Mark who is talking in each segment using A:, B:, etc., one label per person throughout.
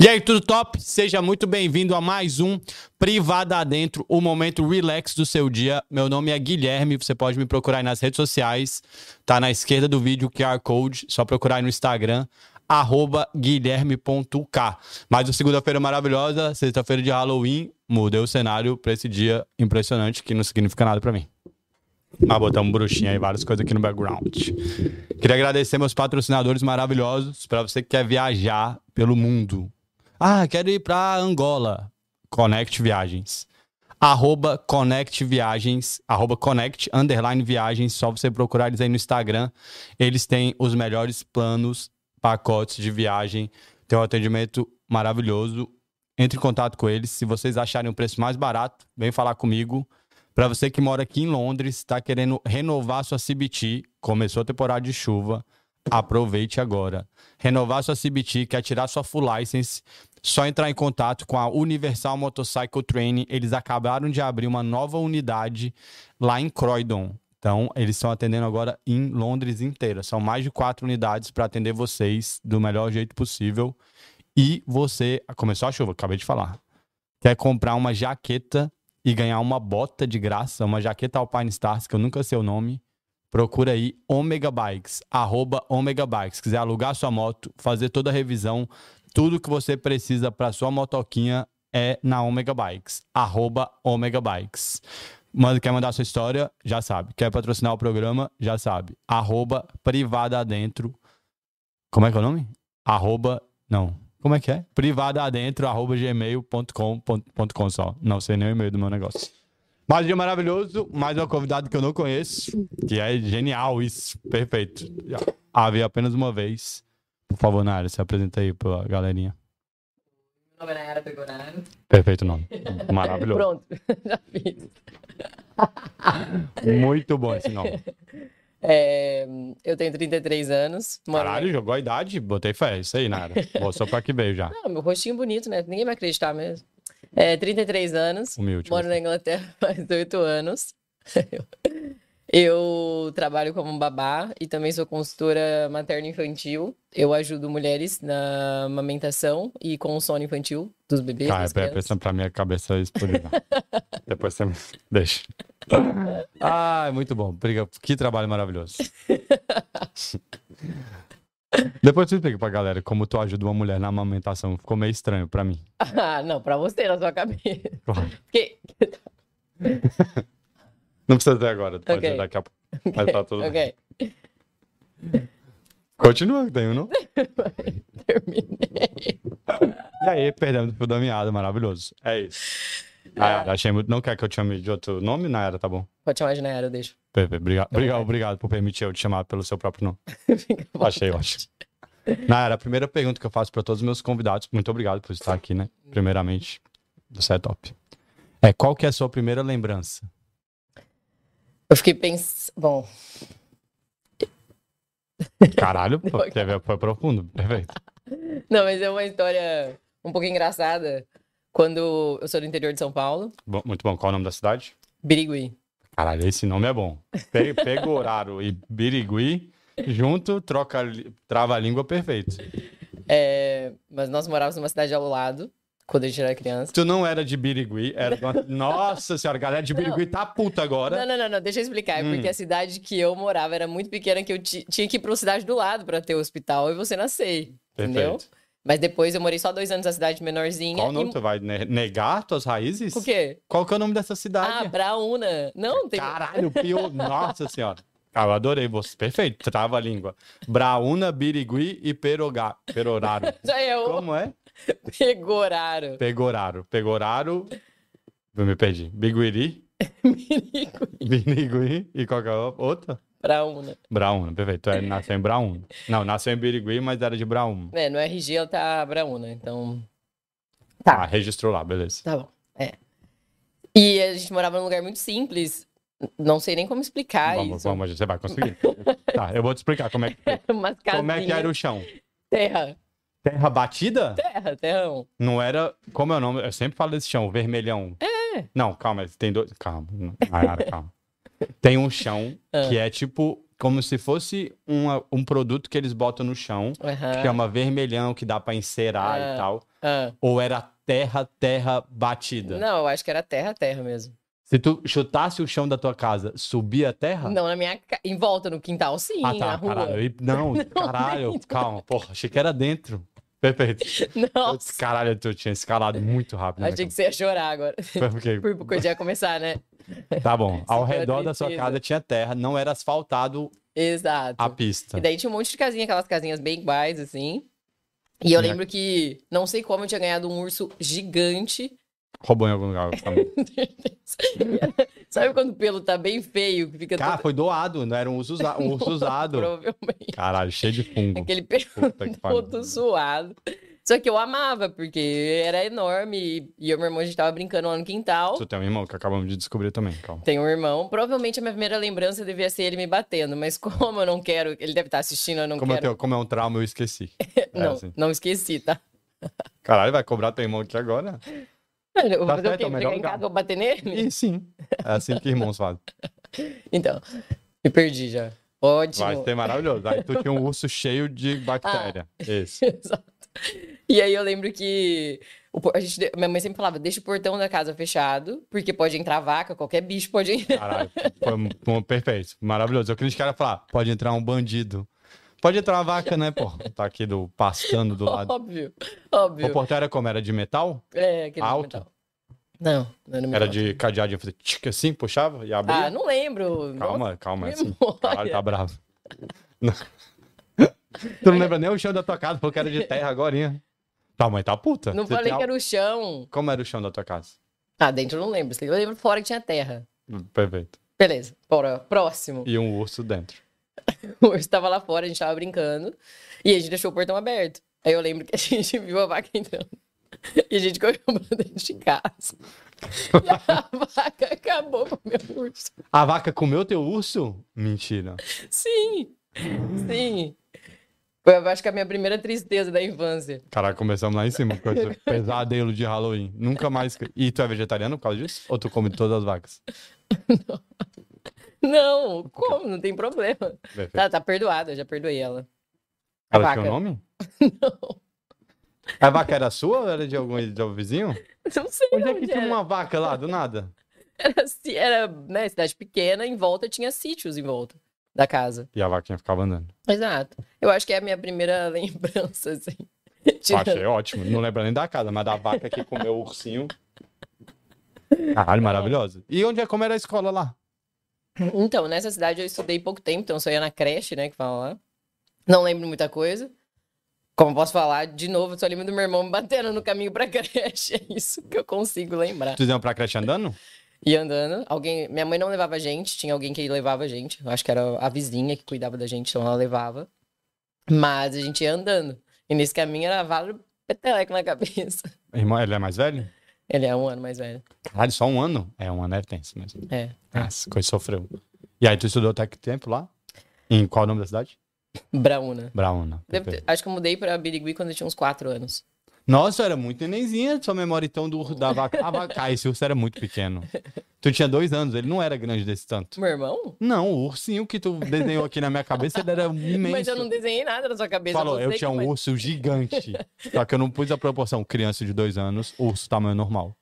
A: E aí, tudo top? Seja muito bem-vindo a mais um Privada Adentro, o momento relax do seu dia. Meu nome é Guilherme, você pode me procurar aí nas redes sociais, tá na esquerda do vídeo o QR Code, só procurar aí no Instagram, arroba guilherme.k. Mais uma segunda-feira maravilhosa, sexta-feira de Halloween, mudei o cenário pra esse dia impressionante que não significa nada pra mim. Ah, Mas botamos bruxinha e várias coisas aqui no background. Queria agradecer meus patrocinadores maravilhosos para você que quer viajar pelo mundo. Ah, quero ir para Angola. Connect Viagens. Arroba Connect Viagens. Arroba Connect Underline Viagens. Só você procurar eles aí no Instagram. Eles têm os melhores planos, pacotes de viagem. Tem um atendimento maravilhoso. Entre em contato com eles. Se vocês acharem o preço mais barato, vem falar comigo. Para você que mora aqui em Londres, está querendo renovar sua CBT, começou a temporada de chuva, aproveite agora. Renovar sua CBT, quer tirar sua full license, só entrar em contato com a Universal Motorcycle Training. Eles acabaram de abrir uma nova unidade lá em Croydon. Então, eles estão atendendo agora em Londres inteira. São mais de quatro unidades para atender vocês do melhor jeito possível. E você. Começou a chuva, acabei de falar. Quer comprar uma jaqueta e ganhar uma bota de graça, uma jaqueta Alpine Stars, que eu nunca sei o nome, procura aí Omega Bikes, arroba Omega Bikes. Quiser alugar sua moto, fazer toda a revisão, tudo que você precisa para sua motoquinha é na Omega Bikes, arroba Omega Bikes. Manda, quer mandar sua história? Já sabe. Quer patrocinar o programa? Já sabe. Arroba privada adentro. Como é que é o nome? Arroba. Não. Como é que é? Privada adentro, arroba gmail.com. ponto- ponto com só. Não sei nem o e-mail do meu negócio. Mais um dia maravilhoso, mais uma convidada que eu não conheço, que é genial isso, perfeito. Já Havia apenas uma vez. Por favor, Nara, se apresenta aí pra galerinha.
B: Meu nome é Nayara Begonaro.
A: Perfeito nome. Maravilhoso.
B: Pronto, já fiz.
A: Muito bom esse nome.
B: É, eu tenho 33 anos. moro-
A: Caralho, jogou a idade, botei fé. Isso aí, Nara. Mostrou pra que veio já.
B: Não, Ah, meu rostinho bonito, né? Ninguém vai acreditar mesmo. É, 33 anos.
A: Humilde.
B: Moro na Inglaterra faz oito anos. Eu trabalho como um babá e também sou consultora materno-infantil. Eu ajudo mulheres na amamentação e com o sono infantil dos bebês.
A: Cara,
B: das
A: pera,
B: crianças.
A: pensa Tá, é pra minha cabeça explodir. Depois você me deixa. Ah, muito bom. Obrigado. Que trabalho maravilhoso. Depois tu explica pra galera como tu ajuda uma mulher na amamentação. Ficou meio estranho pra mim.
B: Ah, não, pra você, na sua cabeça.
A: Claro.
B: Que-
A: Não precisa ser agora, pode
B: Ok.
A: ser daqui a pouco. Mas tá tudo bem.
B: ok,
A: Continua, que tem um, não?
B: terminei.
A: E aí, perdemos o fio da meada, maravilhoso. É isso. Nayara, achei muito. Não quer que eu te chame de outro nome? Nayara, tá bom.
B: Pode chamar de Nayara, eu deixo.
A: Perfeito. Obrigado, obrigado, obrigado por permitir eu te chamar pelo seu próprio nome.
B: Fica à
A: Achei ótimo. Nayara, a primeira pergunta que eu faço para todos os meus convidados, muito obrigado por estar aqui, né? Primeiramente, você é top. É, qual que é a sua primeira lembrança?
B: Eu fiquei pensando. Bom,
A: Caralho, pô, teve, foi profundo, perfeito.
B: não, mas é uma história um pouco engraçada. Quando eu sou do interior de São Paulo,
A: Bom, muito bom, qual é o nome da cidade?
B: Birigui.
A: Caralho, esse nome é bom. Pe- Pega o horário e birigui, junto, troca, li- trava a língua, perfeito.
B: É, Mas nós morávamos numa cidade ao lado, quando a gente era criança.
A: Tu não era de birigui, era de uma... Nossa senhora, a galera de birigui tá puta agora.
B: Não, não, não, não, deixa eu explicar. É
A: Hum.
B: porque a cidade que eu morava era muito pequena, que eu ti- tinha que ir pra cidade do lado pra ter o hospital e você nascer. Entendeu?
A: Perfeito.
B: Mas depois eu morei só dois anos na cidade menorzinha.
A: Qual o nome?
B: e...
A: Tu vai ne- negar tuas raízes?
B: O quê?
A: Qual que é o nome dessa
B: Ah,
A: cidade?
B: Brauna. Não, tem.
A: Caralho, pior. Nossa senhora. Ah, eu adorei você. Perfeito. Trava a língua. Brauna, Birigui e Perogá. Peroraro.
B: Já é o
A: Como é?
B: Pegoraro.
A: Pegoraro. Pegoraro. Eu me perdi. Biguiri. Birigui e qual que é a outra?
B: Brauna.
A: Brauna, perfeito. É, nasceu em Brauna. Não, nasceu em Birigui, mas era de Brauna.
B: É, no RG ela tá Brauna, então.
A: Tá. Ah, registrou lá, beleza.
B: Tá bom. É. E a gente morava num lugar muito simples. Não sei nem como explicar
A: vamos,
B: isso.
A: vamos, você Tá, vai conseguir. tá, eu vou te explicar como é que,
B: Umas casinhas,
A: como é que era o chão.
B: terra.
A: Terra batida?
B: Terra, terrão.
A: Não era. Como é o nome? Eu sempre falo desse chão, vermelhão. É. Não, calma, tem dois. Calma, Nayara, calma. Tem um chão que é tipo. Como se fosse uma- um produto que eles botam no chão, que é
B: Aham.
A: chama vermelhão, que dá pra encerar e
B: Ah.
A: tal.
B: Ah.
A: Ou era terra, terra batida?
B: Não, eu acho que era terra, terra mesmo.
A: Se tu chutasse o chão da tua casa, subia a terra?
B: Não, na minha. ca- Em volta, no quintal, sim,
A: Ah, tá,
B: na rua.
A: caralho. E- Não, caralho, calma, porra, achei que era dentro. Perfeito. Eu
B: Não.
A: disse, caralho, eu tinha escalado muito rápido. né,
B: Achei que você ia chorar agora.
A: cara? Porque-
B: Por por já começar, né?
A: Tá bom, ao
B: Sim, eu
A: redor da sua
B: acredito.
A: casa tinha terra, não era asfaltado
B: Exato.
A: a pista.
B: E daí tinha um monte de casinha, aquelas casinhas bem iguais, assim. E eu
A: Minha-
B: lembro que, não sei como, eu tinha ganhado um urso gigante.
A: Roubou em algum lugar.
B: Sabe quando o pelo tá bem feio, que fica
A: Cara,
B: todo...
A: foi doado, não era um urso usa- um urso usado.
B: Provavelmente.
A: Caralho, cheio de fungo.
B: Aquele pelo
A: Puta que pariu.
B: todo suado. Só que eu amava, porque era enorme. E eu e meu irmão, a gente tava brincando lá no quintal.
A: Tu tem um irmão que acabamos de descobrir também, calma.
B: Tem um irmão. Provavelmente a minha primeira lembrança devia ser ele me batendo, mas como eu não quero, ele deve estar assistindo, eu não
A: Como, eu
B: quero.
A: tenho- como é um trauma, eu esqueci. É
B: não,
A: assim.
B: não esqueci, tá?
A: Caralho, vai cobrar teu irmão aqui agora?
B: Eu vou
A: Tá
B: fazer
A: certo, é o
B: o quê?
A: melhor
B: Chegar em
A: lugar.
B: casa, vou bater nele?
A: E sim, é assim que irmãos fazem.
B: Então, me perdi já. Ótimo.
A: Vai ser maravilhoso. Aí tu tinha um urso cheio de
B: Ah.
A: bactéria. Esse.
B: Exato. E aí eu lembro que o por- a gente, de- minha mãe sempre falava, deixa o portão da casa fechado, porque pode entrar vaca, qualquer bicho pode entrar.
A: Caralho, foi um- um- perfeito, maravilhoso. Eu queria que era falar, pode entrar um bandido. Pode entrar uma vaca, né, pô? Tá aqui do, passando do lado.
B: Óbvio, óbvio.
A: O portão era como? Era de metal?
B: É, aquele de
A: Alto?
B: metal. Não, não era metal.
A: Era de cadeado, eu fazia tchic assim, puxava e abria.
B: Ah, não lembro.
A: calma, calma. é Assim.
B: memória.
A: Caralho, tá bravo. Não. tu não lembra nem o chão da tua casa, porque era de terra agora. hein? Tua mãe tá puta.
B: Não
A: Você
B: falei
A: tem
B: que
A: al-
B: era o chão.
A: Como era o chão da tua casa?
B: Ah, dentro eu não lembro. Eu lembro fora que tinha terra.
A: Perfeito.
B: Beleza, bora. Próximo.
A: E um urso dentro.
B: O urso tava lá fora, a gente tava brincando. E a gente deixou o portão aberto. Aí eu lembro que a gente viu a vaca entrando. E a gente correu pra dentro de casa. E a vaca acabou com o meu urso.
A: A vaca comeu teu urso? Mentira.
B: Sim! Sim! Foi, eu acho que a minha primeira tristeza da infância.
A: Caraca, começamos lá em cima. Coisa pesadelo de Halloween. Nunca mais. E tu é vegetariano por causa disso? Ou tu come todas as vacas?
B: Não, como? Não tem problema.
A: Perfeito.
B: Tá, tá perdoada, já perdoei ela. a
A: Ela tinha
B: vaca.
A: um nome?
B: Não,
A: A vaca era sua ou era de algum, de algum vizinho?
B: não sei
A: Onde é que
B: onde
A: tinha
B: era.
A: uma vaca lá, do nada?
B: Era, ci- era, né, cidade pequena, em volta tinha sítios em volta da casa.
A: E a vaquinha ficava andando.
B: Exato. Eu acho que é a minha primeira lembrança, assim. Tirando-
A: Achei ótimo. Não lembro nem da casa, mas da vaca que comeu o ursinho. Caralho, maravilhoso. E onde é como era a escola lá?
B: Então, nessa cidade eu estudei pouco tempo, então eu só ia na creche, né, que fala lá. Não lembro muita coisa. Como eu posso falar, de novo, eu só lembro do meu irmão me batendo no caminho pra creche. É isso que eu consigo lembrar.
A: Vocês iam pra creche andando?
B: E andando, alguém... Minha mãe não levava a gente, tinha alguém que levava a gente. Eu acho que era a vizinha que cuidava da gente, então ela levava. Mas a gente ia andando. E nesse caminho era vários peteleco na cabeça.
A: Irmão, ele é mais velho?
B: Ele é um ano mais velho.
A: Caralho, só um ano? É, um ano é tenso mesmo.
B: É.
A: Nossa, coisa sofreu. E aí, tu estudou até que tempo lá? Em qual o nome da cidade?
B: Brauna.
A: Brauna.
B: Deve ter- Acho que eu mudei pra Birigui quando eu tinha uns 4 anos.
A: Nossa, era muito nenenzinha sua memória então do, da vaca. A vaca, ah, esse urso era muito pequeno. Tu tinha dois anos, ele não era grande desse tanto.
B: Meu irmão?
A: Não, o ursinho que tu desenhou aqui na minha cabeça, ele era imenso.
B: Mas eu não desenhei nada na sua cabeça.
A: Falou,
B: você
A: eu
B: que
A: tinha um
B: faz-
A: urso gigante. Só que eu não pus a proporção criança de dois anos, urso tamanho normal.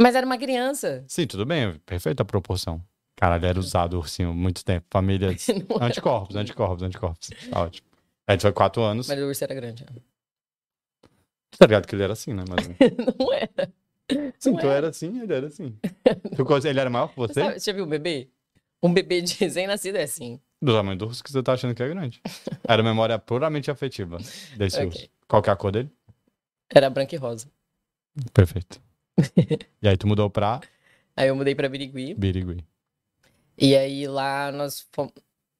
B: Mas era uma criança.
A: Sim, tudo bem, perfeita a proporção. Caralho, era usado o ursinho há muito tempo. Família.
B: Não era.
A: Anticorpos, anticorpos, anticorpos. Tá ótimo. Aí tu foi quatro anos.
B: Mas o urso era grande.
A: Tá ligado que ele era assim, né? Mas...
B: Não era.
A: Sim,
B: Não
A: tu era assim, ele era assim. Tu cons- Ele era maior que você?
B: Sabe, você já viu um bebê? Um bebê de recém-nascido é assim.
A: Do tamanho do urso que você tá achando que é grande. Era memória puramente afetiva desse
B: Ok.
A: urso. Qual que é a cor dele?
B: Era branco e rosa.
A: Perfeito. e aí tu mudou pra
B: Aí eu mudei pra Birigui.
A: Birigui.
B: E aí lá nós fom-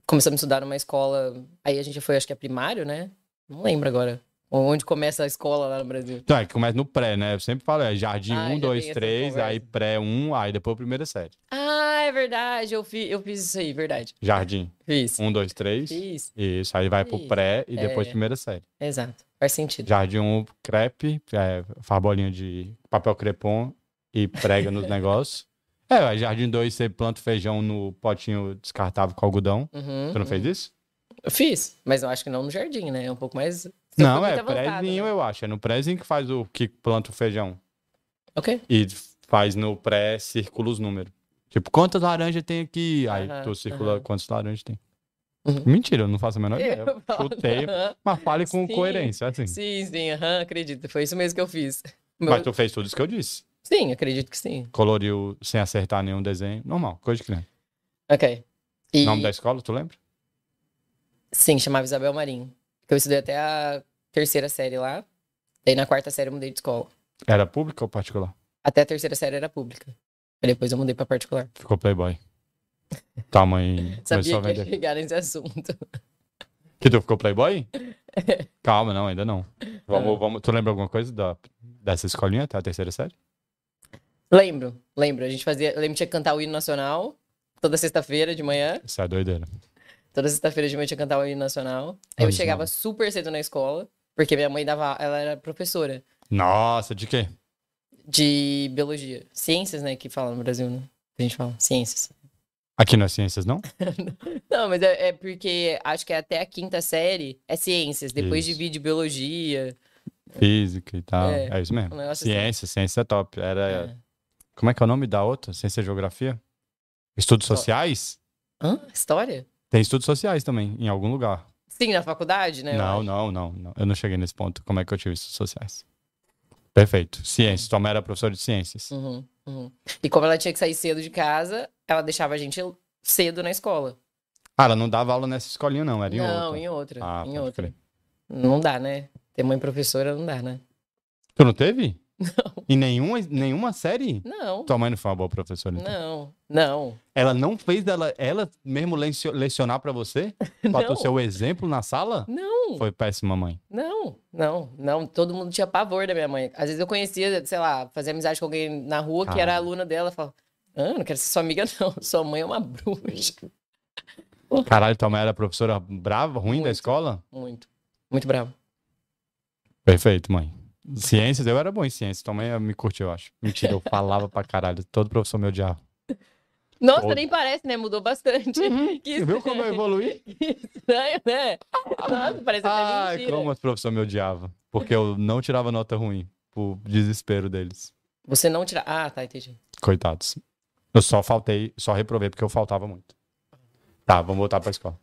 B: começamos a estudar numa escola. Aí a gente foi, acho que é primário, né? Não lembro agora. Onde começa a escola lá no Brasil.
A: Então, é que começa no pré, né? Eu sempre falo, é jardim
B: Ah,
A: 1,
B: já
A: 2,
B: tem essa
A: 3, aí
B: conversa.
A: pré 1, aí depois primeira série.
B: Ah, é é verdade, eu, fi, eu fiz isso aí, verdade.
A: Jardim.
B: Fiz.
A: Um, dois, três.
B: Fiz.
A: Isso. Aí vai pro
B: Isso.
A: pré e depois
B: É.
A: primeira série.
B: Exato. Faz sentido.
A: Jardim 1, crepe, é, faz bolinha de papel crepom e prega nos negócios. É, aí Jardim 2, você planta o feijão no potinho descartável com algodão.
B: Uhum.
A: Tu não fez isso?
B: Eu fiz, mas eu acho que não no jardim, né? É um pouco mais. Você
A: não,
B: foi
A: é
B: muito avançado,
A: prézinho,
B: né?
A: eu acho. É no prézinho que faz o que planta o feijão.
B: Ok.
A: E faz no pré círculo os números. Tipo, quantas laranjas tem aqui? Aí
B: Aham,
A: tu circula
B: aham.
A: quantas laranjas tem.
B: Uhum.
A: Mentira, eu não faço a menor ideia. Eu
B: falo,
A: chutei,
B: aham.
A: mas fale com
B: Sim,
A: coerência, assim.
B: Sim, sim, aham, acredito. Foi isso mesmo que eu fiz.
A: Mas
B: Meu-
A: tu fez tudo isso que eu disse.
B: Sim, acredito que sim.
A: Coloriu sem acertar nenhum desenho. Normal, coisa de criança.
B: Ok. E...
A: Nome da escola, tu lembra?
B: Sim, chamava Isabel Marim. Que eu estudei até a terceira série lá. Daí na quarta série eu mudei de escola.
A: Era pública ou particular?
B: Até a terceira série era pública. Aí depois eu mudei pra particular.
A: Ficou playboy. Tua mãe começou a
B: Sabia que ia
A: vender.
B: chegar nesse assunto.
A: Que tu ficou playboy? Calma, não, ainda não. Vamos,
B: Ah.
A: vamos. Tu lembra alguma coisa da, dessa escolinha até a terceira série?
B: Lembro, lembro. A gente fazia. Eu lembro que tinha que cantar o hino nacional toda sexta-feira de manhã.
A: Isso é doideira.
B: Toda sexta-feira de manhã eu tinha que cantar o hino nacional. Aí eu
A: Original.
B: chegava super cedo na escola, porque minha mãe dava. Ela era professora
A: Nossa, de quê?
B: de biologia. Ciências, né? Que fala no Brasil, né? Que a gente fala. Ciências.
A: Aqui nas ciências, não?
B: Não, mas é, é porque acho que até a quinta série é ciências. Depois
A: Isso.
B: divide biologia.
A: Física e tal. É,
B: É,
A: isso mesmo.
B: um negócio assim.
A: ciência, ciência é top. Era.
B: É.
A: Como é que é o nome da outra? Ciência e geografia? Estudos
B: Qual?
A: sociais?
B: Hã? História?
A: Tem estudos sociais também, em algum lugar.
B: Sim, na faculdade, né? eu
A: Não,
B: acho.
A: não, não, não. Eu não cheguei nesse ponto. Como é que eu tive estudos sociais? Perfeito. Ciências. Tua mãe era professora de ciências.
B: Uhum, uhum. E como ela tinha que sair cedo de casa, ela deixava a gente cedo na escola.
A: Ah, ela não dava aula nessa escolinha, não. Era em
B: não,
A: outra.
B: em outra.
A: Ah,
B: em
A: pode
B: outra.
A: crer.
B: Não dá, né? Ter mãe professora não dá, né?
A: Tu não teve? Não. Em nenhuma, nenhuma série?
B: Não,
A: Tua mãe não foi uma boa professora, então.
B: não, não.
A: Ela não fez dela, ela mesmo lencio- lecionar pra você? Pra tu
B: Não.
A: ser o exemplo na sala?
B: Não,
A: Foi péssima, mãe.
B: não, não, não. Todo mundo tinha pavor da minha mãe. Às vezes eu conhecia, sei lá, fazia amizade com alguém na rua que era
A: Cara.
B: aluna dela. Falava, ah, não quero ser sua amiga, não. Sua mãe é uma bruxa.
A: Caralho, tua mãe era professora brava, ruim da
B: Muito.
A: escola?
B: Muito, muito bravo.
A: Perfeito, mãe. Ciências, eu era bom em ciências. Tua mãe me curtiu, eu acho. Mentira, eu falava pra caralho. Todo professor me odiava.
B: Nossa,
A: Todo.
B: nem parece, né? Mudou bastante.
A: Uhum.
B: Que
A: Você viu como eu evoluí?
B: Estranho, né? Nossa, parece até
A: Ai,
B: mentira.
A: como os professores me odiavam. Porque eu não tirava nota ruim. Por desespero deles.
B: Você não tira. Ah, tá, entendi.
A: Coitados. Eu só faltei, só reprovei porque eu faltava muito. Tá, vamos voltar pra escola.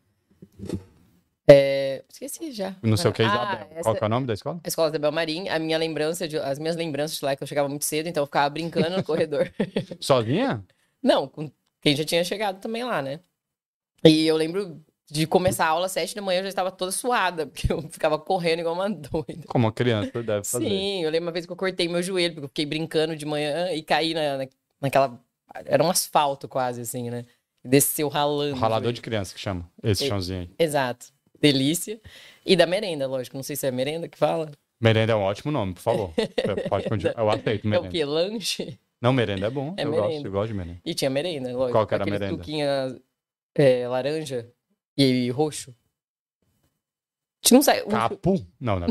B: É, Esqueci já.
A: Não sei o que,
B: Ah,
A: Isabel.
B: essa-
A: Qual que é o nome da escola?
B: A escola Isabel Marim, a minha lembrança de... as minhas lembranças de lá é que eu chegava muito cedo, então eu ficava brincando no corredor.
A: Sozinha?
B: Não, com quem já tinha chegado também lá, né? E eu lembro de começar a aula às sete da manhã, eu já estava toda suada, porque eu ficava correndo igual uma doida.
A: Como uma criança deve fazer.
B: Sim, eu lembro uma vez que eu cortei meu joelho, porque eu fiquei brincando de manhã e caí na, na- naquela. Era um asfalto quase, assim, né? Desceu ralando. o
A: Ralador
B: joelho.
A: de criança que chama. Esse
B: E-
A: chãozinho aí.
B: Exato. Delícia. E da merenda, lógico. Não sei se é merenda que fala.
A: Merenda é um ótimo nome, por favor. Você Pode continuar. Eu aceito
B: É o
A: merenda.
B: quê? Lanche?
A: Não, merenda é bom.
B: É
A: eu gosto,
B: merenda.
A: eu gosto de merenda.
B: E tinha merenda, lógico.
A: Qual que era a
B: aqueles
A: merenda?
B: Suquinha é, laranja e roxo. Tinha um sai... um-
A: Capu? Não, não.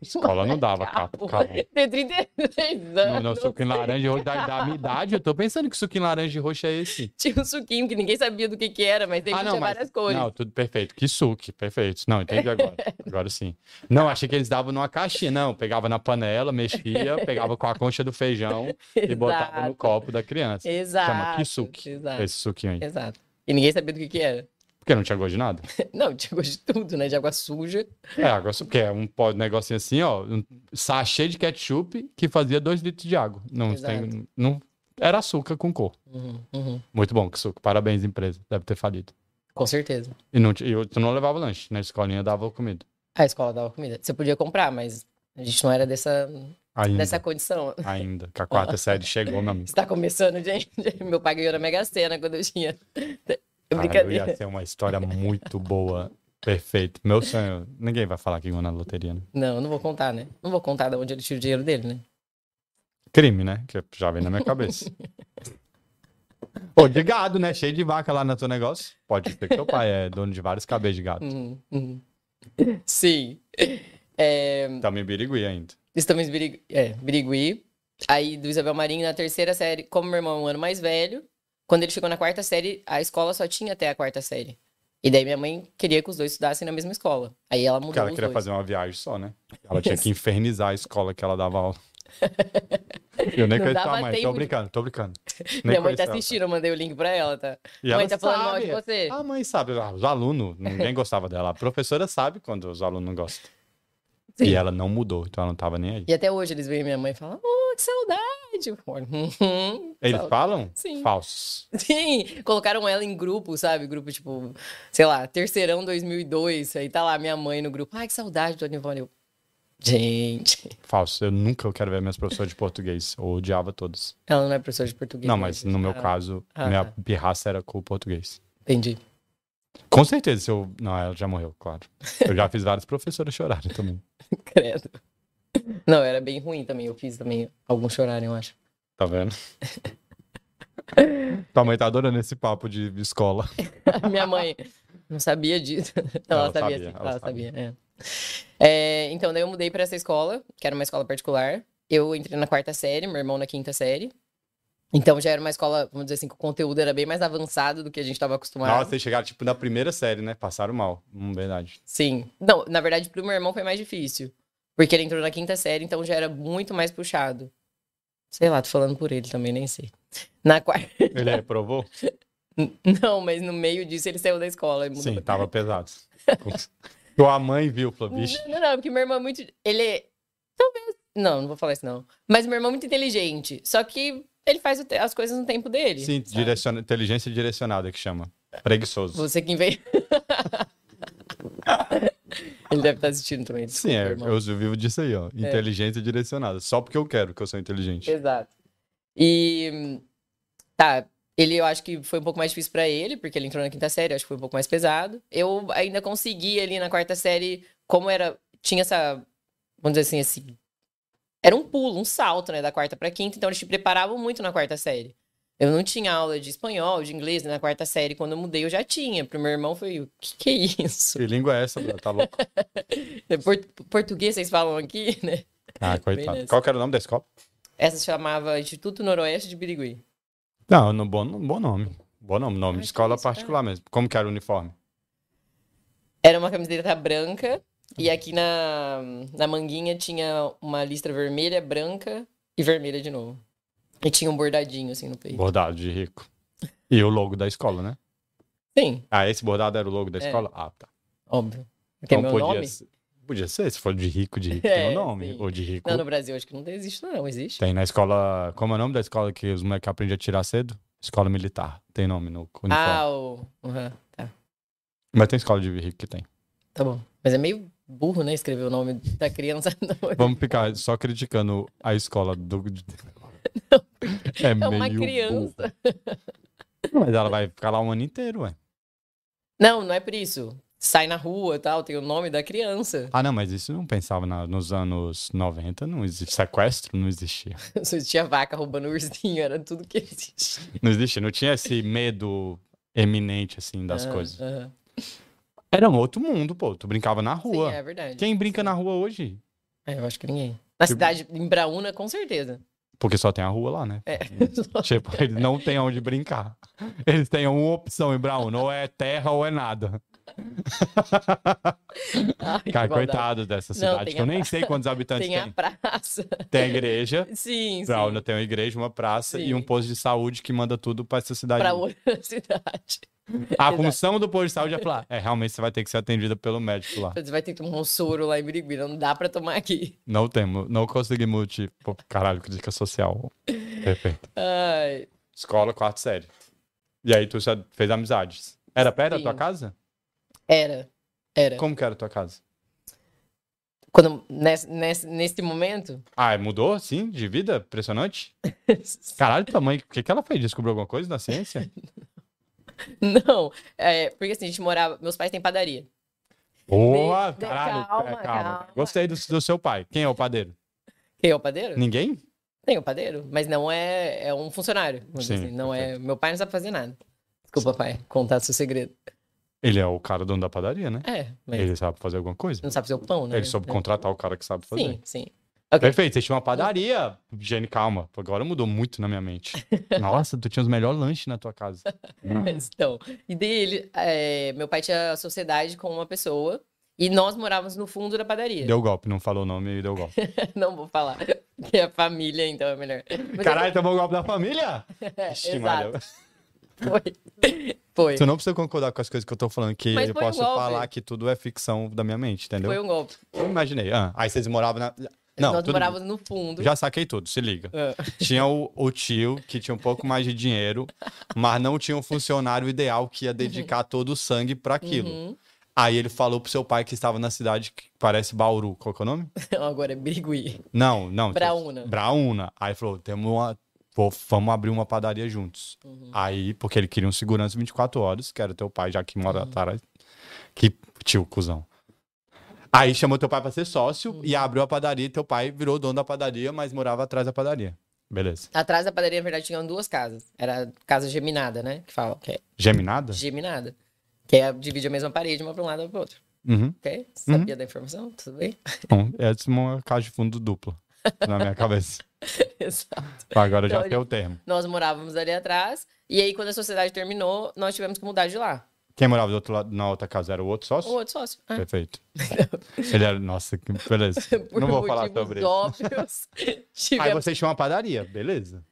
A: Escola não dava capu. capu.
B: Tem 33
A: Não,
B: anos.
A: não, suquinho laranja e roxo da, da minha idade. Eu tô pensando que suquinho laranja e roxo é esse.
B: Tinha um suquinho que ninguém sabia do que que era, mas tem
A: Ah, não, mas-
B: várias cores.
A: Não, tudo perfeito. Que suque, perfeito. Não, entendi agora. Agora sim. Não, achei que eles davam numa caixinha. Não, pegava na panela, mexia, pegava com a concha do feijão e botava no
B: Exato.
A: copo da criança.
B: Exato.
A: kisuki.
B: Exato.
A: Esse suquinho aí.
B: Exato. E ninguém sabia do que que era.
A: Porque não tinha gosto de nada.
B: Não, tinha gosto de tudo, né? De água suja.
A: É, agora su- porque é um pó- negocinho assim, ó. Um sachê de ketchup que fazia dois litros de água. Não,
B: Exato.
A: tem, não Era açúcar com cor.
B: Uhum, uhum.
A: Muito bom, que suco. Parabéns, empresa. Deve ter falido.
B: Com certeza.
A: E não, ti- e eu, tu não levava lanche. Na escolinha dava comida.
B: A escola dava comida. Você podia comprar, mas a gente não era dessa,
A: Hum. Ainda.
B: dessa condição.
A: Ainda. Que a quarta série chegou, meu amigo.
B: Você tá começando, gente? Meu pai ganhou na Mega Sena quando eu tinha.
A: Caralho, Ah, ia
B: É Brincadeira.
A: ser uma história muito boa. Perfeito. Meu sonho. Ninguém vai falar que ganhou na loteria, né?
B: Não, não vou contar, né? Não vou contar de onde ele tira o dinheiro dele, né?
A: Crime, né? Que já vem na minha cabeça. Pô, de gado, né? Cheio de vaca lá no teu negócio. Pode ser que teu pai é dono de vários cabelos de gado.
B: Uhum, uhum. Sim. É,
A: Tamo em Tá Birigui ainda.
B: estamos em Birigui. É, Birigui. Aí, do Isabel Marinho, na terceira série, como meu irmão é um ano mais velho, quando ele chegou na quarta série, a escola só tinha até a quarta série. E daí minha mãe queria que os dois estudassem na mesma escola. Aí ela mudou
A: Porque ela
B: os
A: queria
B: dois.
A: fazer uma viagem só, né? Ela tinha que infernizar a escola que ela dava aula. Eu nem
B: Não
A: conheço tua
B: dava
A: mãe. Tô
B: tempo de-
A: brincando, tô brincando. Nem
B: Minha mãe tá
A: conheço ela.
B: assistindo, eu mandei o link pra ela, tá?
A: E
B: mãe
A: ela
B: tá falando mal de
A: sabe.
B: você.
A: A mãe sabe, ah, os alunos, ninguém gostava dela. A professora sabe quando os alunos não gostam.
B: Sim.
A: E ela não mudou, então ela não tava nem aí.
B: E até hoje eles veem minha mãe e falam, oh, que saudade. Eu falo, "Uhum,
A: Eles
B: saudade."
A: falam?
B: Sim.
A: Falsos.
B: Sim, colocaram ela em grupo, sabe? Grupo tipo, sei lá, terceirão 2002. Aí tá lá minha mãe no grupo. Ai, que saudade do Anivone. Eu, Gente,
A: Falsos. Eu nunca quero ver minhas professoras de português. Eu odiava todas.
B: ela não é professora de português.
A: Não,
B: né,
A: mas
B: gente?
A: no meu
B: Ah,
A: caso,
B: Ah,
A: minha
B: tá.
A: pirraça era com o português.
B: Entendi.
A: Com certeza, se eu. Não, ela já morreu, claro. Eu já fiz várias professoras chorarem também.
B: Credo. Não, era bem ruim também. Eu fiz também alguns chorarem, eu acho.
A: Tá vendo? Tua mãe tá adorando esse papo de escola.
B: Minha mãe não sabia disso. Não, ela,
A: Ela
B: sabia,
A: sabia,
B: sim,
A: ela
B: ela, sabia. é. É, então, daí eu mudei pra essa escola, que era uma escola particular. Eu entrei na quarta série, meu irmão na quinta série. Então já era uma escola, vamos dizer assim, que o conteúdo era bem mais avançado do que a gente estava acostumado.
A: Nossa, vocês chegaram, tipo, na primeira série, né? Passaram mal. Hum, verdade.
B: Sim. Não, na verdade, pro meu irmão foi mais difícil. Porque ele entrou na quinta série, então já era muito mais puxado. Sei lá, tô falando por ele também, nem sei. Na quarta.
A: Ele é, reprovou?
B: Não, mas no meio disso ele saiu da escola e mudou
A: Sim,
B: pra-
A: tava pesado. Tua mãe viu, falou, bicho.
B: Não, não, porque meu irmão é muito. Ele é. Talvez. Não, não vou falar isso, não. Mas meu irmão é muito inteligente. Só que ele faz o te- as coisas no tempo dele.
A: Sim,
B: sabe?
A: direciona... inteligência direcionada que chama. Preguiçoso.
B: Você que inventa. ele deve estar assistindo também.
A: Sim,
B: desculpa,
A: é,
B: irmão. É.
A: eu vivo disso aí, ó. Inteligência direcionada. Só porque eu quero que eu sou inteligente.
B: Exato. E tá, ele eu acho que foi um pouco mais difícil pra ele, porque ele entrou na quinta série, eu acho que foi um pouco mais pesado. Eu ainda consegui ali na quarta série, como era, tinha essa, vamos dizer assim, esse era um pulo, um salto, né, da quarta pra quinta, então eles te preparavam muito na quarta série. Eu não tinha aula de espanhol, de inglês, né, na quarta série, quando eu mudei eu já tinha. Pro meu irmão foi, o que que é isso?
A: Que língua é essa, bro? Tá louco?
B: Port- Português vocês falam aqui, né?
A: Ah, coitado.
B: nessa.
A: Qual que era o nome da escola?
B: Essa se chamava Instituto Noroeste de Birigui.
A: Não, no bom, no bom nome. Bom nome, nome
B: Ah,
A: de
B: que
A: escola
B: isso, cara.
A: particular mesmo. Como que era o uniforme?
B: Era uma camiseta branca e aqui na, na manguinha tinha uma listra vermelha, branca e vermelha de novo. E tinha um bordadinho assim no peito.
A: Bordado de rico. E o logo da escola, né?
B: Sim,
A: Ah, esse bordado era o logo da escola? Ah, tá.
B: óbvio. Porque é meu
A: Então podia
B: nome?
A: ser. Podia ser, se for de rico, de rico
B: É,
A: tem o nome.
B: sim.
A: Ou de rico.
B: Não, no Brasil acho que não existe, não, existe.
A: Tem na escola. Como é o nome da escola que os moleques aprendem a tirar cedo? Escola militar. Tem nome no uniforme.
B: Ah, o. Uhum, tá.
A: Mas tem escola de rico que tem.
B: Tá bom. Mas é meio burro, né? Escrever o nome da criança. Não.
A: Vamos ficar só criticando a escola do. É,
B: É uma
A: meio
B: criança.
A: burro. Mas ela vai ficar lá um ano inteiro, ué.
B: Não, não é por isso. Sai na rua e tal, tem o nome da criança.
A: Ah, não, mas isso não pensava na- nos anos 90, não existe. Sequestro não existia.
B: Só existia vaca roubando ursinho, era tudo que existe.
A: Não existia, não tinha esse medo eminente, assim, das
B: Ah,
A: coisas.
B: aham.
A: Era um outro mundo, pô. Tu brincava na
B: Sim,
A: rua.
B: é verdade.
A: Quem brinca
B: Sim.
A: na rua hoje?
B: É, eu acho que ninguém. Na
A: Tipo-
B: cidade, em Braúna, com certeza.
A: Porque só tem a rua lá, né?
B: É.
A: Tipo, eles não têm onde brincar. Eles têm uma opção em Brauna, ou é terra ou é nada.
B: Ai, que
A: Cara,
B: maldade.
A: coitado dessa
B: Não,
A: cidade,
B: tem
A: que eu
B: a
A: nem
B: pra-
A: sei quantos habitantes
B: Tem
A: tem.
B: a praça.
A: Tem a igreja,
B: Sim,
A: Brauna
B: sim.
A: tem uma igreja, uma praça e
B: Sim.
A: um posto de saúde que manda tudo pra essa cidade.
B: Pra outra cidade.
A: A
B: Exato.
A: função do posto de saúde é falar, é, realmente você vai ter que ser atendida pelo médico lá.
B: Você vai ter que tomar um soro lá em Birigui. Não dá pra tomar aqui.
A: Não temos, não conseguimos, tipo, caralho, crítica social. Perfeito.
B: Ai,
A: Escola, quarto série. E aí tu só fez amizades. Era perto da
B: Sim. É.
A: tua casa?
B: era. Era.
A: Como que era a tua casa?
B: Quando, nesse, nesse, nesse momento.
A: Ah, mudou, sim, de vida? Impressionante. Caralho, tua mãe, o que, que ela fez? Descobriu alguma coisa na ciência?
B: Não. É, porque assim, a gente morava. Meus pais têm padaria.
A: Boa,
B: Bem-
A: caralho.
B: calma,
A: é,
B: calma.
A: Gostei do, do seu pai. Quem é o padeiro?
B: Quem é o padeiro?
A: Ninguém?
B: Tem o padeiro, mas não é, é um funcionário. vamos dizer
A: Sim,
B: assim. Não é, meu pai não sabe fazer nada. Desculpa, pai, contar seu segredo.
A: Ele é o cara dono da padaria, né?
B: É, mas
A: Ele sabe fazer alguma coisa.
B: não sabe fazer o pão, né?
A: Ele soube contratar o cara que sabe fazer.
B: Sim, sim. Ok.
A: Perfeito, você tinha uma padaria. Jenny, calma. Agora mudou muito na minha mente. Nossa, tu tinha os melhores lanches na tua casa.
B: Mas, Então, e dele, é, meu pai tinha sociedade com uma pessoa e nós morávamos no fundo da padaria.
A: Deu golpe, não falou o nome e deu golpe.
B: Não vou falar, que é a família, então é melhor. Mas
A: Caralho, tomou o golpe da família?
B: é,
A: Ixi,
B: exato,
A: Maria.
B: foi. Foi.
A: Tu não precisa concordar com as coisas que eu tô falando, que
B: Mas
A: eu
B: foi um
A: posso
B: golpe.
A: falar que tudo é ficção da minha mente, entendeu?
B: Foi um golpe.
A: Eu imaginei. Ah, aí vocês moravam na. Não,
B: nós
A: tudo-
B: morávamos no fundo.
A: já saquei tudo, se liga.
B: Ah,
A: Tinha o, o tio que tinha um pouco mais de dinheiro, mas não tinha um funcionário ideal que ia dedicar todo o sangue pra aquilo.
B: uhum.
A: Aí ele falou pro seu pai que estava na cidade que parece Bauru. Qual que é o nome?
B: Então, agora é Birigui.
A: Não, não. tipo,
B: Braúna.
A: Brauna. Aí falou: temos uma. pô, vamos abrir uma padaria juntos. Aí, porque ele queria um segurança 24 horas, que era teu pai, já que mora atrás. Que tio, cuzão. Aí chamou teu pai pra ser sócio e abriu a padaria. Teu pai virou dono da padaria, mas morava atrás da padaria. Beleza.
B: Atrás da padaria, na verdade, tinham duas casas. Era casa geminada, né? Que fala, que é
A: Geminada?
B: geminada. Que é, divide a mesma parede, uma pra um lado e uma pro outro.
A: Uhum.
B: Ok? Sabia da informação? Tudo bem?
A: Bom, é uma caixa de fundo dupla na minha cabeça.
B: Exato.
A: Agora já
B: Então,
A: tem o termo.
B: Nós morávamos ali atrás. E aí, quando a sociedade terminou, nós tivemos que mudar de lá.
A: Quem morava do outro lado, na outra casa era o outro
B: O
A: sócio?
B: outro sócio. né?
A: Perfeito. Ele era, nossa, que beleza.
B: Por
A: Não vou falar
B: motivos
A: sobre isso.
B: óbvios.
A: Aí
B: tivemos...
A: você tinha uma padaria, beleza.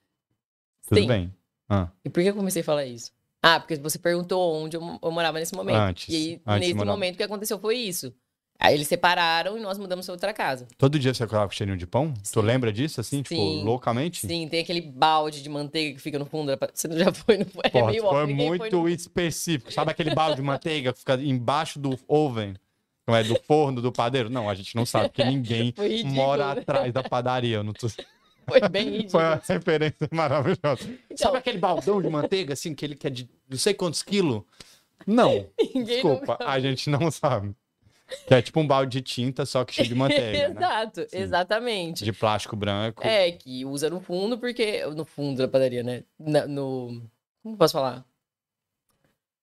A: Tudo
B: Sim.
A: bem. Ah,
B: E por que eu comecei a falar isso? Ah, porque você perguntou onde eu mo- eu morava nesse momento.
A: Antes,
B: E aí,
A: antes
B: nesse
A: morava.
B: momento, o que aconteceu foi isso. Aí eles separaram e nós mudamos pra outra casa.
A: todo dia você acordava com cheirinho de pão? Tu
B: Sim.
A: lembra disso, assim, tipo,
B: Sim.
A: loucamente?
B: Sim, tem aquele balde de manteiga que fica no fundo. da pa- Você não já foi no. É
A: Porra,
B: meio
A: foi
B: óbvio, ninguém
A: muito
B: no-
A: específico. Sabe aquele balde de manteiga que fica embaixo do oven? Não é do forno, do padeiro? Não, a gente não sabe, porque ninguém
B: Foi ridículo,
A: mora
B: né?
A: atrás da padaria. Eu não tô...
B: Foi bem ridículo.
A: Foi uma referência maravilhosa.
B: Então,
A: Sabe aquele baldão de manteiga, assim, que ele quer de não sei quantos quilos? Não.
B: ninguém
A: Desculpa,
B: nunca-
A: a gente não sabe. Que é tipo um balde de tinta, só que cheio de manteiga, né?
B: Exato,
A: Sim.
B: exatamente.
A: De plástico branco.
B: É, que usa no fundo, porque. No fundo da padaria, né? Na- no. Como posso falar?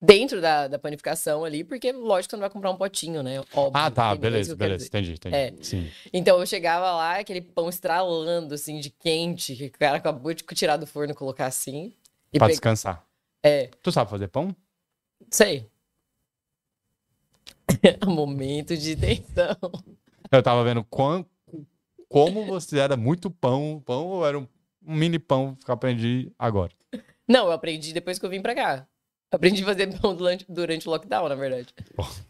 B: Dentro da, da panificação ali, porque lógico que você não vai comprar um potinho, né? Óbvio,
A: Ah, tá,
B: entendeu? É
A: beleza,
B: isso que eu quero
A: beleza,
B: dizer.
A: entendi, entendi.
B: É.
A: Sim.
B: Então eu chegava lá, aquele pão estralando, assim, de quente, que o cara acabou de tirar do forno e colocar assim. E
A: pra
B: pe-
A: descansar.
B: É,
A: Tu sabe fazer pão?
B: sei. É Momento de tensão.
A: Eu tava vendo quão, como você era muito pão, pão ou era um, um mini pão que eu aprendi agora.
B: Não, eu aprendi depois que eu vim pra cá. Aprendi a fazer pão durante, durante o lockdown, na verdade.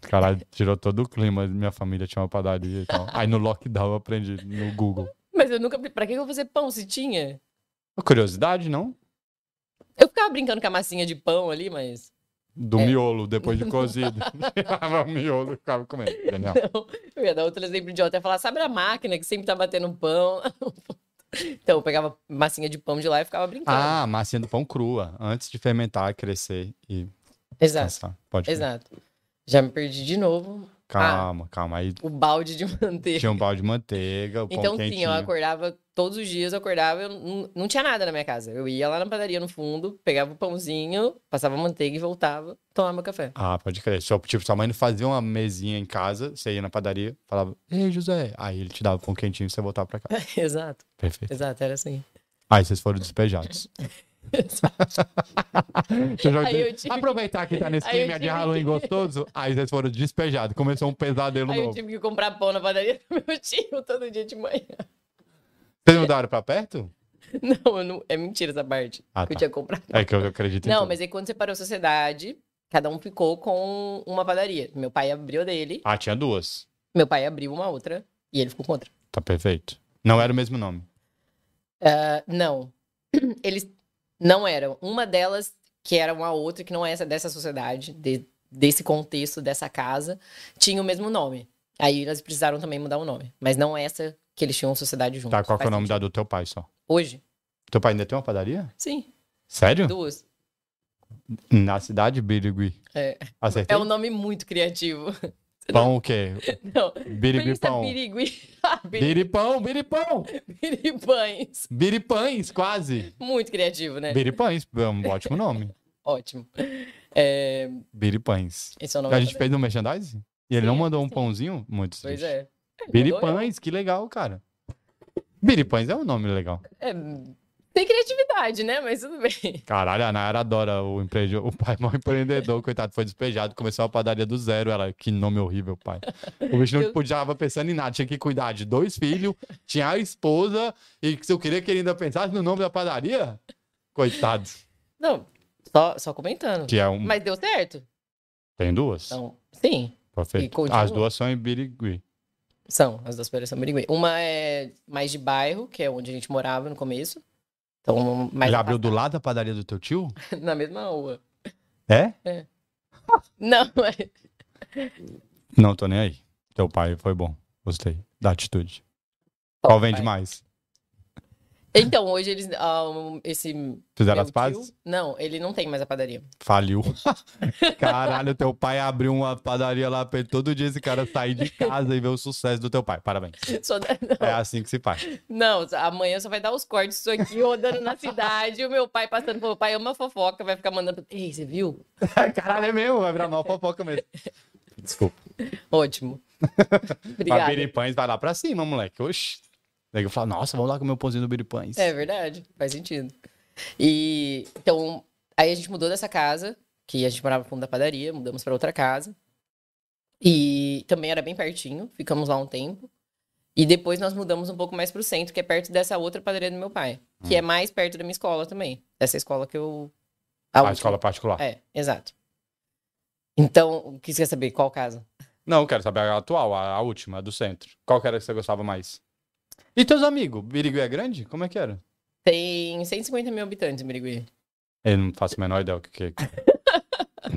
A: Caralho, tirou todo o clima, minha família tinha uma padaria e tal. Aí no lockdown eu aprendi no Google.
B: Mas eu nunca. Pra que eu vou fazer pão se tinha?
A: Curiosidade, não?
B: Eu ficava brincando com a massinha de pão ali, mas.
A: Do
B: É.
A: miolo, depois de cozido. Tirava o miolo e ficava comendo. Genial.
B: Não, eu ia dar outro exemplo idiota. Eu ia falar, sabe a máquina que sempre tá batendo pão? Então eu pegava massinha de pão de lá e ficava brincando.
A: Ah, massinha do pão crua. Antes de fermentar, crescer e
B: exato,
A: cansar. Pode crer.
B: Tá. exato. Ah. Já me perdi de novo.
A: Calma, calma. Aí
B: O balde de manteiga.
A: tinha um balde de manteiga, o Tipo, pão
B: Então, sim,
A: quentinho.
B: eu acordava todos os dias, eu acordava, eu não, não tinha nada na minha casa. Eu ia lá na padaria no fundo, pegava o pãozinho, passava manteiga e voltava, tomava meu café.
A: Ah, pode crer. Só, tipo, sua mãe não fazia uma mesinha em casa, você ia na padaria, falava, ei, José. Aí ele te dava o pão quentinho e você voltava pra casa.
B: exato,
A: Perfeito.
B: exato, era assim.
A: Aí vocês foram despejados. Deixa eu já
B: Aí
A: dizer-
B: eu tive-
A: Aproveitar que tá nesse
B: Aí eu
A: clima de
B: tive
A: Halloween
B: que-
A: gostoso, aí vocês foram despejados. Começou um pesadelo
B: Aí eu
A: novo.
B: tive que comprar pão na padaria do meu tio todo dia de manhã.
A: Vocês mudaram pra perto?
B: Não, eu não- é mentira essa parte.
A: Ah,
B: que
A: tá.
B: eu tinha comprado.
A: É que eu acredito em
B: Não,
A: tudo.
B: mas aí quando separou a sociedade, cada um ficou com uma padaria. Meu pai abriu a dele,
A: Ah, tinha duas.
B: meu pai abriu uma outra e ele ficou com outra.
A: Tá perfeito. Não era o mesmo nome.
B: Ah, não. Eles não eram. Uma delas, que era uma outra, que não é essa dessa sociedade, de- desse contexto, dessa casa, tinha o mesmo nome. Aí elas precisaram também mudar o nome. Mas não essa que eles tinham sociedade juntos.
A: Tá, qual que é o
B: Faz
A: nome
B: sentido.
A: da do teu pai só?
B: Hoje?
A: Teu pai ainda tem uma padaria?
B: Sim,
A: Sério?
B: duas.
A: Na cidade Birigui.
B: É.
A: Acertei?
B: É um nome muito criativo.
A: Pão o quê?
B: Não.
A: Biribipão.
B: Birigui. Ah, biri-
A: Biripão, biripão.
B: Biribães.
A: Biripães, quase.
B: Muito criativo, né?
A: Biripães, é um ótimo nome.
B: Ótimo. É,
A: Biripães.
B: Esse é o nome
A: A
B: da
A: gente fez no merchandising? E ele não
B: Sim,
A: mandou um pãozinho? Muito
B: Pois
A: triste.
B: é. É, mandou
A: Biripães, que legal, cara. Biripães é um nome legal.
B: eu. É, Tem criatividade, né? Mas tudo bem.
A: Caralho, a Nayara adora o empreendedor. O pai mal empreendedor, coitado, foi despejado. Começou a padaria do zero. Ela, que nome horrível, pai. O bicho não
B: Eu-
A: podia, tava pensando em nada. Tinha que cuidar de dois filhos, tinha a esposa. E se eu queria que ele ainda pensasse no nome da padaria, coitado.
B: Não, só, só comentando.
A: Que é um.
B: Mas deu certo?
A: Tem duas.
B: Então, sim,
A: Perfeito.
B: e continua.
A: As duas são em Birigui.
B: são as duas pedras são Birigui. Uma é mais de bairro, que é onde a gente morava no começo. Então, mais
A: Ele abriu do lado da padaria do teu tio?
B: na mesma rua.
A: É?
B: Não, é. mas
A: Não, tô nem aí. Teu pai foi bom. Gostei da atitude. Qual vende
B: pai.
A: mais?
B: Então, hoje eles. ah, um, esse.
A: Fizeram
B: meu
A: as pazes?
B: tio- Não, ele não tem mais a padaria.
A: Faliu. Caralho, teu pai abriu uma padaria lá pra ele todo dia esse cara sair de casa e ver o sucesso do teu pai. Parabéns.
B: Só dá-
A: É assim que se faz.
B: Não, amanhã só vai dar os cortes isso aqui rodando na cidade. E o meu pai passando pelo pai, ama fofoca, vai ficar mandando. Ei, você viu?
A: Caralho, é mesmo. Vai virar mal fofoca mesmo. Desculpa.
B: Ótimo.
A: Mas
B: Obrigada.
A: biripães vai lá pra cima, moleque. Oxi. Daí eu falo, nossa, vamos lá comer o pãozinho do biripães.
B: É verdade, faz sentido. E então, aí a gente mudou dessa casa, que a gente morava no fundo da padaria, mudamos pra outra casa. E também era bem pertinho, ficamos lá um tempo. E depois nós mudamos um pouco mais pro centro, que é perto dessa outra padaria do meu pai, que é
A: Hum.
B: mais perto da minha escola também. Essa escola que eu
A: a
B: última.
A: Ah, escola particular.
B: É, exato. Então, o que você quer saber? Qual casa?
A: Não, eu quero saber a atual, a, a última, a do centro. Qual que era que você gostava mais? E teus amigos? Birigui é grande? Como é que era?
B: Tem 150 mil habitantes em Birigui.
A: Eu não faço a menor ideia o que que é.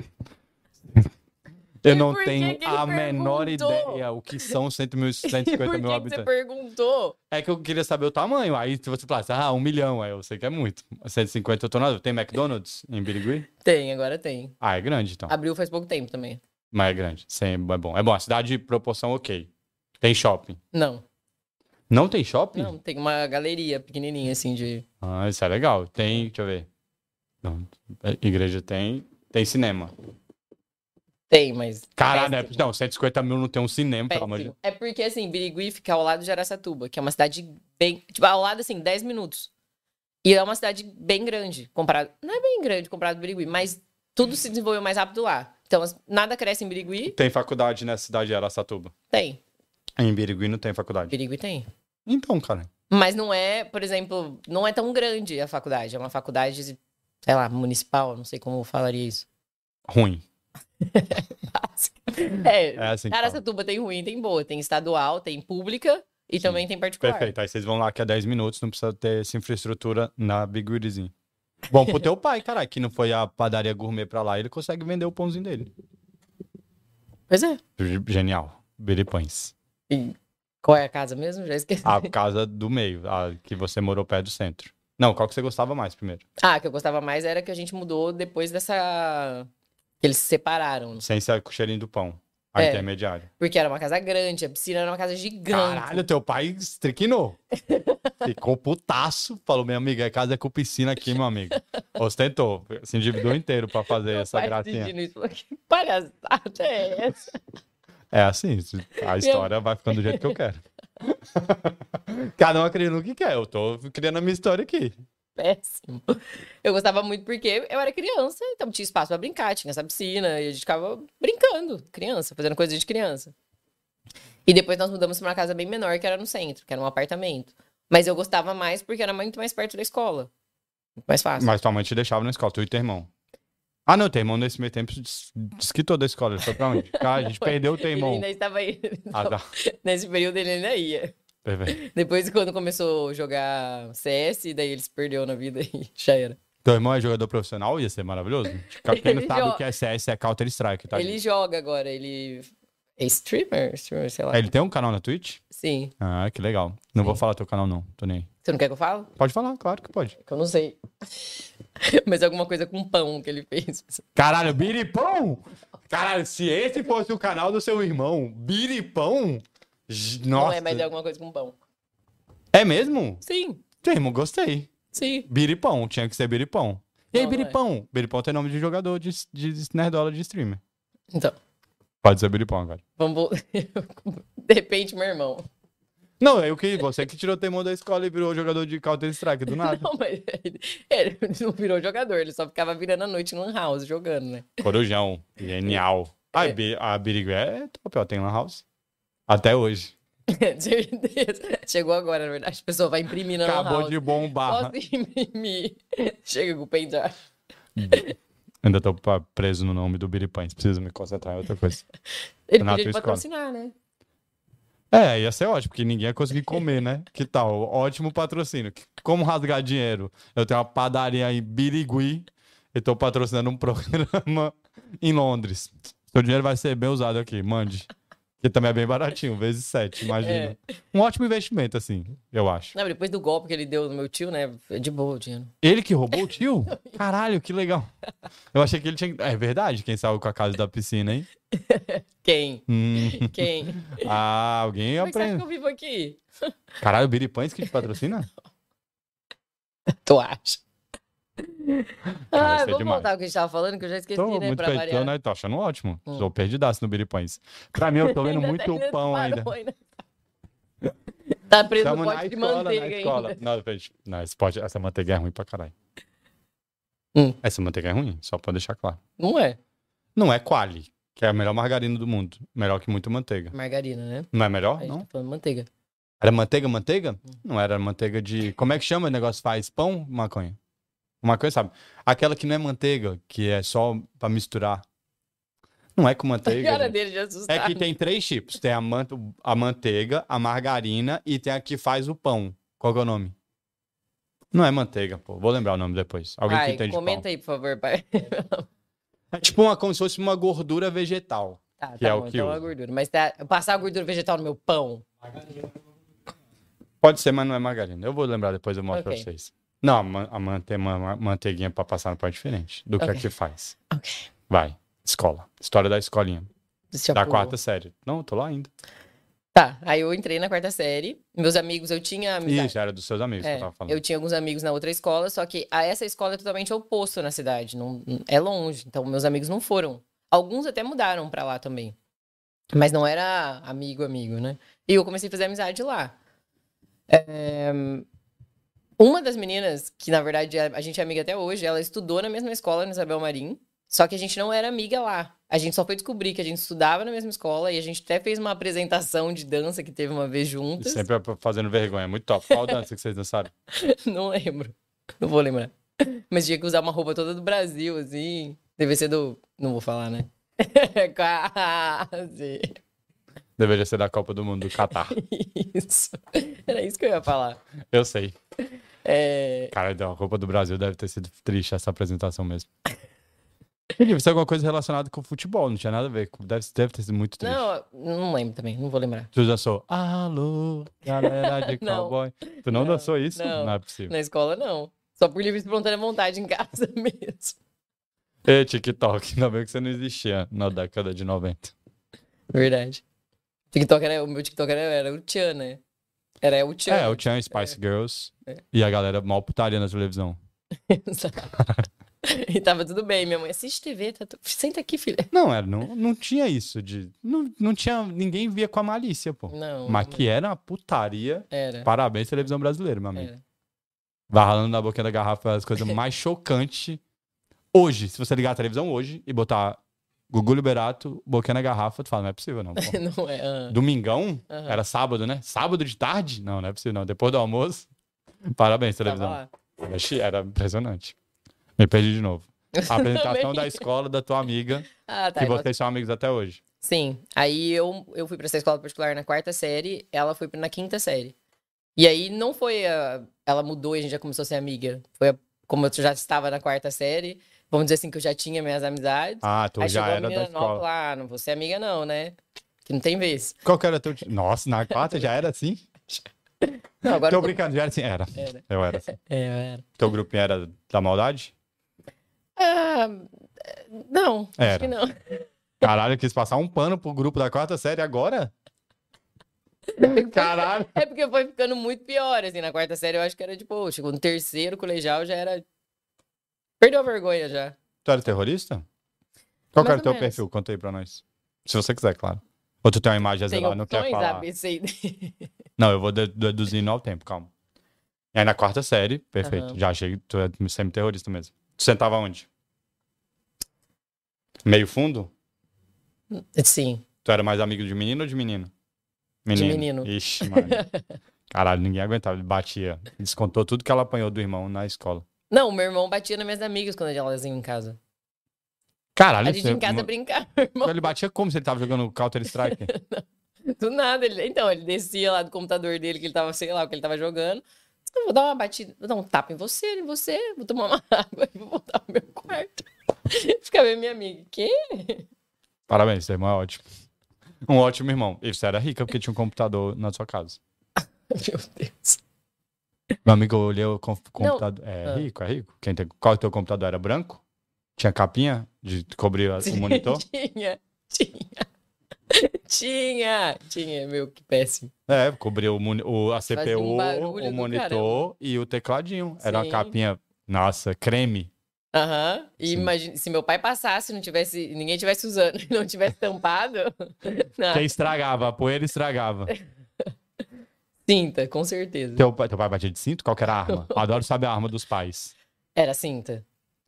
A: Eu não
B: por que
A: tenho
B: que ele
A: a menor
B: perguntou?
A: ideia o que são 100 mil,
B: E por
A: 150
B: que
A: mil
B: que você
A: habitantes.
B: perguntou?
A: É que eu queria saber o tamanho. Aí se você falasse, ah, um milhão, aí eu sei que é muito. 150 eu tô na dúvida. Tem McDonald's em Birigui?
B: Tem, agora tem.
A: Ah, é grande então.
B: Abriu faz pouco tempo também.
A: Mas é grande. Sim, é bom. É bom, a cidade de proporção ok. Tem shopping.
B: Não,
A: Não tem shopping?
B: não, tem uma galeria pequenininha assim de.
A: Ah, isso é legal. Tem, deixa eu ver. Não, é, igreja tem, tem cinema.
B: Tem, mas.
A: Caralho, é,
B: péssimo,
A: não, 150 mil não tem um cinema, pelo amor de
B: péssimo. É porque assim, Birigui fica ao lado de Araçatuba, que é uma cidade bem. Tipo, ao lado assim, 10 minutos. E é uma cidade bem grande, comparado. Não é bem grande comparado ao Birigui, mas tudo se desenvolveu mais rápido lá. Então, as- nada cresce em Birigui?
A: Tem faculdade nessa cidade de Aracatuba.
B: Tem.
A: Em Birigui não tem faculdade.
B: Birigui tem.
A: Então, cara.
B: Mas não é, por exemplo, não é tão grande a faculdade. É uma faculdade, sei lá, municipal, não sei como eu falaria isso.
A: Ruim.
B: É,
A: É assim que fala.
B: Araçatuba tem ruim, tem boa. Tem estadual, tem pública e também tem particular.
A: Perfeito. Aí vocês vão lá que é 10 minutos, não precisa ter essa infraestrutura na Biguirizinha. Bom pro teu pai, caralho, que não foi a padaria gourmet pra lá, ele consegue vender o pãozinho dele.
B: Pois é.
A: G- Genial. Biripães.
B: E qual é a casa mesmo? Já esqueci. Ah,
A: A casa do meio, a que você morou perto do centro. Não, qual que você gostava mais primeiro?
B: Ah, a que eu gostava mais era que a gente mudou depois dessa. que eles se separaram.
A: Sem ser com o cheirinho do pão. A
B: É.
A: intermediária.
B: Porque era uma casa grande, a piscina era uma casa gigante.
A: Caralho, teu pai estriquinou. Ficou putaço. Falou, minha amiga, é casa com piscina aqui, meu amigo. Ostentou. Se endividou inteiro pra fazer
B: Meu
A: essa
B: pai
A: gracinha.
B: assistindo isso falou, "Que palhaçada é essa?
A: É assim, se- a história vai ficando do jeito que eu quero. Cada um acredita no que quer. Eu tô criando a minha história aqui.
B: péssimo. Eu gostava muito porque eu era criança, então tinha espaço pra brincar, tinha essa piscina, e a gente ficava brincando, criança, fazendo coisa de criança. E depois nós mudamos pra uma casa bem menor, que era no centro, que era um apartamento. Mas eu gostava mais porque era muito mais perto da escola. Muito mais fácil.
A: Mas tua mãe te deixava na escola, tu e teu irmão. Ah, não, teu irmão nesse meio tempo des- desquitou da escola. Ele foi pra onde? Cara, a gente perdeu o teu
B: Ele
A: irmão.
B: ainda estava aí. Então,
A: Ah, tá.
B: Nesse período ele ainda ia.
A: Perfeito.
B: Depois, quando começou a jogar CS, daí ele se perdeu na vida e já era.
A: Teu irmão é jogador profissional? Ia ser maravilhoso. Quem não
B: Ele
A: sabe o
B: joga.
A: que é CS é Counter Strike, tá?
B: ele
A: gente?
B: joga agora, ele. É streamer? Streamer, sei lá.
A: Ah, Ele tem um canal na Twitch?
B: Sim.
A: Ah, que legal. Não vou falar teu canal, não. Tô nem aí.
B: Você não quer que eu fale?
A: Pode falar, claro que pode.
B: que eu não sei. Mas é alguma coisa com pão que ele fez.
A: Caralho, biripão? Caralho, se esse fosse o canal do seu irmão, biripão? J- Nossa.
B: Não é, mas é alguma coisa com pão.
A: É mesmo?
B: Sim,
A: Teu irmão, gostei.
B: sim.
A: Biripão, tinha que ser biripão. E aí,
B: Não, não é.
A: biripão? Biripão tem nome de jogador de, de, de nerdola de streamer.
B: Então,
A: Pode ser biripão agora.
B: vamos. vol- De repente, meu irmão.
A: Não, eu que você que tirou o temor da escola e virou jogador de Counter Strike do nada.
B: Não, mas ele, ele não virou jogador, ele só ficava virando à noite no Lan House jogando, né?
A: Corujão, genial. Ai, bi- a Birigui é top, ó, tem Lan House. Até hoje.
B: De certeza. Chegou agora, na verdade. A pessoa vai imprimir na Lan
A: Acabou
B: House.
A: de bombar.
B: Então, Posso imprimir? Chega com o pendrive.
A: Ainda tô pa- preso no nome do Biripães, preciso me concentrar em outra coisa.
B: Ele
A: Na
B: podia
A: tua
B: te
A: escola.
B: patrocinar, né?
A: É, ia ser ótimo, porque ninguém ia conseguir comer, né? Que tal? Ótimo patrocínio. Que- Como rasgar dinheiro? Eu tenho uma padaria em Birigui e tô patrocinando um programa em Londres. Seu dinheiro vai ser bem usado aqui, mande. Que também é bem baratinho, vezes sete, imagina. Um ótimo investimento, assim, eu acho.
B: Não, mas depois do golpe que ele deu no meu tio, né? É de boa o dinheiro.
A: Ele que roubou o tio? Caralho, que legal. Eu achei que ele tinha. É verdade, quem saiu com a casa da piscina, hein?
B: Quem?
A: Hum.
B: Quem?
A: Ah, alguém
B: Como é que você acha que
A: aprende.
B: eu vivo aqui?
A: Caralho, Biripães que te patrocina?
B: Tu acha?
A: Cara, isso
B: Ah,
A: é
B: vamos
A: demais.
B: voltar ao que a gente tava falando, que eu já esqueci,
A: Tô
B: né?
A: muito
B: Pra
A: perdido,
B: variar.
A: né? Tô achando ótimo.
B: Hum.
A: Sou perdidaço no Biripães. Pra mim, eu tô vendo
B: Ainda tá
A: muito
B: que não
A: pão ainda.
B: parou ainda. Tá preso
A: Tamo
B: no
A: na
B: pote de
A: escola, na
B: manteiga
A: escola.
B: ainda.
A: Não, gente, não, esse pote- essa manteiga é ruim pra caralho.
B: Hum.
A: Essa manteiga é ruim, só pra deixar claro.
B: Não é?
A: Não é quali, que é a melhor margarina do mundo. Melhor que muita manteiga.
B: Margarina, né?
A: Não é melhor?
B: A gente
A: Não.
B: tá falando manteiga.
A: Era manteiga, manteiga? Não era manteiga de. Como é que chama o negócio? Faz pão? Maconha. Maconha, sabe? Aquela que não é manteiga, que é só pra misturar. Não é com
B: a
A: manteiga.
B: cara
A: gente.
B: dele de
A: É
B: assustado.
A: que tem três tipos. Tem a, man- a manteiga, a margarina e tem a que faz o pão. Qual que é o nome? Não é manteiga, pô. Vou lembrar o nome depois. Alguém que
B: Ai,
A: entende de
B: comenta
A: pão.
B: aí, por favor, pai.
A: É tipo uma, como se fosse uma gordura vegetal.
B: Tá,
A: Que
B: tá
A: é o
B: bom,
A: que
B: então
A: usa.
B: a gordura. Mas tá, passar a gordura vegetal no meu pão.
A: Pode ser, mas não é margarina. Eu vou lembrar depois, eu mostro
B: Ok.
A: pra vocês. Não, a, man- a mante- uma ma- manteiguinha pra passar no pão é diferente do que a
B: Ok.
A: que faz.
B: Ok.
A: Vai, escola. História da escolinha.
B: Deixa eu
A: Da
B: pôr.
A: quarta série. Não, tô lá ainda.
B: Tá, aí eu entrei na quarta série. Meus amigos, eu tinha amizade.
A: Isso, era dos seus amigos que
B: É,
A: eu tava falando.
B: eu tinha alguns amigos na outra escola, só que a essa escola é totalmente oposto na cidade, não, é longe, então meus amigos não foram. Alguns até mudaram pra lá também, mas não era amigo, amigo, né? E eu comecei a fazer amizade lá. É, Uma das meninas, que na verdade a a gente é amiga até hoje, ela estudou na mesma escola, na Isabel Marim, só que a gente não era amiga lá. A gente só foi descobrir que a gente estudava na mesma escola e a gente até fez uma apresentação de dança que teve uma vez juntas.
A: Sempre fazendo vergonha. É Muito top. Qual dança que vocês dançaram?
B: Não lembro. Não vou lembrar. Mas tinha que usar uma roupa toda do Brasil, assim. Deve ser do. Não vou falar, né? Quase.
A: Deveria ser da Copa do Mundo do Catar.
B: Isso. Era isso que eu ia falar.
A: Eu sei.
B: É,
A: Cara, então, a roupa do Brasil deve ter sido triste essa apresentação mesmo. E Deve ser alguma coisa relacionada com futebol, não tinha nada a ver. com- Deve, deve ter sido muito triste.
B: Não, não lembro também, não vou lembrar.
A: Tu dançou Alô, galera de
B: Não.
A: cowboy. Tu não,
B: Não,
A: dançou isso? Não,
B: não.
A: é possível.
B: Na escola, não. Só por livre e espontânea vontade em casa mesmo.
A: Ei, TikTok, ainda bem que você não existia na década de 90.
B: Verdade. TikTok era, o meu TikTok era, era o Tchan, né? Era o Tchan.
A: É, o Chan Spice Girls
B: É.
A: e a galera mal putaria na televisão.
B: Exato. E tava tudo bem, minha mãe. Assiste TV, tá tu... senta aqui, filha.
A: Não, era, não, não tinha isso de. Não, não tinha. Ninguém via com a malícia, pô.
B: Não. É.
A: Mas
B: não
A: que era uma putaria.
B: Era.
A: Parabéns, televisão brasileira, meu amigo.
B: era.
A: Vai ralando na boquinha da garrafa as coisas mais chocantes. Hoje, se você ligar a televisão hoje e botar Gugu Liberato, boquinha na garrafa, tu fala, não é possível não. pô.
B: Não é. ah.
A: Domingão?
B: Aham.
A: Era sábado, né? Sábado de tarde? Não, não é possível não. Depois do almoço? Parabéns,
B: Tava
A: televisão.
B: lá.
A: Era chi- Era impressionante. Me perdi de novo. A apresentação da escola da tua amiga,
B: Ah, tá.
A: que
B: eu gosto-
A: vocês são amigos até hoje.
B: Sim. Aí eu, eu fui pra essa escola particular na quarta série, ela foi na quinta série. E aí não foi. A... Ela mudou e a gente já começou a ser amiga. Foi a- como eu já estava na quarta série, vamos dizer assim, que eu já tinha minhas amizades.
A: Ah, tu
B: aí
A: já
B: chegou a
A: era da
B: menina nova
A: escola.
B: lá, "Ah, não vou ser amiga, não, né? Que não tem vez.
A: Qual que era teu... ti- Nossa, na quarta já era assim?
B: Não,
A: Tô
B: agora. eu tô-
A: Então brincando, já era assim? Era.
B: Era.
A: Eu era assim.
B: É, eu era.
A: Teu grupinho era da maldade?
B: Ah, não, acho
A: Era.
B: que não.
A: Caralho, eu quis passar um pano pro grupo da quarta série agora? Caralho.
B: É porque foi ficando muito pior, assim, na quarta série eu acho que era de boa. Chegou no terceiro colegial, já era... Perdeu a vergonha já.
A: Tu era terrorista? Qual que
B: Mais
A: era
B: ou
A: o teu
B: menos.
A: perfil? Conta aí pra nós. Se você quiser, claro. Ou tu tem uma imagem a
B: Tem
A: zelar, não quer
B: opções,
A: falar.
B: A, B, C e D.
A: Não, eu vou de- deduzindo ao tempo, calma. E aí na quarta série, perfeito.
B: Aham.
A: Já achei que tu é semi-terrorista mesmo. Tu sentava onde? Meio fundo?
B: Sim.
A: Tu era mais amigo de menino ou de menino?
B: menino.
A: Ixi, mano. Caralho, ninguém aguentava. Ele batia. Descontou tudo que ela apanhou do irmão na escola.
B: Não, meu irmão batia nas minhas amigas quando elas iam em casa.
A: Caralho,
B: A gente
A: você-
B: em casa
A: mo-
B: brincava, meu irmão.
A: Ele batia como se ele tava jogando Counter-Strike?
B: Do nada, ele, então, ele descia lá do computador dele, que ele tava, sei lá, o que ele tava jogando. Eu vou dar uma batida, vou dar um tapa em você, em você, vou tomar uma água e vou voltar pro meu quarto. Ficava minha amiga, quê?
A: Parabéns, seu irmão é ótimo. Um ótimo irmão. E você era rica porque tinha um computador na sua casa.
B: Meu Deus.
A: Meu amigo olhou o com-
B: Não.
A: computador. É
B: Ah.
A: rico, é rico. Quem tem... Qual teu computador era branco? Tinha capinha de cobrir a- o monitor?
B: Tinha, tinha. Tinha, tinha, meu, que péssimo.
A: É, cobriu o, moni- o- a
B: Fazia um
A: CPU,
B: barulho
A: o
B: do
A: monitor e o tecladinho. Era uma
B: Sim.
A: capinha, nossa, creme.
B: Aham. E
A: Sim.
B: imagina, se meu pai passasse, não tivesse, ninguém tivesse usando e não tivesse tampado,
A: Que
B: na
A: estragava, a poeira estragava.
B: cinta, com certeza.
A: teu, pai- teu pai batia de cinto? Qual que era a arma? Adoro saber a arma dos pais.
B: Era cinta.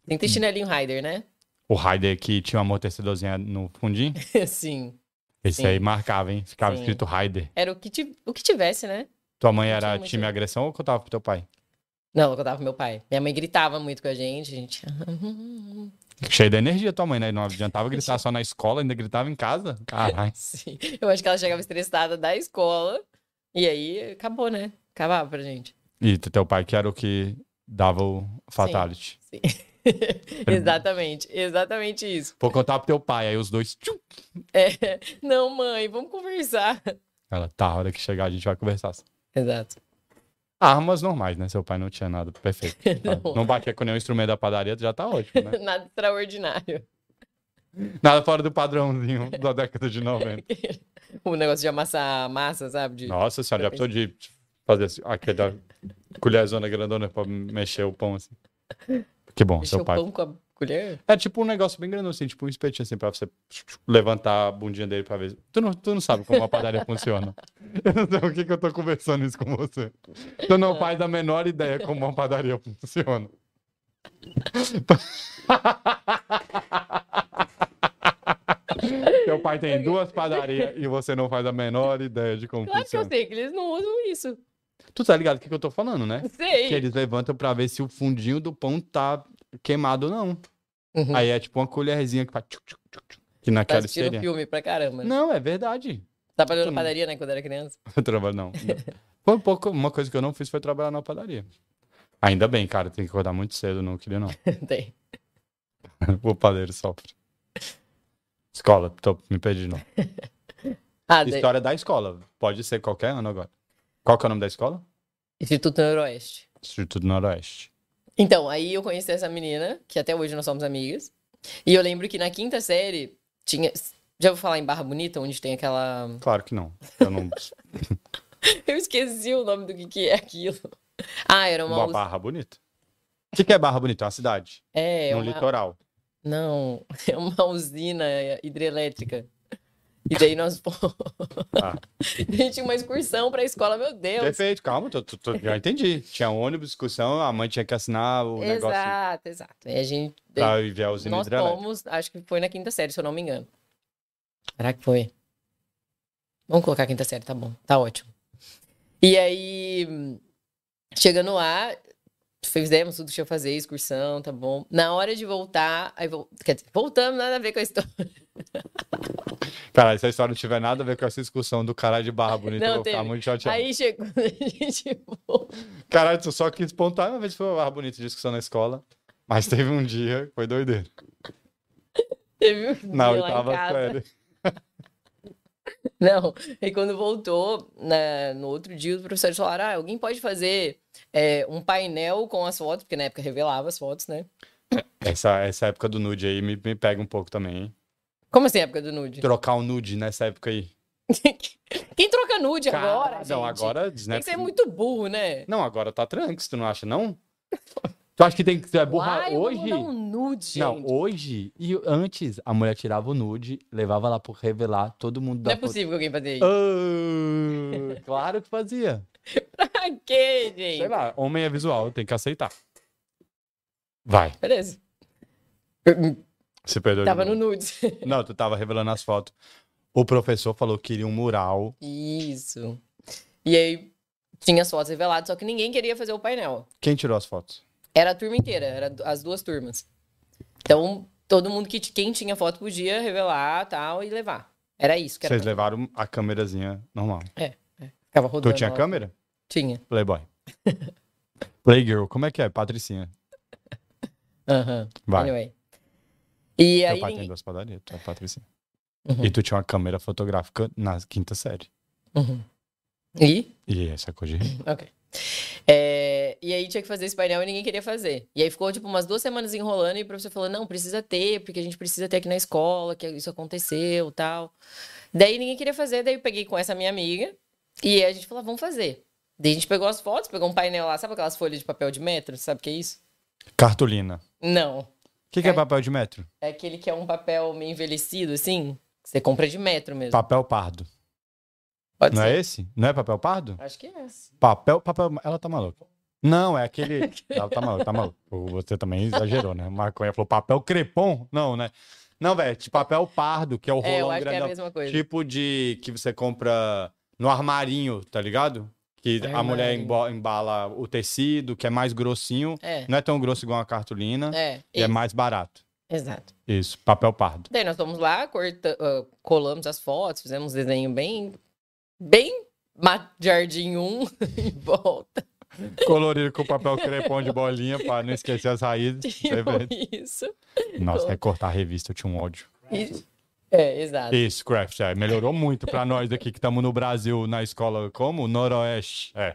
B: Cinta e chinelinho Rider, né?
A: O Raider que tinha um amortecedorzinho no fundinho.
B: Sim.
A: Esse
B: Sim.
A: aí marcava, hein? Ficava
B: Sim.
A: escrito Raider.
B: Era o que, ti- o que tivesse, né?
A: Tua mãe
B: Não
A: era
B: tinha muito-
A: time agressão ou contava pro teu pai?
B: Não, eu contava pro meu pai. Minha mãe gritava muito com a gente, a gente.
A: Cheio da energia tua mãe, né? Não adiantava gritar só na escola, ainda gritava em casa. Caralho.
B: Sim. Eu acho que ela chegava estressada da escola. E aí acabou, né? Acabava pra gente.
A: E te- teu pai que era o que dava o fatality.
B: exatamente, exatamente isso.
A: Vou contar pro teu pai, aí os dois. tchum.
B: É, não, mãe, vamos conversar.
A: Ela, tá, a hora que chegar a gente vai conversar.
B: Exato.
A: Armas normais, né? Seu pai não tinha nada perfeito. Tá?
B: Não.
A: Não batia com nenhum instrumento da padaria, já tá ótimo, né?
B: Nada extraordinário.
A: Nada fora do padrãozinho da década de 90.
B: O negócio de amassar a massa, sabe? De...
A: Nossa senhora, já precisou de fazer assim, aquela colherzona grandona pra mexer o pão assim. Que bom,
B: Mexer
A: seu
B: o
A: pai.
B: pão com a colher?
A: É tipo um negócio bem grandão, assim, tipo um espetinho assim, pra você levantar a bundinha dele pra ver. Tu não, tu não sabe como a padaria funciona. Eu não sei o que que eu tô conversando isso com você. Tu não
B: É.
A: faz a menor ideia como uma padaria funciona. Teu pai tem duas padarias e você não faz a menor ideia de como
B: Claro que eu
A: funciona.
B: sei que eles não usam isso.
A: Tu tá ligado o que, que eu tô falando, né?
B: Sei.
A: Que eles levantam pra ver se o fundinho do pão tá queimado ou não.
B: Uhum.
A: Aí é tipo uma colherzinha que faz. Tchuc, tchuc, tchuc, tchuc, que
B: Tá
A: naquela
B: assistindo
A: seria.
B: filme pra caramba. Né?
A: Não, é verdade.
B: Trabalhou
A: tu
B: na
A: não-
B: padaria, né, quando era criança.
A: Eu trabalho, não. Foi um pouco, uma coisa que eu não fiz foi trabalhar na padaria. Ainda bem, cara, tem que acordar muito cedo, não queria não.
B: Tem.
A: o padeiro sofre. Escola, tô, me perdi não.
B: Ah, daí-
A: História da escola, pode ser qualquer ano agora. Qual que é o nome da escola?
B: Instituto Noroeste.
A: Instituto Noroeste.
B: Então, aí eu conheci essa menina, que até hoje nós somos amigas. E eu lembro que na quinta série tinha. Já vou falar em Barra Bonita, onde tem aquela.
A: Claro que não. Eu não...
B: Eu esqueci o nome do que, que é aquilo. Ah, era uma.
A: Uma
B: us-
A: barra bonita. O que, que é barra bonita? É uma cidade,
B: É,
A: no
B: uma...
A: litoral.
B: Não, é uma usina hidrelétrica. E daí nós fomos.
A: Ah.
B: A gente tinha uma excursão pra escola, meu Deus.
A: Perfeito, calma, tô, tô, tô, já entendi. Tinha ônibus, excursão, a mãe tinha que assinar o um negócio
B: Exato, exato. E a gente.
A: pra enviar os né?
B: Nós
A: hidrelétricos.
B: fomos, acho que foi na quinta série, se eu não me engano. Será que foi? Vamos colocar a quinta série, tá bom, tá ótimo. E aí, hum, chegando lá, fizemos tudo que tinha que fazer, excursão, tá bom. Na hora de voltar, aí vol- quer dizer, voltamos, nada a ver com a história.
A: Cara, se a história não tiver nada a ver com essa excursão do caralho de barra bonita,
B: Não,
A: eu vou ficar
B: teve.
A: muito chateado.
B: Aí chegou, a gente voltou.
A: Caralho, tu só quis pontar uma vez foi uma barra bonita de discussão na escola. Mas teve um dia, que foi doideira.
B: Teve um
A: Na
B: dia lá em
A: oitava
B: casa.
A: série.
B: Não, e quando voltou, na- no outro dia, os professores falaram: ah, alguém pode fazer é, um painel com as fotos, porque na época revelava as fotos, né?
A: Essa, essa época do nude aí me, me pega um pouco também, hein?
B: Como assim, época do nude?
A: Trocar o nude nessa época aí.
B: Quem troca nude agora,
A: Então. Cara,
B: gente?
A: Não, é agora.
B: Tem
A: Snap...
B: que ser muito burro, né?
A: Não, agora tá tranks, tu não acha, não? tu acha que tem que. Tu é burra
B: Uai, eu vou
A: hoje?
B: mandar um nude, gente.
A: Não, hoje e antes a mulher tirava o nude, levava lá pro revelar, todo mundo
B: Não
A: da
B: é possível que alguém fazia isso.
A: Ah, claro que fazia.
B: Pra quê, gente?
A: Sei lá, homem é visual, tem que aceitar. Vai,
B: Beleza.
A: você perdeu. de
B: Tava no
A: novo.
B: nude.
A: Não, tu tava revelando as fotos. O professor falou que queria um mural.
B: Isso. E aí, tinha as fotos reveladas, só que ninguém queria fazer o painel.
A: Quem tirou as fotos?
B: Era a turma inteira, era du- as duas turmas. Então, todo mundo que t- quem tinha foto podia revelar tal e levar. Era isso que era.
A: Vocês levaram a câmerazinha normal.
B: Ficava rodando.
A: Tu tinha
B: lá.
A: câmera?
B: Tinha.
A: Playboy. Playgirl, como é que é? Patricinha.
B: Aham.
A: Vai.
B: Anyway. E
A: Meu
B: aí,
A: pai tem
B: ninguém-
A: duas padarias, tu é Patricinha.
B: Uhum.
A: E tu tinha uma câmera fotográfica na quinta série.
B: Uhum. E?
A: E essa coisa de rir.
B: Ok. É, e aí tinha que fazer esse painel e ninguém queria fazer. E aí ficou, tipo, umas duas semanas enrolando e o professor falou, não, precisa ter, porque a gente precisa ter aqui na escola, que isso aconteceu, tal. Daí ninguém queria fazer, daí eu peguei com essa minha amiga e aí a gente falou, "Ah, vamos fazer. Daí a gente pegou as fotos, pegou um painel lá, sabe aquelas folhas de papel de metro? Sabe o que é isso?
A: Cartolina. O
B: Não.
A: que, que é
B: É.
A: papel de metro?
B: É aquele que é um papel meio envelhecido, assim, que você compra de metro mesmo.
A: Papel pardo.
B: Pode
A: Tá. Não
B: ser.
A: é esse? Não é papel pardo?
B: Acho que é.
A: Papel, papel. Ela tá maluca. Não, é aquele. Ela tá maluca, tá maluca. Você também exagerou, né? Maconha falou papel crepom? Não, né? Não, velho, tipo papel pardo, que é o
B: É, eu
A: rolão
B: acho que é a
A: grandão.
B: mesma coisa.
A: Tipo de que você compra no armarinho, tá ligado? Que a
B: Armário.
A: mulher embo- embala o tecido, que é mais grossinho.
B: É.
A: Não é tão grosso igual uma cartolina.
B: É,
A: E é mais barato.
B: exato.
A: Isso, papel pardo.
B: Daí nós fomos lá, corta, ah, colamos as fotos, fizemos um desenho bem, bem ma- jardim 1 em volta.
A: Colorido com papel crepom de bolinha, pra não esquecer as raízes. Você vê.
B: Tipo isso.
A: Nossa, é cortar a revista, eu tinha um ódio.
B: E- é, exato.
A: Isso, craft, é. Melhorou muito pra nós daqui que estamos no Brasil, na escola como? Noroeste. É.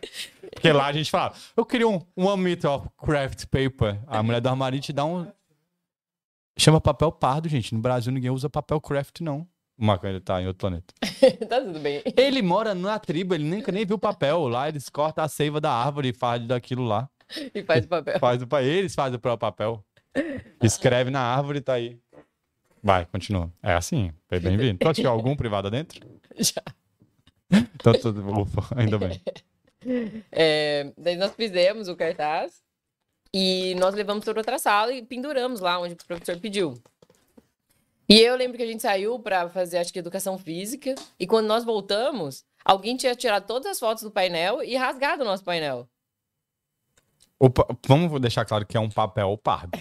A: Porque lá a gente fala, eu queria um one meter of craft paper. A mulher do armário te dá um. Chama papel pardo, gente. No Brasil ninguém usa papel craft, não. O Marco ele tá em outro planeta.
B: tá tudo bem.
A: Ele mora na tribo, ele nunca nem viu papel. Lá eles cortam a seiva da árvore e fazem daquilo lá.
B: E faz o papel.
A: Faz o, pa- eles fazem o próprio papel. Escreve na árvore e tá aí. Vai, continua. É assim, foi bem-vindo. Pode tirar algum privado dentro?
B: Já.
A: Então, tudo, ufa, ainda bem.
B: É, daí nós fizemos o cartaz e nós levamos para outra sala e penduramos lá onde o professor pediu. E eu lembro que a gente saiu para fazer, acho que, educação física. E quando nós voltamos, alguém tinha tirado todas as fotos do painel e rasgado o nosso painel.
A: O pa- vamos deixar claro que é um papel pardo.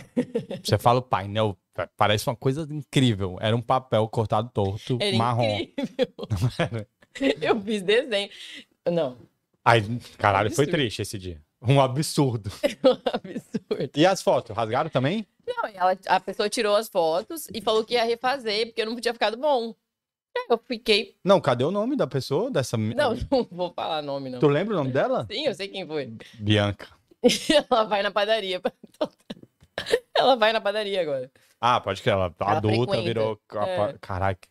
A: Você fala o painel, pa- parece uma coisa incrível. Era um papel cortado torto,
B: Era
A: marrom.
B: incrível. Eu fiz desenho. Não,
A: Aí, caralho, foi
B: Absurdo.
A: triste esse dia. Um absurdo.
B: é um absurdo.
A: E as fotos, rasgaram também?
B: Não, e ela, a pessoa tirou as fotos e falou que ia refazer, porque não tinha ficado bom. Aí Eu fiquei.
A: Não, cadê o nome da pessoa? Dessa...
B: Não, não vou falar nome, não.
A: Tu lembra o nome dela?
B: Sim, eu sei quem foi.
A: Bianca.
B: Ela vai na padaria. Ela vai na padaria agora.
A: Ah, pode crer, ela, adulta
B: frequenta.
A: virou.
B: É.
A: Caraca,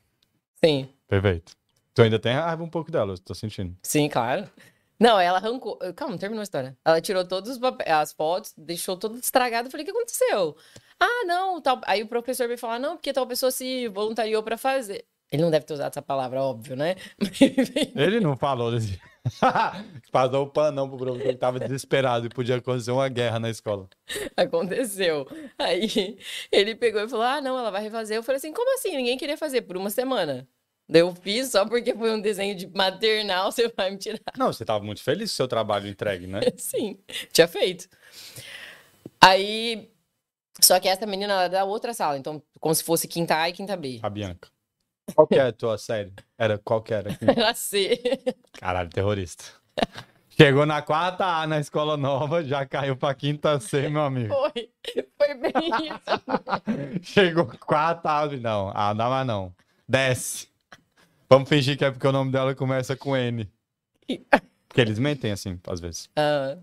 B: Sim,
A: perfeito. Tu ainda tem raiva um pouco dela, eu tô sentindo.
B: sim, claro. Não, ela arrancou. Calma, não terminou a história. Ela tirou todas as fotos, deixou tudo estragado. Eu falei, o que aconteceu? Ah, não. Tal... Aí o professor veio falar, não, porque tal pessoa se voluntariou pra fazer. Ele não deve ter usado essa palavra, óbvio, né?
A: Ele não falou desse. Passou o panão pro professor que tava desesperado e podia acontecer uma guerra na escola.
B: Aconteceu. Aí ele pegou e falou: Ah, não, ela vai refazer. Eu falei assim: Como assim? Ninguém queria fazer por uma semana. Daí Eu fiz só porque foi um desenho de maternal, você vai me tirar.
A: Não, você tava muito feliz com o seu trabalho entregue, né?
B: Sim, tinha feito. Aí. Só que essa menina era da outra sala, então, como se fosse quinta A e quinta B.
A: A Bianca. Qual que é a tua série? Era qual que era?
B: Era C.
A: Caralho, terrorista. Chegou na quarta A na escola nova, já caiu pra quinta C, meu amigo.
B: Foi. Foi bem isso.
A: Chegou quarta ave, não. Ah, dá mais não. Desce. Vamos fingir que é porque o nome dela começa com N. Porque eles mentem assim, às vezes.
B: Ah,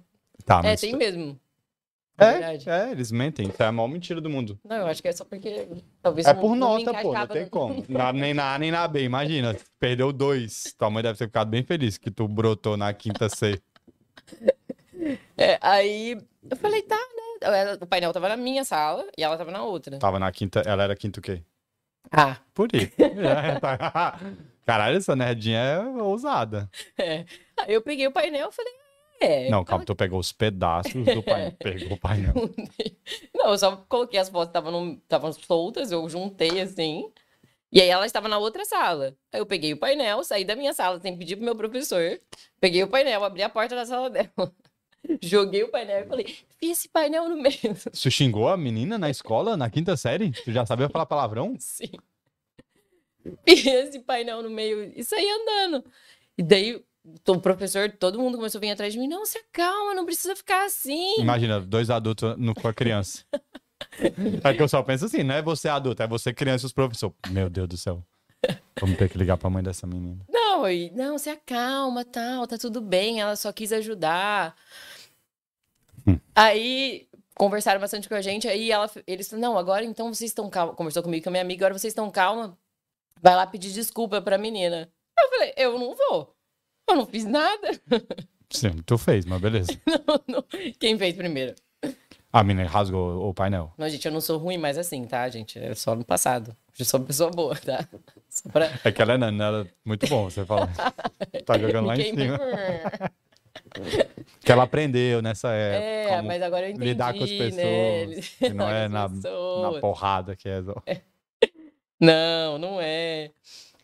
A: Tá,
B: é,
A: mas.
B: tem mesmo. na
A: É,
B: verdade.
A: é, eles mentem. Tá a maior mentira do mundo.
B: Não, eu acho que é só porque. Talvez
A: É
B: não-
A: por
B: não me
A: nota, pô, não
B: encaixava
A: tem
B: no-
A: como. Na- nem na A nem na B, imagina. Perdeu dois. Tua mãe deve ter ficado bem feliz que tu brotou na quinta C.
B: É, aí eu falei, tá, né? Ela- O painel tava na minha sala e ela tava na outra.
A: Tava na quinta. Ela era quinta o quê?
B: Ah,
A: Por isso. É, tá. Caralho, essa nerdinha é ousada.
B: é. Aí eu peguei o painel e falei, é.
A: Não, calma, tu pegou os pedaços do painel. Pegou o painel.
B: Não, eu só coloquei as fotos, estavam num- estavam soltas, eu juntei assim. E aí ela estava na outra sala. Aí eu peguei o painel, saí da minha sala sem pedir pro meu professor. Peguei o painel, abri a porta da sala dela. Joguei o painel e falei, vi esse painel no meio.
A: Tu xingou a menina na escola, na quinta série? Tu já sabia falar palavrão?
B: Sim. E esse painel no meio e saí andando. E daí to- o professor, todo mundo começou a vir atrás de mim. Não, se acalma, não precisa ficar assim.
A: Imagina, dois adultos no, com a criança. É que eu só penso assim, não é você adulto, é você criança e os professores. Meu Deus do céu. Vamos ter que ligar pra mãe dessa menina.
B: Não, e, não, se acalma, tal, tá tudo bem, ela só quis ajudar.
A: Hum.
B: Aí conversaram bastante com a gente, aí ela, eles falaram, não, agora então vocês estão calma. Conversou comigo e com a minha amiga, agora vocês estão calma, vai lá pedir desculpa pra menina. Eu falei, eu não vou. Eu não fiz nada.
A: Sim, tu fez, mas beleza.
B: Não, não. Quem fez primeiro?
A: A menina rasgou o painel.
B: Não, gente, eu não sou ruim mais assim, tá, gente? É só no passado. Eu sou uma pessoa boa, tá? Só pra...
A: É que ela é nana, ela é muito bom, você fala. Tá jogando lá em
B: Quem-
A: cima. Que ela aprendeu nessa
B: É,
A: época. como
B: mas agora eu entendi,
A: lidar com as
B: né?
A: pessoas. que não é na,
B: Lidar com as pessoas.
A: na porrada que é. só-
B: Não, não é.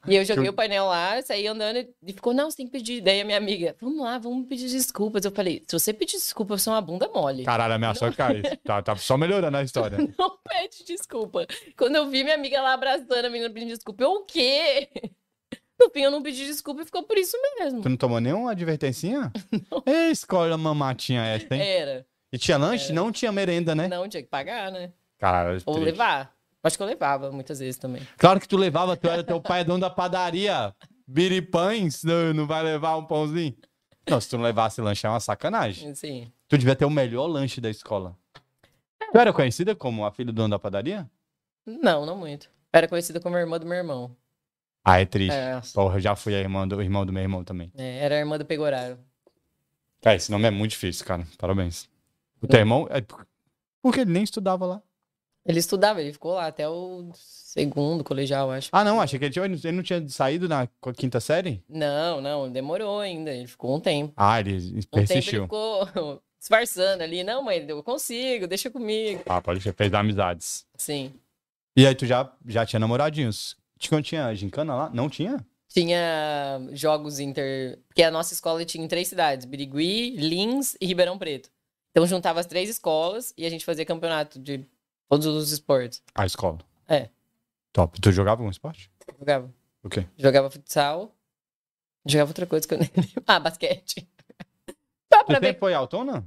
B: E eu joguei
A: Que eu-
B: o painel lá, saí andando e ficou, não, você tem que pedir. Daí a minha amiga, vamos lá, vamos pedir desculpas. Eu falei, se você pedir desculpa, eu sou uma bunda mole.
A: Caralho, ameaçou cair. Tá, tá só melhorando a história.
B: Não pede desculpa. Quando eu vi minha amiga lá abraçando a menina pedindo desculpa, eu o quê? No fim, eu não pedi desculpa e ficou por isso mesmo.
A: Tu não tomou nenhuma advertência? Ei, escola mamatinha essa, hein?
B: Era.
A: E tinha lanche? Não tinha merenda, né?
B: É. Não, tinha que pagar, né?
A: Caralho,
B: Ou
A: triste.
B: levar. Acho que eu levava muitas vezes também.
A: Claro que tu levava, tu era teu pai é dono da padaria. Biripães, não, não vai levar um pãozinho? Não, se tu não levasse lanche, é uma sacanagem.
B: Assim.
A: Tu devia ter o melhor lanche da escola. Tu era conhecida como a filha do dono da padaria?
B: Não, não muito. Era conhecida como a irmã do meu irmão.
A: Ah, é triste.
B: É,
A: Porra, eu já fui a irmã do irmão do meu irmão também.
B: é, era a irmã do Pegoraro.
A: Cara, esse nome é muito difícil, cara. Parabéns. O teu irmão. É... Porque ele nem estudava lá.
B: Ele estudava, ele ficou lá até o segundo colegial, acho.
A: Ah, não, achei que ele, tinha... ele não tinha saído na quinta série?
B: Não, não, demorou ainda. Ele ficou um tempo.
A: Ah, ele
B: Um tempo ele
A: persistiu.
B: ficou disfarçando ali. Não, mãe, eu consigo, deixa comigo.
A: Ah, pode ser, fez amizades.
B: Sim.
A: E aí tu já, já tinha namoradinhos. Tinha, tinha gincana lá? Não tinha?
B: Tinha jogos inter. Porque a nossa escola tinha em três cidades: Birigui, Lins e Ribeirão Preto. Então juntava as três escolas e a gente fazia campeonato de todos os esportes.
A: A escola.
B: É.
A: Top. Tu jogava algum esporte?
B: Jogava.
A: O quê?
B: Jogava futsal. Jogava outra coisa que eu nem lembro. Ah, basquete. Só
A: Tu
B: pra ver.
A: sempre foi autona?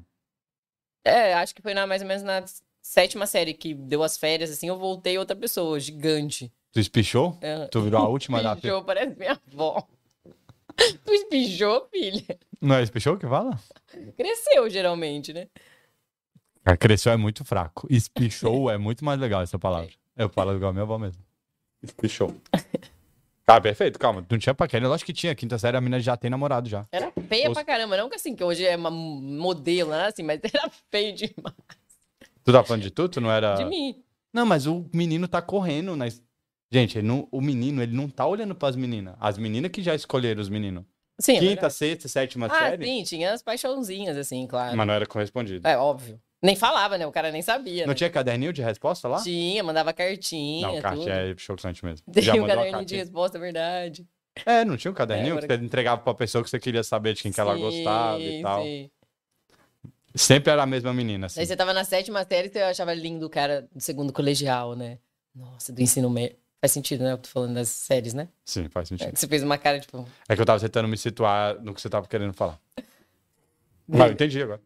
B: É, acho que foi na, mais ou menos na sétima série que deu as férias, assim, eu voltei outra pessoa, gigante.
A: Tu espichou?
B: É,
A: Tu virou a última da...
B: Espijou, parece minha avó. Tu espijou, filha?
A: Não é espichou que fala?
B: Cresceu, geralmente, né?
A: Cara, Cresceu é muito fraco. Espichou é muito mais legal essa palavra.
B: É.
A: Eu falo igual a minha avó mesmo. Espichou. Cara, perfeito, calma. Tu não tinha paquera. Lógico que tinha. Quinta série a menina já tem namorado já.
B: Era feia
A: Os-
B: pra caramba, não que assim, que hoje é uma modelo, né, assim, mas era feio demais
A: Tu tá falando de tu? Tu não era...
B: de mim.
A: Não, mas o menino tá correndo. Na... es- Gente, ele não- o menino, ele não tá olhando pras meninas. As meninas que já escolheram os meninos.
B: Sim, é
A: Quinta,
B: verdade.
A: sexta, sétima
B: Ah,
A: série.
B: sim, tinha as paixãozinhas, assim, claro.
A: Mas não era correspondido.
B: É, óbvio. Nem falava, né? O cara nem sabia,
A: Não
B: né?
A: tinha caderninho de resposta lá?
B: Tinha, mandava cartinha,
A: não,
B: tudo.
A: cartinha é chocante mesmo. Já
B: Tem
A: mandou
B: o
A: a
B: caderninho de
A: cartinha.
B: resposta, é verdade.
A: É, não tinha um caderninho
B: É,
A: que você entregava pra pessoa que você queria saber de quem que ela
B: Sim,
A: gostava e tal.
B: sim.
A: Sempre era a mesma menina, assim.
B: Aí você tava na sétima série e você achava lindo o cara do segundo colegial, né? Nossa, do ensino médio. Faz sentido, né? Eu tô falando das séries, né?
A: Sim, faz
B: É
A: sentido.
B: que você fez uma cara, tipo.
A: É. que eu tava tentando me situar no que você tava querendo falar. Mas eu entendi agora.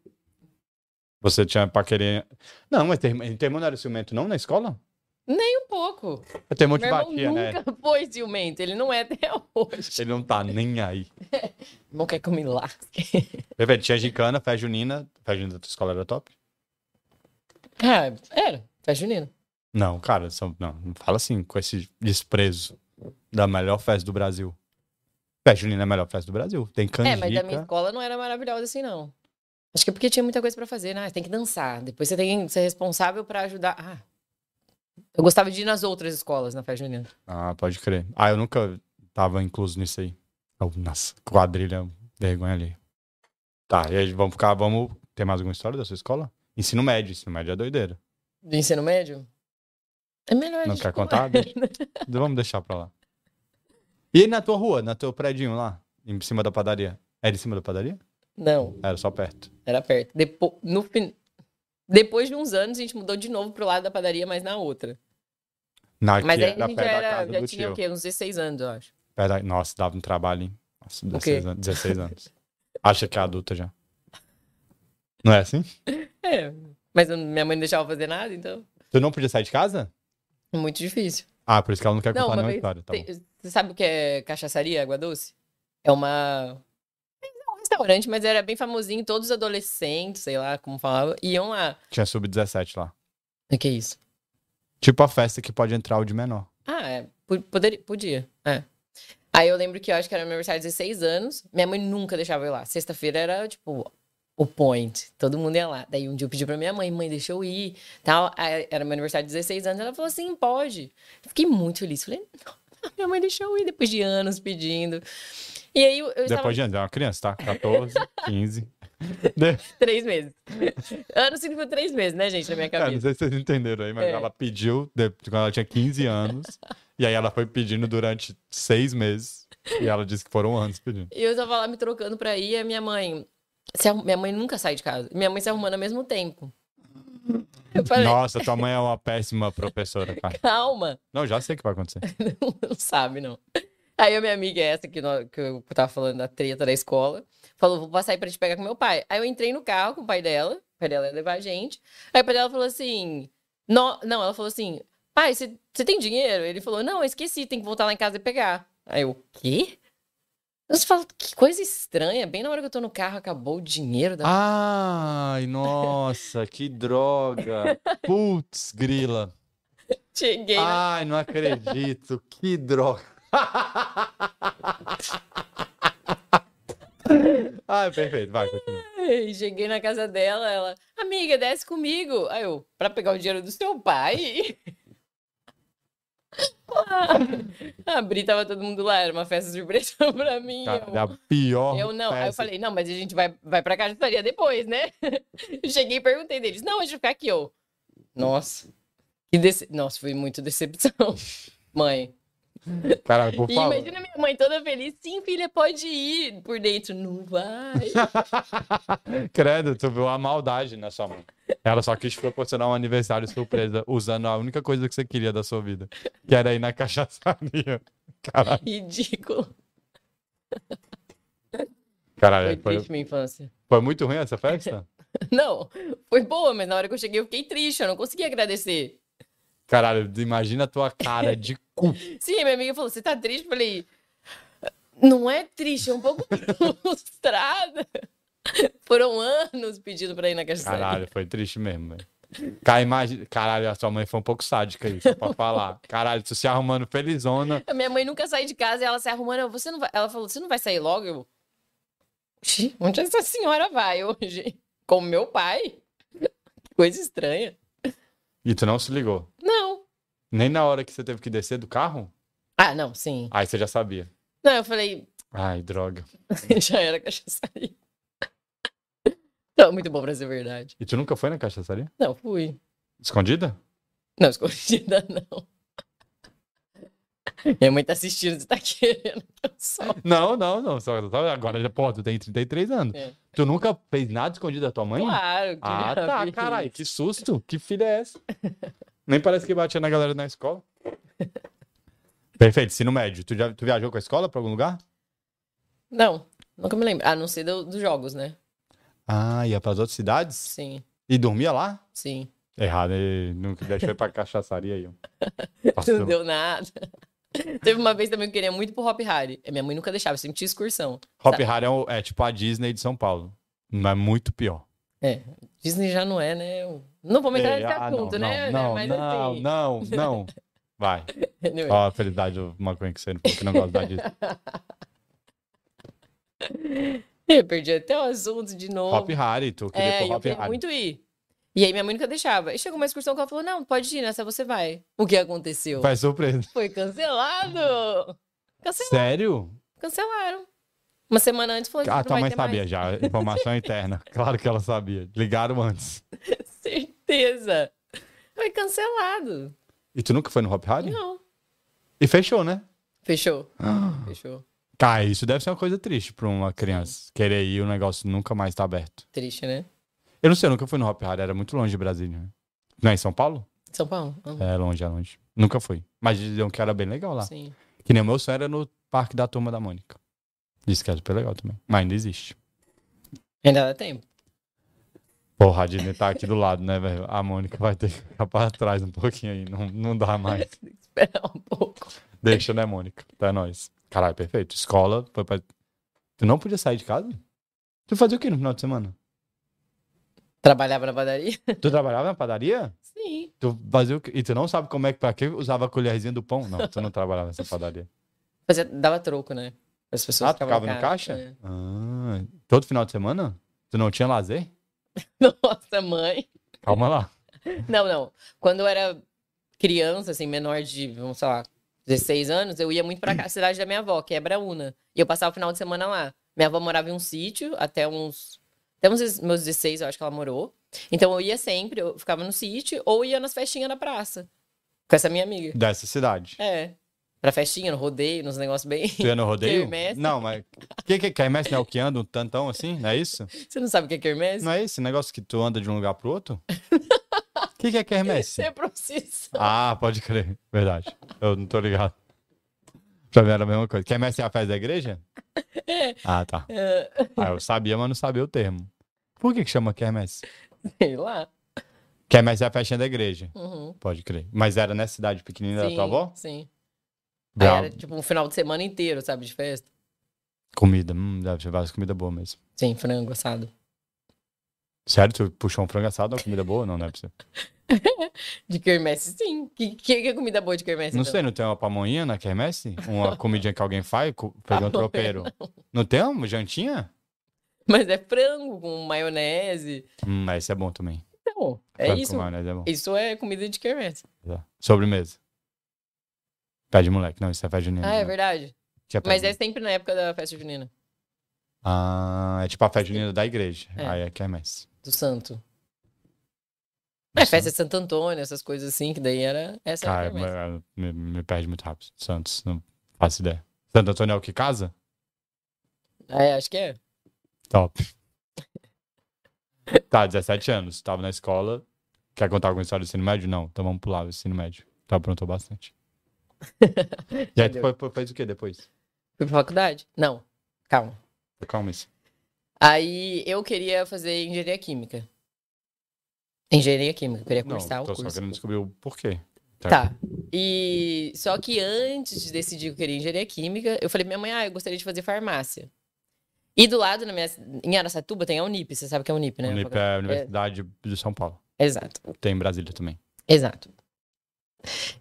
A: Você tinha paquerinha... Não, mas teu irmão teu irmão não era ciumento não na escola?
B: Um pouco.
A: Teu irmão te
B: Meu irmão
A: batia, né?
B: nunca foi ciumento. Ele não é até hoje.
A: Ele não tá nem aí.
B: Não quer que eu me lasque.
A: Perfeito, tinha gincana, fé junina. Fé junina da tua escola era top?
B: Ah, era. Festa junina.
A: Não, cara, são- não, não fala assim com esse desprezo da melhor festa do Brasil. Festa Junina é a melhor festa do Brasil. Tem canjica.
B: É, mas da minha escola não era maravilhosa assim, não. Acho que é porque tinha muita coisa pra fazer, né? Ah, Tem que dançar. Depois você tem que ser responsável pra ajudar. Ah, eu gostava de ir nas outras escolas na festa junina.
A: Ah, pode crer. Ah, eu nunca tava incluso nisso aí. Eu- Nossa, quadrilha, vergonha ali. Tá, e aí vamos ficar, vamos... Tem mais alguma história da sua escola? Ensino médio, ensino médio é doideira.
B: Do ensino médio? É melhor a
A: Não
B: gente né?
A: quer
B: pular.
A: contar? Deixa- Então, Vamos deixar pra lá. E na tua rua, na teu prédio lá, em cima da padaria? Era em cima da padaria?
B: Não,
A: Era só perto.
B: era perto. Depo... no fin- Depois de uns anos, a gente mudou de novo pro lado da padaria, mas na outra.
A: Na
B: Mas
A: que
B: aí a
A: era
B: gente
A: perto
B: já,
A: da
B: era,
A: casa
B: já
A: do
B: tinha
A: tio.
B: o quê? Uns 16 anos, eu acho.
A: Pera- Nossa, dava um trabalho, hein? Nossa,
B: O
A: 16
B: quê?
A: anos. 16 anos. Acha que é adulta já. Não é assim?
B: É, mas eu- minha mãe não deixava eu fazer nada, então...
A: Tu não podia sair de casa?
B: é Muito difícil.
A: Ah, por isso que ela não quer
B: Não,
A: contar
B: uma
A: nenhuma
B: vez.
A: história. Tá
B: Tem-
A: bom.
B: você sabe o que é cachaçaria, água doce? É uma. É um restaurante, mas era bem famosinho. Todos os adolescentes, sei lá como falava, iam lá.
A: Tinha sub-17 lá.
B: O que é isso?
A: Tipo a festa que pode entrar o de menor.
B: Ah, é. po- Poderia, podia. É. Aí eu lembro que eu acho que era meu aniversário de 16 anos. Minha mãe nunca deixava eu ir lá. Sexta-feira era, tipo, o point. Todo mundo ia lá. Daí um dia eu pedi pra minha mãe, mãe, deixa eu ir. Tal. Aí era meu aniversário de 16 anos. Ela falou assim, pode. Eu fiquei muito feliz. Falei, não, minha mãe deixou eu ir depois de anos pedindo. E aí eu, eu estava
A: Depois de andar, é uma criança, tá? 14, 15. De-
B: Três meses. Ano significa três meses, né, gente, na minha
A: Cara, é, não
B: cabeça.
A: sei se vocês entenderam aí, mas
B: É.
A: ela pediu de- quando ela tinha 15 anos. e aí ela foi pedindo durante seis meses. E ela disse que foram anos pedindo.
B: E eu tava lá me trocando pra ir, e a minha mãe. se arrum- Minha mãe nunca sai de casa. Minha mãe se arrumando ao mesmo tempo. Eu falei,
A: Nossa, tua mãe é uma péssima professora, cara.
B: calma.
A: Não, já sei o que vai acontecer.
B: Não, não sabe, não. Aí a minha amiga, é essa que, nó- que eu tava falando da treta da escola, falou: vou passar aí pra te pegar com meu pai. Aí eu entrei no carro com o pai dela, o pai dela ia levar a gente. Aí o pai dela falou assim: "Nó- não, ela falou assim: pai, você você tem dinheiro? Ele falou: não, eu esqueci, tem que voltar lá em casa e pegar. Aí eu, o quê? Eu falo, que coisa estranha, bem na hora que eu tô no carro, acabou o
A: Ah,
B: dinheiro da.
A: Ai, nossa, que droga. Putz, grila.
B: Cheguei na
A: Ai, não acredito. Que droga. Ai, perfeito. Vai, continua.
B: Ai, Cheguei na casa dela, ela, amiga, desce comigo. Aí eu, pra pegar o dinheiro do seu pai? Ah, Abri, tava todo mundo lá, era uma festa surpresa pra mim. eu-
A: Cara, É a pior
B: eu não. Aí eu
A: peça.
B: falei, não, mas a gente vai, vai pra cachaçaria depois, né? Eu Cheguei e perguntei deles, não, a gente vai ficar aqui, eu. Nossa. Que dece... Nossa, foi muito decepção. Mãe.
A: Caralho, por
B: E
A: favor.
B: imagina minha mãe toda feliz. Sim, filha, pode ir. Por dentro, não vai.
A: Credo, tu viu a maldade na sua mão. Ela só quis te proporcionar um aniversário surpresa, usando a única coisa que você queria da sua vida, que era ir na cachaçaria. Caralho,
B: Ridículo. Foi
A: caralho É, foi,
B: triste minha infância.
A: foi muito ruim essa festa?
B: Não, foi boa, mas na hora que eu cheguei eu fiquei triste, eu não consegui agradecer.
A: Caralho, imagina a tua cara de cu.
B: Sim, minha amiga falou, você tá triste? Eu falei, não é triste, é um pouco frustrada. Foram anos pedindo pra ir na cachaçaria.
A: Caralho, foi triste mesmo, velho. Cara, imagi- Caralho, a sua mãe foi um pouco sádica aí, só pra falar. Caralho, tu se arrumando felizona.
B: A minha mãe nunca sai de casa e ela se arrumando, eu, você não vai... ela falou, você não vai sair logo? Eu, "Oxi, onde essa senhora vai hoje? Com meu pai? Que coisa estranha.
A: E tu não se ligou.
B: Não.
A: Nem na hora que você teve que descer do carro?
B: Ah, não, sim.
A: Aí você já sabia.
B: Não, eu falei,
A: Ai, droga.
B: já era cachaçaria. Não, muito bom pra ser verdade.
A: E tu nunca foi na cachaçaria?
B: Não, fui.
A: Escondida?
B: Não, escondida não. Minha mãe tá assistindo, você tá querendo que eu solte.
A: Não, não, não. Só, só agora, pô, tu tem 33 anos.
B: É.
A: Tu nunca fez nada escondido da tua mãe?
B: Claro. que
A: Ah,
B: já
A: tá,
B: vi.
A: caralho. Que susto. Que filha é essa? Nem parece que batia na galera na escola. Perfeito, ensino médio. Tu, já, tu viajou com a escola pra algum lugar?
B: Não, nunca me lembro. A não ser do- dos jogos, né?
A: Ah, ia pras outras cidades?
B: Sim,
A: E dormia lá?
B: sim.
A: Errado, e nunca deixou ir pra cachaçaria aí. ó. Nossa,
B: Não deu nada. Teve uma vez também que eu queria muito pro Hop Harry. Minha mãe nunca deixava, sempre tinha excursão.
A: Hop Hari é, o- é tipo a Disney de São Paulo. Mas muito pior.
B: É, Disney já não é, né? Eu Não vamos entrar
A: Ei,
B: nesse
A: ah,
B: assunto,
A: não,
B: né?
A: Não,
B: Mas
A: não,
B: assim.
A: não, não. Vai.
B: anyway.
A: Ó, a felicidade do maconha que você não falou que não gosta disso.
B: Eu perdi até o assunto de novo.
A: Hop Harry, tu queria
B: é,
A: pro
B: e eu
A: Hop
B: queria
A: Harry.
B: muito ir. E aí minha mãe nunca deixava. E chegou uma excursão que ela falou: não, pode ir, nessa você vai. O que aconteceu?
A: Faz surpresa.
B: Foi cancelado! Cancel...
A: Sério?
B: Cancelaram. Uma semana antes falou:
A: Ah,
B: "Não
A: tua
B: vai
A: mãe
B: ter
A: sabia
B: mais."
A: já. Informação interna. Claro que ela sabia. Ligaram antes.
B: Certeza. Foi cancelado.
A: E tu nunca foi no Hop Harry?
B: Não.
A: E fechou, né?
B: Fechou.
A: Ah.
B: Fechou.
A: Cara, Tá, isso deve ser uma coisa triste pra uma criança. Querer ir e o negócio nunca mais tá aberto.
B: Triste, né?
A: Eu não sei, eu nunca fui no Hop Harry, era muito longe de Brasília. né? Não é em São Paulo?
B: São Paulo? Ah,
A: É longe, é longe. Nunca fui. Mas diziam que era bem legal lá.
B: Sim.
A: Que nem o meu sonho era no Parque da Turma da Mônica. Disse que era super legal também. Mas ainda existe.
B: Ainda dá tempo.
A: Porra, a Disney tá aqui do lado, né, velho? A Mônica vai ter que ficar pra trás um pouquinho aí. Não, não dá mais.
B: Esperar um pouco.
A: Deixa, né, Mônica? Tá nóis. Caralho, perfeito. Escola, foi pra... Tu não podia sair de casa? Tu fazia o quê no final de semana?
B: Trabalhava na padaria?
A: Tu trabalhava na padaria?
B: Sim.
A: Tu fazia o quê? E tu não sabe como é que pra que usava a colherzinha do pão? Não, tu não trabalhava nessa padaria.
B: Fazia, dava troco, né? As pessoas
A: Ah, tu ficava no caixa?
B: É.
A: Ah, todo final de semana? Tu não tinha lazer?
B: Nossa, mãe.
A: Calma lá.
B: Não, não. Quando eu era criança, assim, menor de, vamos sei lá, 16 anos, eu ia muito pra ca- cidade da minha avó, que é Braúna. E eu passava o final de semana lá. Minha avó morava em um sítio até uns. Até uns meus 16, eu acho que ela morou. Então eu ia sempre, eu ficava no sítio ou ia nas festinhas na praça. Com essa minha amiga.
A: Dessa cidade.
B: É. Pra festinha, no rodeio, nos negócios bem.
A: Tu ia no rodeio?
B: Quermesse.
A: Não, mas. Que que quermesse não é o que anda um tantão assim? Não é isso?
B: Você não sabe o que é quermesse?
A: Não é esse negócio que tu anda de um lugar pro outro? O que, que é
B: Você
A: quermesse?
B: é procissão.
A: Ah, pode crer. Verdade. Eu não tô ligado. Pra mim era a mesma coisa. Quermesse é a festa da igreja?
B: É.
A: Ah, tá.
B: É,
A: Ah, eu sabia, mas não sabia o termo. Por que, que chama quermesse?
B: sei lá.
A: Quermesse é a festinha da igreja.
B: Uhum.
A: Pode crer. Mas era nessa cidade pequenina da tua avó?
B: Sim. Aí
A: Bravo.
B: era tipo um final de semana inteiro, sabe, de festa.
A: Comida. Hum, deve ser várias comida boa mesmo.
B: Sim, frango assado.
A: Sério, tu puxou um frango assado, uma comida boa? Não, não é possível.
B: De quermesse, sim. Que, que, que é comida boa de quermesse?
A: Não
B: então?
A: sei, não tem uma pamonha na quermesse? Uma comidinha que alguém faz? co- Fazer um
B: Pamonha,
A: tropeiro? Não tem uma jantinha?
B: Mas é frango com maionese.
A: Hum, mas isso é bom também.
B: Então, é
A: Frango com
B: isso.
A: maionese é bom.
B: Isso é comida de quermesse.
A: Tá. Sobremesa. Pé de moleque. Não, isso é fé junina.
B: Ah, é
A: né?
B: verdade.
A: Tinha pé
B: Mas
A: de-
B: é sempre na época da festa junina.
A: Ah, é tipo a fé junina da igreja.
B: É.
A: Aí é quermesse.
B: Do santo.
A: Do
B: É, festa de Santo Antônio, essas coisas assim, que daí era... Essa era a
A: Cara,
B: quermesse.
A: eu- Ah, é, me, me perde muito rápido. Santos, não faço ideia. Santo Antônio é o que casa?
B: É, acho que é.
A: Top. tá, 17 anos. Tava na escola. Quer contar alguma história do ensino médio? Não. Então vamos pular o ensino médio. Tu aprontou bastante. e aí tu
B: Entendeu?
A: foi, foi- fez o que depois?
B: Fui pra faculdade? Não. Calma.
A: Calma isso.
B: Aí eu queria fazer engenharia química. Engenharia química, eu queria
A: Não,
B: É cursar
A: tô
B: o
A: só
B: curso.
A: querendo descobrir o porquê.
B: Tá. E só que antes de decidir que eu queria engenharia química, eu falei pra minha mãe, ah, eu gostaria de fazer farmácia. E do lado, na minha, em Araçatuba, tem a Unip, você sabe que é a Unip, né? A
A: Unip
B: faculdade.
A: é a Universidade de São Paulo.
B: Exato,
A: Tem em Brasília também.
B: exato.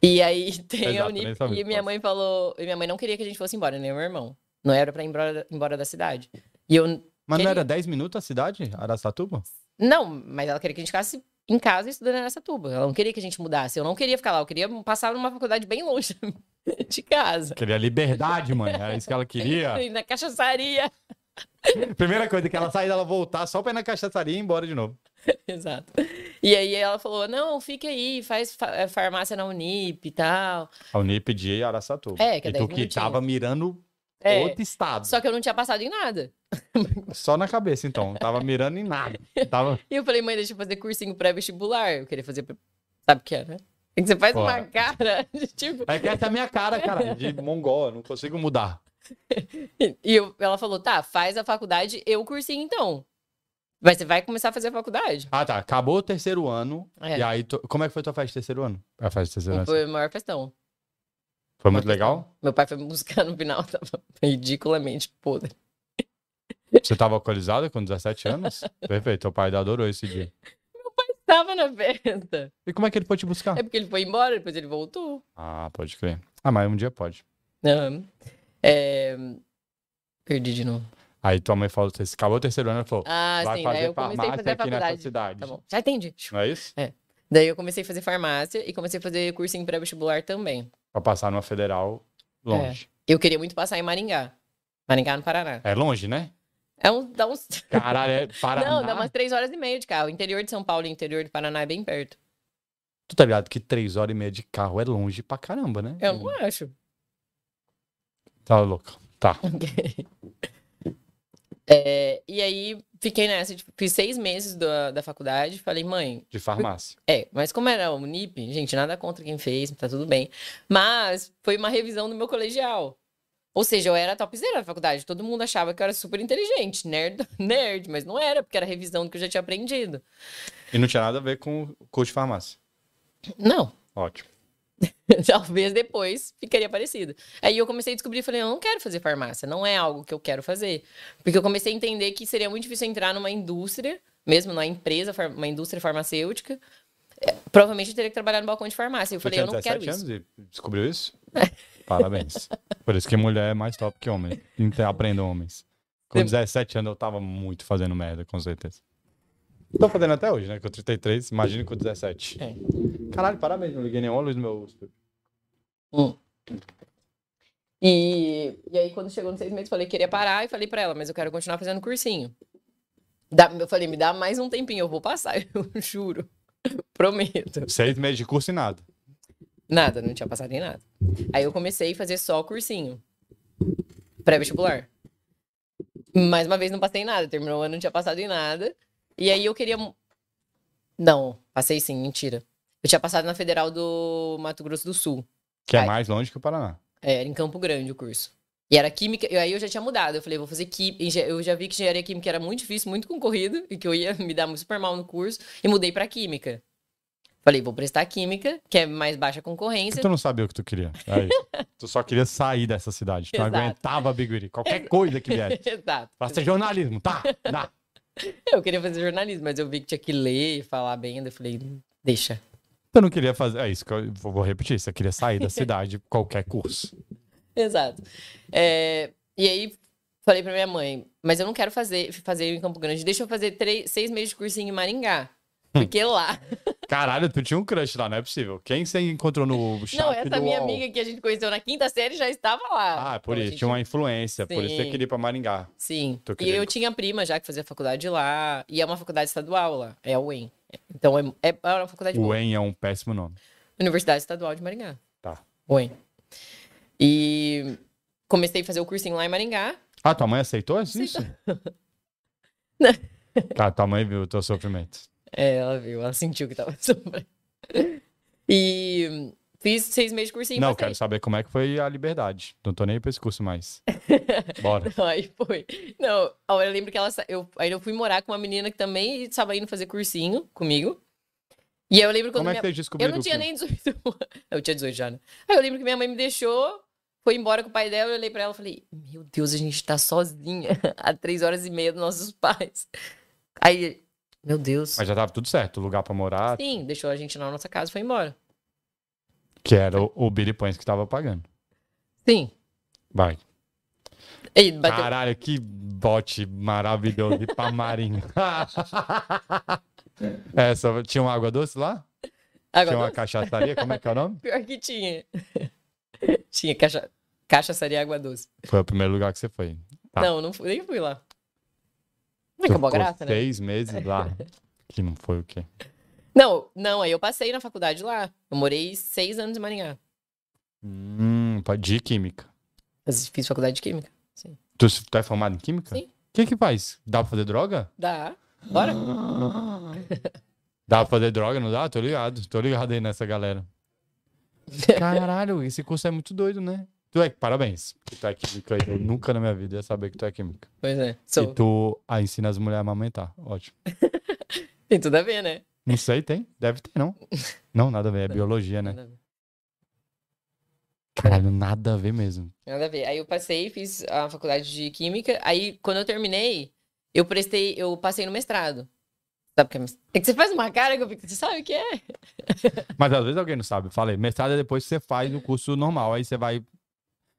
B: E aí tem
A: Exato,
B: a
A: nem
B: Unip,
A: sabia
B: e
A: que
B: minha
A: fosse.
B: mãe falou, e minha mãe não queria que a gente fosse embora, nem o meu irmão. Não era pra ir embora, embora da cidade. E eu,
A: Mas não
B: Queria.
A: era 10 minutos a cidade? Araçatuba?
B: não, mas ela queria que a gente ficasse em casa estudando em Araçatuba. Ela não queria que a gente mudasse, eu não queria ficar lá, eu queria passar numa faculdade bem longe de casa.
A: Queria liberdade, mãe. Era isso que ela queria.
B: Na cachaçaria.
A: Primeira coisa, que ela sair dela voltar só pra ir na cachaçaria e ir embora de novo.
B: Exato. E aí ela falou: não, fica aí, faz fa- eh, farmácia na Unip e tal.
A: A Unip de Araçatuba.
B: É, que é
A: e
B: 10
A: tu que
B: minutinhos.
A: tava mirando
B: É,
A: outro estado. Só...
B: Só que eu não tinha passado em nada.
A: na cabeça, então. Tava mirando em nada. Tava...
B: E eu falei, mãe, deixa eu fazer cursinho pré-vestibular. Eu queria fazer. pre- Sabe o que é, né? É que você faz
A: Bora.
B: uma cara de tipo.
A: É que essa é a minha cara, cara, de mongol. eu Não consigo mudar.
B: E eu- ela falou: tá, faz a faculdade, eu cursinho então. Mas você vai começar a fazer a faculdade.
A: Ah, tá. Acabou o terceiro ano.
B: É.
A: E né? aí, tu- como é que foi tua festa de terceiro ano? A festa de terceiro ano. Foi,
B: Foi o maior festão.
A: muito legal?
B: Meu pai foi me buscar no final, tava ridiculamente podre.
A: Você tava alcoolizada com 17 anos? Perfeito, teu pai adorou esse dia.
B: Tava na festa.
A: E como é que ele pôde te buscar?
B: É porque ele foi embora, depois ele voltou.
A: Ah, pode crer. Ah, mas um dia pode.
B: Aham. É, Perdi de novo.
A: Aí tua mãe falou, você acabou o terceiro ano, ela falou,
B: Ah,
A: vai
B: sim, daí
A: fazer
B: eu comecei a fazer
A: farmácia aqui nessa
B: faculdade.
A: cidade.
B: Tá bom. Já entendi.
A: Não é isso?
B: Daí eu comecei a fazer farmácia e comecei a fazer cursinho pré-vestibular também.
A: Pra passar numa federal longe.
B: Eu queria muito passar em Maringá. Maringá, no Paraná.
A: É, longe, né?
B: É um, dá uns.
A: Caralho, é Paraná.
B: Não, dá umas três horas e meia de carro. Interior de São Paulo e interior do Paraná é bem perto.
A: Tu tá ligado que três horas e meia de carro é longe pra caramba, né?
B: Eu não acho.
A: Tá louco. Tá.
B: É, e aí fiquei nessa, tipo, fiz seis meses da, da faculdade, falei, mãe,
A: De farmácia.
B: é, mas como era o Unip, gente, nada contra quem fez, tá tudo bem. Mas foi uma revisão do meu colegial. Ou seja, eu era topzera da faculdade, todo mundo achava que eu era super inteligente, nerd, nerd, mas não era, porque era revisão do que eu já tinha aprendido.
A: E não tinha nada a ver com o curso de farmácia.
B: Não,
A: Ótimo.
B: Talvez depois ficaria parecido. Aí eu comecei a descobrir, falei, eu não quero fazer farmácia, não é algo que eu quero fazer. Porque eu comecei a entender que seria muito difícil entrar numa indústria, mesmo numa empresa, far- uma indústria farmacêutica. É, Provavelmente eu teria que trabalhar no balcão de farmácia. Eu
A: Você
B: falei,
A: tinha
B: eu não quero
A: 17
B: isso.
A: anos e descobriu isso? Parabéns. Por isso que mulher é mais top que homem. Então, Aprendam, homens. Com
B: Tem-
A: 17 anos eu tava muito fazendo merda, com certeza. Tô fazendo até hoje, né? Com 33, imagina com 17.
B: É.
A: Caralho, parabéns, não liguei um nenhuma luz no meu.
B: E, e aí, quando chegou nos seis meses, falei que queria parar e falei pra ela, mas eu quero continuar fazendo cursinho. Dá- eu falei, me dá mais um tempinho, eu vou passar, eu juro. Prometo.
A: Seis meses de curso e nada.
B: Nada, não tinha passado em nada. Aí eu comecei a fazer só cursinho. Pré-vestibular. Mais uma vez não passei em nada. Terminou o ano, não tinha passado em nada. E aí eu queria. mu- Não, passei sim, mentira. Eu tinha passado na Federal do Mato Grosso do Sul.
A: Que é
B: Ai.
A: mais longe que o Paraná.
B: É, Era em Campo Grande o curso. E era química, e aí eu já tinha mudado. Eu falei, vou fazer química. Eu já vi que engenharia química era muito difícil, muito concorrido, e que eu ia me dar super mal no curso, e mudei pra química. Falei, vou prestar química, que é mais baixa
A: Porque
B: concorrência.
A: tu não sabia o que tu queria. Aí, tu só queria sair dessa cidade. Tu não
B: Exato.
A: aguentava Biguiri. Qualquer coisa que viesse.
B: Exato.
A: Vai ser jornalismo, tá? Dá.
B: Eu queria fazer jornalismo, mas eu vi que tinha que ler e falar bem. daí Eu falei, deixa.
A: Eu não queria fazer. É isso que eu vou vou repetir. Você queria sair da cidade, qualquer curso.
B: Exato. É, e aí falei pra minha mãe, mas eu não quero fazer, fazer em Campo Grande. Deixa eu fazer três, seis meses de cursinho em Maringá. Porque lá.
A: Caralho, tu tinha um crush lá, não é possível. Quem você encontrou no chat
B: não, essa
A: do
B: minha
A: UOL?
B: amiga que a gente conheceu na quinta série já estava lá.
A: Ah, por
B: Então, a
A: isso.
B: gente-
A: Tinha uma influência. Por isso você
B: Sim.
A: queria ir pra Maringá.
B: Sim.
A: Tô
B: E eu
A: querendo.
B: tinha prima já que fazia faculdade lá. E é uma faculdade estadual lá. É a UEM. Então é, é uma faculdade boa.
A: O En é um péssimo nome.
B: Universidade Estadual de Maringá.
A: Tá.
B: Oi. E comecei a fazer o cursinho lá em Maringá.
A: Ah, tua mãe aceitou isso?
B: Não.
A: Cara, tua mãe viu o teu sofrimento.
B: É, ela viu, ela sentiu que tava sombra. E fiz seis meses de cursinho.
A: não,
B: passei.
A: quero saber como é que foi a liberdade. Não tô nem aí pra esse curso mais. Bora.
B: Não, Aí foi. Não, ó, eu lembro que ela. sa- Eu, aí eu fui morar com uma menina que também estava indo fazer cursinho comigo. E aí eu lembro quando
A: Como é que
B: minha-
A: vocês
B: Eu
A: descobriram?
B: não
A: o
B: tinha
A: filme?
B: nem 18 anos. Eu tinha 18 já, né? Aí eu lembro que minha mãe me deixou, foi embora com o pai dela, eu olhei pra ela e falei, meu Deus, a gente tá sozinha há três horas e meia dos nossos pais. Aí, meu Deus.
A: Mas já tava tudo certo. Lugar pra morar,
B: Sim, deixou a gente na nossa casa e foi embora.
A: que era o, o Billy Pães que tava pagando.
B: Sim.
A: Vai.
B: E bateu.
A: Caralho, que bote maravilhoso. E pra Marinho. é, só, tinha uma água doce lá?
B: Agora,
A: tinha uma
B: não,
A: cachaçaria? Como é que é o nome?
B: pior que tinha. tinha caixa, caixa saria água doce.
A: Foi o primeiro lugar que você foi. Tá.
B: Não, não fui, nem fui lá. Mas
A: Tu
B: acabou a
A: ficou
B: graça, né?
A: Seis meses lá. Que não foi o quê?
B: Não, não, aí eu passei na faculdade lá. Eu morei seis anos em Maringá.
A: Hum, pá, de química.
B: Eu fiz faculdade de química.
A: Tu, se- tu é formado em química?
B: Sim.
A: O que que faz? Dá pra fazer droga?
B: Dá. Bora?
A: Dá pra fazer droga, não dá? Tô ligado. Tô ligado aí nessa galera. Caralho, esse curso é muito doido, né? Tu é, parabéns. que Tu é química. Eu nunca na minha vida ia saber que tu é química.
B: Pois é.
A: E
B: Sou.
A: tu ah, ensina as mulheres a amamentar. Ótimo.
B: Tem tudo a ver, né?
A: Não sei, tem? Deve ter, não. Não, nada a ver. É biologia, né?
B: Nada a ver.
A: Caralho, nada a ver mesmo.
B: Nada a ver. Aí eu passei, fiz a faculdade de química. Aí, quando eu terminei, eu prestei, eu passei no mestrado. Sabe o que é mestrado? É que você faz uma cara que eu fico, você sabe o que é?
A: Mas às vezes alguém não sabe. Falei, mestrado é depois que você faz o curso normal, aí você vai.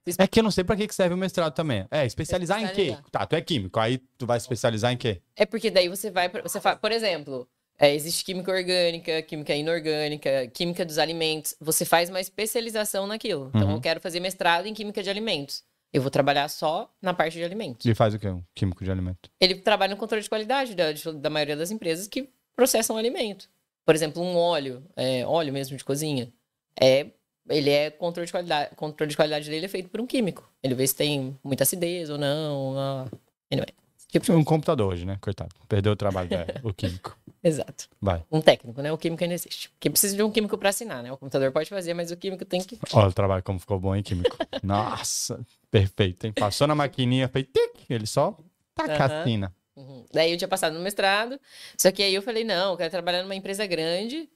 B: Espe-
A: É que eu não sei pra que que serve o mestrado também. É, especializar em quê?
B: Especializar.
A: Tá, tu é químico, aí tu vai especializar em quê?
B: É porque daí você vai, pra- você faz, por exemplo, é, existe química orgânica, química inorgânica, química dos alimentos. Você faz uma especialização naquilo. Então,
A: Uhum.
B: eu quero fazer mestrado em química de alimentos. Eu vou trabalhar só na parte de alimentos.
A: Ele faz o quê? Um químico de alimento.
B: Ele trabalha no controle de qualidade da, de- da maioria das empresas que processam alimento. Por exemplo, um óleo, é, óleo mesmo de cozinha, é, ele é controle de qualidade. O controle de qualidade dele é feito por um químico. Ele vê se tem muita acidez ou não. ah, Anyway, esse tipo de
A: Um computador hoje, né? Coitado. Perdeu o trabalho, é, o químico.
B: Exato.
A: Vai.
B: Um técnico, né? O químico ainda existe. Porque precisa de um químico para assinar, né? O computador pode fazer, mas o químico tem que.
A: Olha o trabalho como ficou bom, hein, químico? Nossa, perfeito, hein? Passou na maquininha, fez tic, ele só taca
B: Aham.
A: a sina.
B: Uhum. Daí eu tinha passado no mestrado, só que aí eu falei: não, eu quero trabalhar numa empresa grande,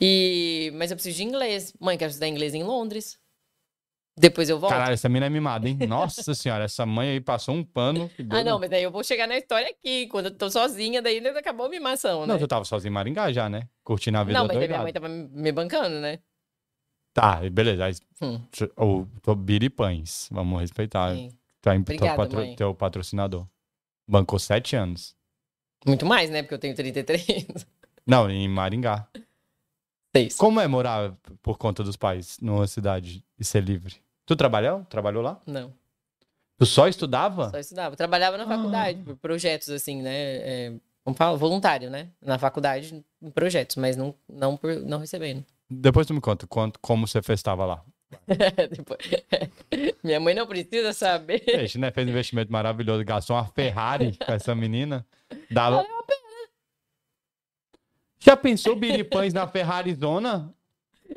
B: e mas eu preciso de inglês. Mãe, quero estudar inglês em Londres. Depois eu volto.
A: Caralho, essa mina é mimada, hein? Nossa senhora, essa mãe aí passou um pano. que
B: Ah,
A: deu-
B: não, mas daí eu vou chegar na história aqui. Quando eu tô sozinha, daí acabou a mimação, né?
A: Não, tu tava sozinho em Maringá já, né? Curtindo a vida
B: Não, mas daí
A: doidada.
B: minha mãe tava me bancando, né?
A: Tá, e beleza. Aí,
B: Hum.
A: tr- Ou tô biripães. Vamos respeitar.
B: Sim.
A: Tá em-
B: Obrigada,
A: teu, patro-
B: mãe.
A: teu patrocinador. Bancou sete anos.
B: Muito mais, né? Porque eu tenho 33.
A: Não, em Maringá.
B: Seis.
A: Como é morar por conta dos pais numa cidade e ser livre? Tu trabalhou? Trabalhou lá?
B: Não.
A: Tu só estudava?
B: Só estudava. Trabalhava na
A: Ah.
B: faculdade, por projetos, assim, né? É, como fala? Voluntário, né? Na faculdade, em projetos, mas não, não, por, não recebendo.
A: Depois tu me conta quanto, como você festava lá.
B: Depois- Minha mãe não precisa saber.
A: Fez, né? Fez um investimento maravilhoso, gastou uma Ferrari com essa menina. Dava...
B: Valeu
A: Já pensou biripães na Ferrari zona?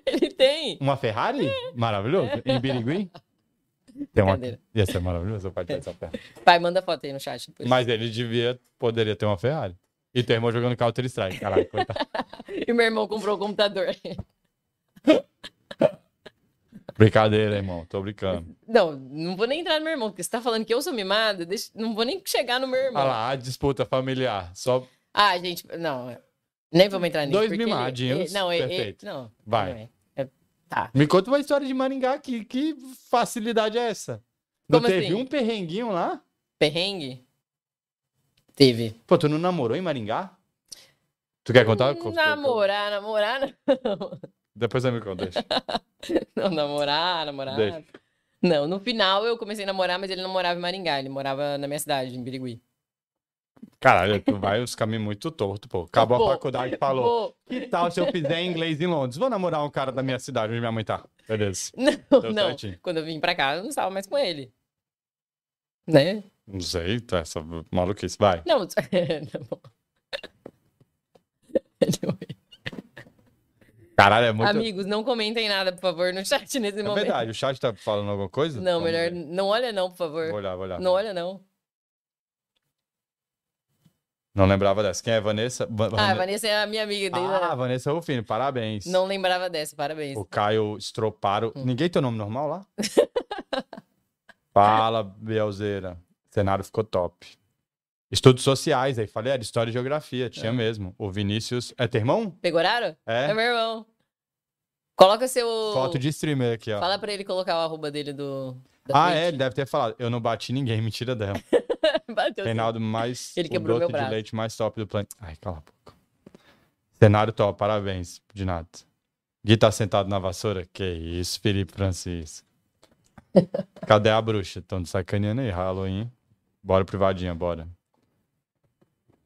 B: Ele tem.
A: Uma Ferrari? Maravilhoso. Em Birigui? Tem uma...
B: Brincadeira.
A: Ia ser maravilhoso, seu pai tivesse uma Ferrari.
B: Pai, manda foto aí no chat depois.
A: Mas ele devia, poderia ter uma Ferrari. E teu irmão jogando Counter Strike, caralho, coitado.
B: E meu irmão comprou o computador.
A: Brincadeira, irmão, tô brincando.
B: Não, não vou nem entrar no meu irmão, porque você tá falando que eu sou mimada, deixa- não vou nem chegar no meu
A: Olha
B: irmão.
A: lá, a disputa familiar, só
B: Ah, gente, não. Nem vamos entrar nisso.
A: Dois
B: porque ele-
A: mimadinhos,
B: ele- Não, ele-
A: perfeito.
B: ele- não,
A: vai.
B: não é. É- Tá.
A: Me conta uma história de Maringá aqui, que facilidade é essa? Não
B: Como
A: teve
B: assim?
A: um perrenguinho lá?
B: Perrengue? Teve.
A: Pô, tu não namorou em Maringá? Tu quer contar?
B: Namorar, namorar, não.
A: Depois eu me conta. deixa.
B: Não, namorar, namorar.
A: Deixa.
B: Não, no final eu comecei a namorar, mas ele não morava em Maringá, ele morava na minha cidade, em Birigui.
A: Caralho, tu vai os caminhos muito torto, pô. Acabou
B: Pô,
A: a faculdade e falou,
B: Pô,
A: que tal se eu fizer inglês em Londres? Vou namorar um cara da minha cidade, onde minha mãe tá. Beleza.
B: não,
A: Deu
B: não.
A: certinho.
B: Quando eu vim pra cá, eu não estava mais com ele. Né?
A: Não sei, tá essa maluquice, vai.
B: Não, tá bom. Anyway.
A: Caralho, é muito...
B: Amigos, não comentem nada, por favor, no chat nesse
A: É
B: momento.
A: verdade, o chat tá falando alguma coisa?
B: Não,
A: Vamos
B: melhor.
A: ver.
B: Não olha, não, por
A: Vou
B: favor.
A: olhar, vou olhar.
B: Não olha, não.
A: Não lembrava dessa. Quem é Vanessa? Va-
B: Ah, a
A: Vane-
B: Vanessa é a minha amiga. desde
A: Ah,
B: a-
A: Vanessa Rufino, parabéns.
B: Não lembrava dessa, parabéns.
A: O Caio Estroparo.
B: Hum.
A: Ninguém tem o nome normal lá? Fala, Bielzeira. O cenário ficou top. Estudos sociais, aí falei, era história e geografia, tinha mesmo. O Vinícius. É teu irmão?
B: Pegoraram? É
A: É.
B: meu irmão. Coloca seu.
A: Foto de streamer aqui, ó.
B: Fala pra ele colocar o arroba dele do. da
A: ah,
B: Twitch.
A: é, ele deve ter falado. Eu não bati ninguém, mentira dela.
B: Bateu.
A: é? Reinaldo mais.
B: Ele
A: o
B: quebrou meu
A: broto de
B: braço.
A: leite mais top do planeta. Ai, cala a boca. Cenário top, parabéns, de nada. Gui tá sentado na vassoura? Que isso, Felipe Francisco. Cadê a bruxa? Tão de sacaneando aí, Halloween. Bora, privadinha, bora.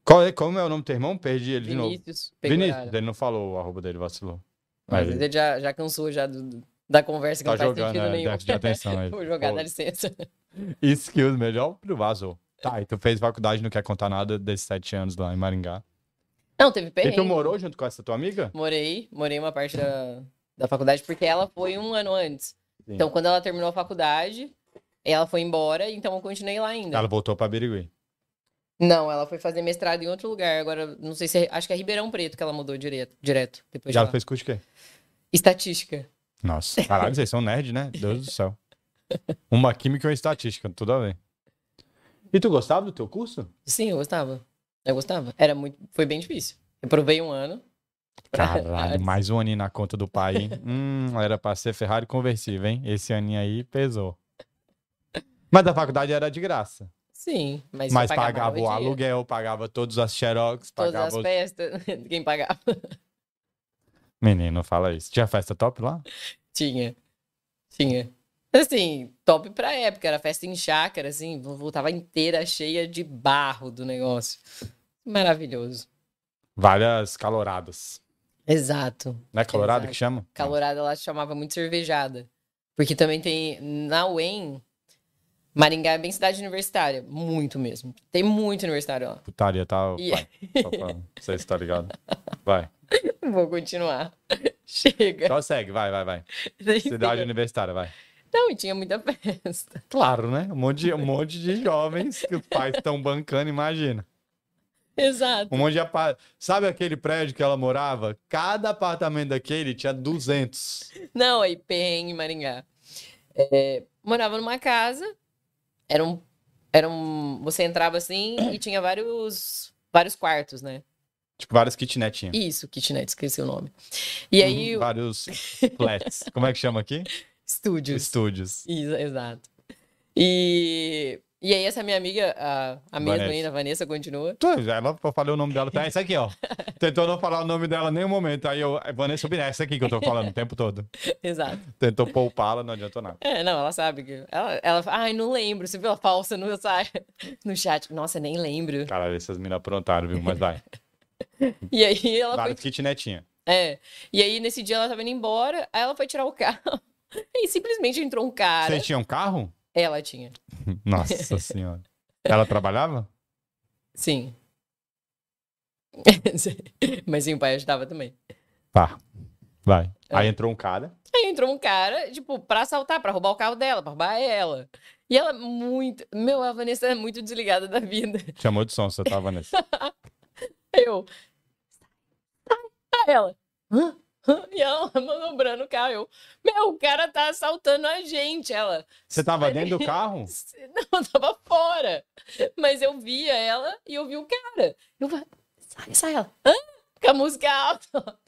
A: Qual é, como é o nome do teu irmão? Perdi ele de novo.
B: Vinícius.
A: Vinícius,
B: Pegoraram.
A: ele não falou o arroba dele, vacilou.
B: Mas
A: Aí,
B: ele já, já cansou já do- do- da conversa que
A: tá
B: não faz
A: jogando,
B: sentido
A: né?
B: nenhum.
A: Déficit de atenção. Aí.
B: Vou jogar, dá licença.
A: Skills, melhor pro vazou. Tá, e tu fez faculdade, não quer contar nada desses sete anos lá em Maringá.
B: Não, teve
A: E
B: perrengue.
A: tu morou junto com essa tua amiga?
B: Morei, morei uma parte da, da faculdade, porque ela foi um ano antes.
A: Sim.
B: Então, quando ela terminou a faculdade, ela foi embora, então eu continuei lá ainda.
A: Ela voltou pra Birigui.
B: Não, ela foi fazer mestrado em outro lugar. Agora, não sei se. é- Acho que é Ribeirão Preto que ela mudou direto. direto depois de
A: Já ela
B: lá.
A: fez curso de quê?
B: Estatística.
A: Nossa, caralho, vocês são nerd, né? Deus do céu. Uma química e uma estatística, tudo a ver. E tu gostava do teu curso?
B: Sim, eu gostava. Eu gostava. Era muito, foi bem difícil. Eu provei um ano.
A: Caralho, mais um aninho na conta do pai, hein? Hum, era pra ser Ferrari conversível, hein? Esse aninho aí pesou. Mas a faculdade era de graça.
B: Sim, mas, eu
A: Mas pagava o
B: dinheiro.
A: aluguel, pagava todas as xerox,
B: Todas
A: pagava...
B: as
A: os-
B: festas, quem pagava
A: Menino, fala isso. Tinha festa top lá?
B: tinha. Tinha. Assim, top pra época, era festa em chácara, assim, voltava inteira cheia de barro do negócio. Maravilhoso.
A: Várias caloradas.
B: Exato.
A: Não é calorada
B: Exato.
A: que chama?
B: Calorada lá se chamava muito cervejada. Porque também tem na UEM, Maringá é bem cidade universitária, muito mesmo. Tem muito universitário lá.
A: Putaria, tá?
B: E- é.
A: Vai, só pra- Não sei se tá ligado. Vai.
B: Vou continuar. Chega.
A: Só segue, vai, vai, vai. Cidade universitária, vai.
B: Não, e tinha muita festa.
A: Claro, né? Um monte de, um monte de jovens que os pais estão bancando, imagina.
B: Exato.
A: Um monte de apa... Sabe aquele prédio que ela morava? Cada apartamento daquele tinha 200.
B: Não, aí Penha, em Maringá. É, morava numa casa, era um, era um. Você entrava assim e tinha vários. Vários quartos, né?
A: Tipo, várias kitnetinhas.
B: Isso, kitnet, esqueci o nome. E aí,
A: Uhum, Vários flats. Como é que chama aqui?
B: estúdios.
A: Estúdios.
B: Isso, exato. E, e aí, essa minha amiga, a, a mesma
A: Vanessa.
B: ainda, a Vanessa, continua.
A: Tu- Ela, eu falei o nome dela, tá? Essa aqui, ó. Tentou não falar o nome dela em nenhum momento. Aí eu, Vanessa, Biné, essa aqui que eu tô falando o tempo todo.
B: Exato.
A: Tentou poupá-la, não adiantou nada.
B: É, não, ela sabe que. Ela, ela fala, ai, não lembro. Você viu a falsa no, no chat? Nossa, nem lembro.
A: Caralho, essas meninas aprontaram, viu? Mas vai. né,
B: E aí ela foi
A: Várias kitnetinhas.
B: É. E aí, nesse dia, ela tava indo embora, aí ela foi tirar o carro. E simplesmente entrou um cara.
A: Vocês tinham carro?
B: Ela tinha.
A: Nossa senhora. Ela trabalhava?
B: Sim. Mas sim, o pai ajudava também.
A: Tá. Vai.
B: É.
A: Aí entrou um cara.
B: Aí entrou um cara, tipo, pra assaltar, pra roubar o carro dela, pra roubar ela. E ela é muito. Meu, a Vanessa é muito desligada da vida.
A: Chamou de som, você tava nesse.
B: Eu. Sai, sai, ela. "Hã? Hã?" E ela manobrando o carro. Eu. Meu, o cara tá assaltando a gente. Ela.
A: Você tava dentro do carro?
B: Não, eu tava fora. Mas eu via ela e eu vi o cara. Eu falei, sai, sai ela. Hã? Com a música alta.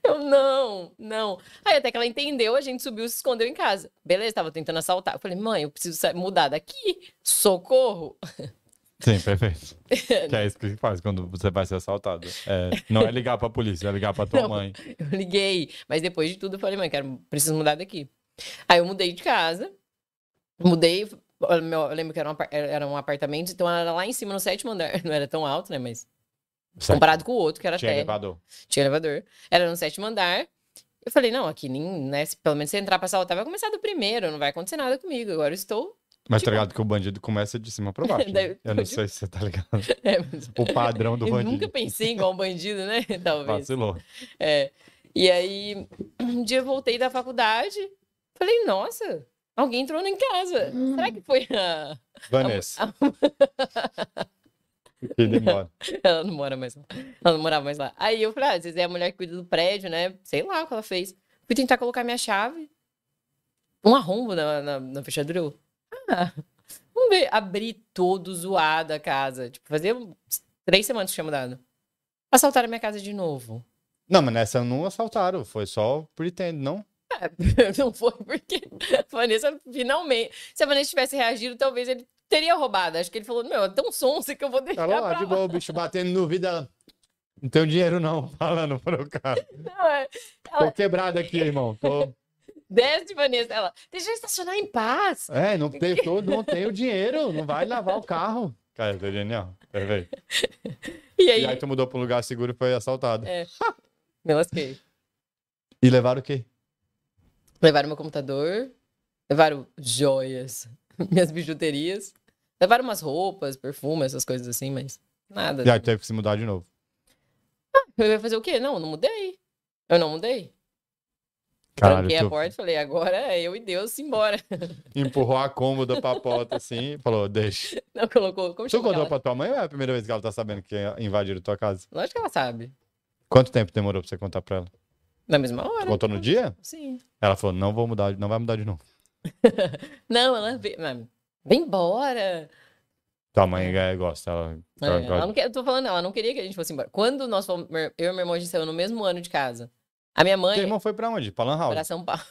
B: Eu, não, não. Aí até que ela entendeu, a gente subiu e se escondeu em casa. Beleza, tava tentando assaltar. Eu falei, mãe, eu preciso sa- mudar daqui. Socorro.
A: Sim, perfeito. Que é isso que faz quando você vai ser assaltado. É, não é ligar pra polícia, é ligar pra tua
B: Não.
A: mãe.
B: Eu liguei. Mas depois de tudo, eu falei, mãe, quero, preciso mudar daqui. Aí eu mudei de casa. Mudei. Eu meu- eu lembro que era um, apar- era um apartamento, então era lá em cima, no sétimo andar. Não era tão alto, né? Mas comparado com o outro, que era
A: Tinha
B: até.
A: elevador.
B: tinha elevador, era no sétimo andar. Eu falei, não, aqui nem, né, se pelo menos você entrar pra saltar, vai começar do primeiro, não vai acontecer nada comigo. Agora eu estou.
A: Mas tá ligado que o bandido começa de cima pra baixo. né?
B: Daí-
A: Eu não sei se você tá ligado.
B: É, mas-
A: O padrão do
B: eu
A: bandido.
B: nunca pensei igual um bandido, né? Talvez.
A: Vacilou.
B: É. E aí, um dia eu voltei da faculdade, falei, nossa, alguém entrou em casa. Será que foi a. É
A: Vanessa. Ele embora.
B: Ela não mora mais lá. Ela não morava mais lá. Aí eu falei, ah, às vezes é a mulher que cuida do prédio, né? Sei lá o que ela fez. Fui tentar colocar minha chave. Um arrombo na, na, na fechadura. Eu, ah, vamos ver. Abri todo zoado a casa. Tipo, fazia uns três semanas que tinha mudado. Assaltaram a minha casa de novo.
A: Não, mas nessa não assaltaram. Foi só pretend, não?
B: Não foi porque a Vanessa finalmente... Se a Vanessa tivesse reagido, talvez ele teria roubado. Acho que ele falou, meu, é tão sonsa que eu vou deixar
A: Ela Tá lá,
B: pra
A: de
B: lá.
A: boa, o bicho batendo no vidro. Ela... Não tenho dinheiro, não. Falando pro cara.
B: Não, é-
A: Tô quebrado aqui, irmão. Tô...
B: Desce, Vanessa. Ela, deixa eu estacionar em paz.
A: É, não tenho, tô- não tenho dinheiro. Não vai lavar o carro. Cara, foi genial. Perfeito.
B: E aí,
A: E aí tu mudou pra um lugar seguro e foi assaltado.
B: É. me lasquei.
A: E levaram o quê?
B: Levaram meu computador, levaram joias, minhas bijuterias, levaram umas roupas, perfume, essas coisas assim, mas nada.
A: E aí teve que se mudar de novo.
B: Eu ia fazer o quê? Não, não mudei. Eu não mudei.
A: Caralho,
B: Tranquei a
A: tu
B: porta e falei, agora é eu e Deus embora.
A: empurrou a cômoda pra porta assim e falou, deixa.
B: Não colocou. Como
A: Tu
B: chama
A: contou
B: aquela?
A: pra tua mãe ou é a primeira vez que ela tá sabendo que invadiram tua casa?
B: Lógico que ela sabe.
A: Quanto tempo demorou pra você contar pra ela?
B: Na mesma hora?
A: Contou no dia?
B: Sim.
A: Ela falou, não vou mudar, não vai mudar de novo.
B: Não, ela veio. mas, Vem embora.
A: Tua mãe é, gosta, ela,
B: É,
A: ela
B: ela
A: gosta.
B: não quer, eu tô falando, ela não queria que a gente fosse embora. Quando nós fomos, meu- eu e meu irmão, a gente saiu no mesmo ano de casa. A minha mãe
A: Teu irmão foi pra onde? Pra Lan
B: pra
A: House.
B: São Paulo.